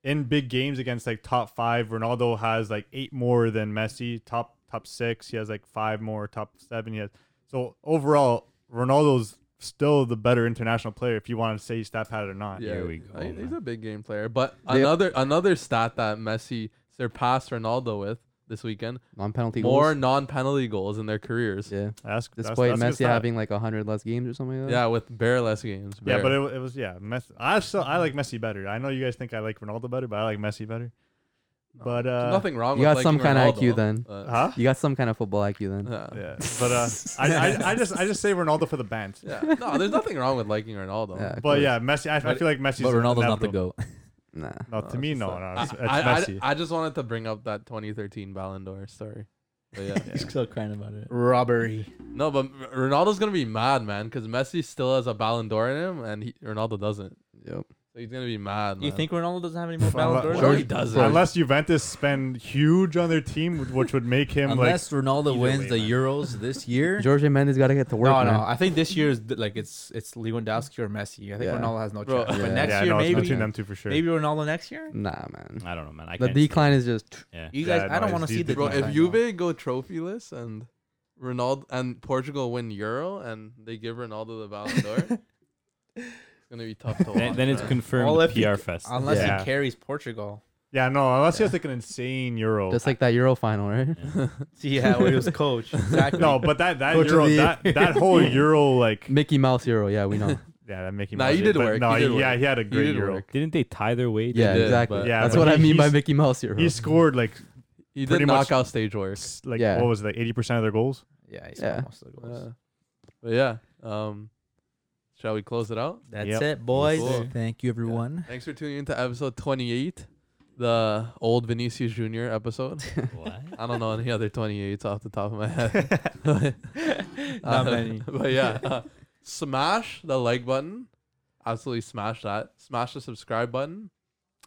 S3: in big games against like top five, Ronaldo has like eight more than Messi. Top top six, he has like five more. Top seven, he has. So overall, Ronaldo's still the better international player if you want to say stat pad or not.
S1: Yeah,
S4: Here we go,
S1: I- he's
S4: man.
S1: a big game player. But
S8: They-
S1: another another stat that Messi surpassed Ronaldo with this weekend:
S8: Non penalty goals.
S1: more non-penalty goals in their careers.
S8: Yeah.
S3: That's that's,
S8: Despite
S3: that's a good
S8: Messi
S3: stat.
S8: having like 100 less games or something like that.
S1: Yeah, with bare less games.
S3: Yeah,
S1: bare.
S3: but it, wa- it was yeah. Messi. I still I like Messi better. I know you guys think I like Ronaldo better, but I like Messi better. But uh,
S1: There's nothing wrong.
S8: you
S1: with
S8: got some
S1: liking
S8: kinda IQ
S1: Ronaldo,
S8: then.
S1: but-
S3: *laughs* Huh?
S8: You got some kind of football IQ then.
S1: yeah.
S3: Yeah, but uh, I, I I just I just say Ronaldo for the band.
S1: Yeah. No, there's nothing wrong with liking Ronaldo.
S8: Yeah, of
S3: But
S8: course.
S3: yeah, Messi. I, I
S1: But-
S3: feel like Messi's
S5: But Ronaldo's not the
S3: inevitable.
S5: goat.
S8: Nah.
S3: No, to me,
S1: it's
S3: no,
S1: just
S3: no,
S1: like-
S3: it's, it's
S1: I, I-
S3: Messi.
S1: I, just wanted to bring up that 2013 Ballon d'Or story. But
S3: *laughs*
S1: yeah.
S5: *laughs* He's still crying about it.
S7: Robbery.
S1: No, but R- Ronaldo's gonna be mad, man, because Messi still has a Ballon d'Or in him, and he, Ronaldo doesn't.
S8: Yep.
S1: So he's gonna be mad.
S7: You
S1: man.
S7: think Ronaldo doesn't have any more
S3: Fuck,
S7: Ballon
S3: what-
S7: d'Ors?
S1: Jorge
S3: Jorge-
S1: doesn't.
S3: Unless Juventus spend huge on their team, which would make him like
S5: Unless Ronaldo
S3: either
S5: wins
S3: way,
S5: the
S3: man.
S5: Euros this year,
S8: Jorge Mendes got to get to work.
S7: no,
S8: man.
S7: no. I think this year is th- like it's it's Lewandowski or Messi. I think
S8: Yeah.
S7: Ronaldo has no
S1: Bro,
S7: chance. But
S8: Yeah.
S7: next
S3: yeah,
S7: year
S3: no, it's
S7: maybe
S3: between them two for sure.
S7: maybe Ronaldo next year.
S8: Nah, man.
S4: I don't know, man. I
S8: The
S4: can't see
S8: decline is just.
S4: it. Yeah.
S7: You
S3: Yeah,
S7: guys, I
S3: no,
S7: don't want
S3: it's
S7: to see the
S3: easy.
S1: Bro,
S3: Yeah,
S1: if
S7: decline, though.
S1: Juve go trophyless and Ronaldo and Portugal win Euro and they give Ronaldo the Ballon d'Or, it's gonna be tough to watch.
S4: Then, then
S1: *laughs*
S4: it's
S1: man.
S4: confirmed
S7: All if he
S4: PR fest.
S7: unless
S3: Yeah.
S7: he carries Portugal.
S3: yeah, no, unless he has like an insane Euro.
S8: Just like that Euro final, right?
S7: See *laughs* yeah, when he was coach. *laughs*
S3: *laughs*
S7: Exactly.
S3: no, but that that
S8: Coach of
S3: Euro
S8: the
S3: that that whole Euro
S1: *laughs*
S8: *laughs*
S3: like
S8: Mickey Mouse Euro. Yeah, we know.
S3: yeah, that Mickey.
S1: Nah, he
S3: Mouse-
S1: did
S3: but
S1: work,
S3: No,
S1: he did
S3: yeah,
S1: work.
S3: he had a
S1: You
S3: great
S1: did
S3: Euro.
S1: work.
S4: Didn't they tie their weight?
S8: Yeah,
S1: did,
S8: exactly.
S1: but-
S3: Yeah,
S8: That's
S3: but
S8: what I
S3: he-
S8: mean by
S3: he's-
S8: Mickey Mouse Euro.
S3: He scored like
S1: He did
S3: pretty much-
S1: knockout stage work.
S3: s- like
S8: Yeah.
S3: what was it, like eighty percent of their goals.
S7: yeah, he's
S8: Yeah.
S7: yeah. Most of the goals.
S1: Uh, but yeah, um, shall we close it out?
S7: That's
S3: Yep.
S7: it, boys.
S1: Cool.
S5: thank you everyone.
S1: Thanks for tuning in to episode 28, the old Vinicius Jr. episode.
S5: *laughs*
S4: What?
S1: I don't know any other 28s off the top of my
S5: Uh,
S1: head. *laughs*
S7: Not
S1: Uh,
S7: many.
S1: *laughs* But yeah, uh, smash the like button. Absolutely smash that. Smash the subscribe button.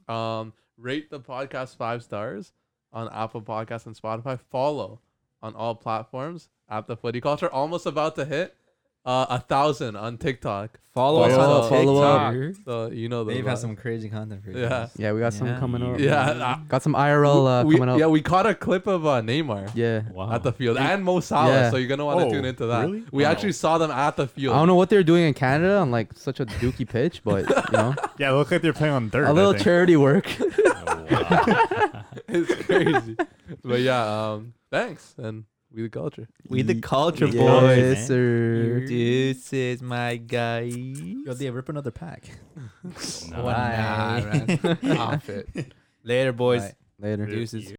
S1: Um, rate the podcast five stars on Apple Podcasts and Spotify. Follow on all platforms at the Footy Culture. Almost about to hit uh, a thousand on TikTok.
S9: Follow us
S1: Follow
S9: on
S1: up,
S9: TikTok.
S1: follow
S5: up.
S1: So you know the
S9: Dave
S1: vibe. *laughs*
S9: has some crazy content for you.
S1: Yeah.
S9: guys.
S2: Yeah, we got some
S9: Yeah.
S2: coming over.
S1: Yeah, uh,
S2: Got some IRL uh,
S1: we,
S2: coming up.
S1: yeah, we caught a clip of uh, Neymar
S2: Yeah.
S4: Wow.
S1: at the field and Mo Salah,
S2: Yeah.
S1: so you're gonna want to
S3: Oh,
S1: tune into that.
S3: really?
S1: We actually saw them at the field.
S2: I don't know what they're doing in Canada on like such a dookie pitch, but you know,
S3: Yeah, it looked like they're playing on dirt.
S2: a little
S3: I think.
S2: charity work.
S1: *laughs* it's crazy, but yeah, um, thanks and we the culture.
S5: We the culture
S2: yes, sir.
S5: This is my guy.
S9: Yo, Dave, rip another pack. *laughs*
S5: Nah, man. Off it. Later, boys.
S2: Later.
S5: Deuces.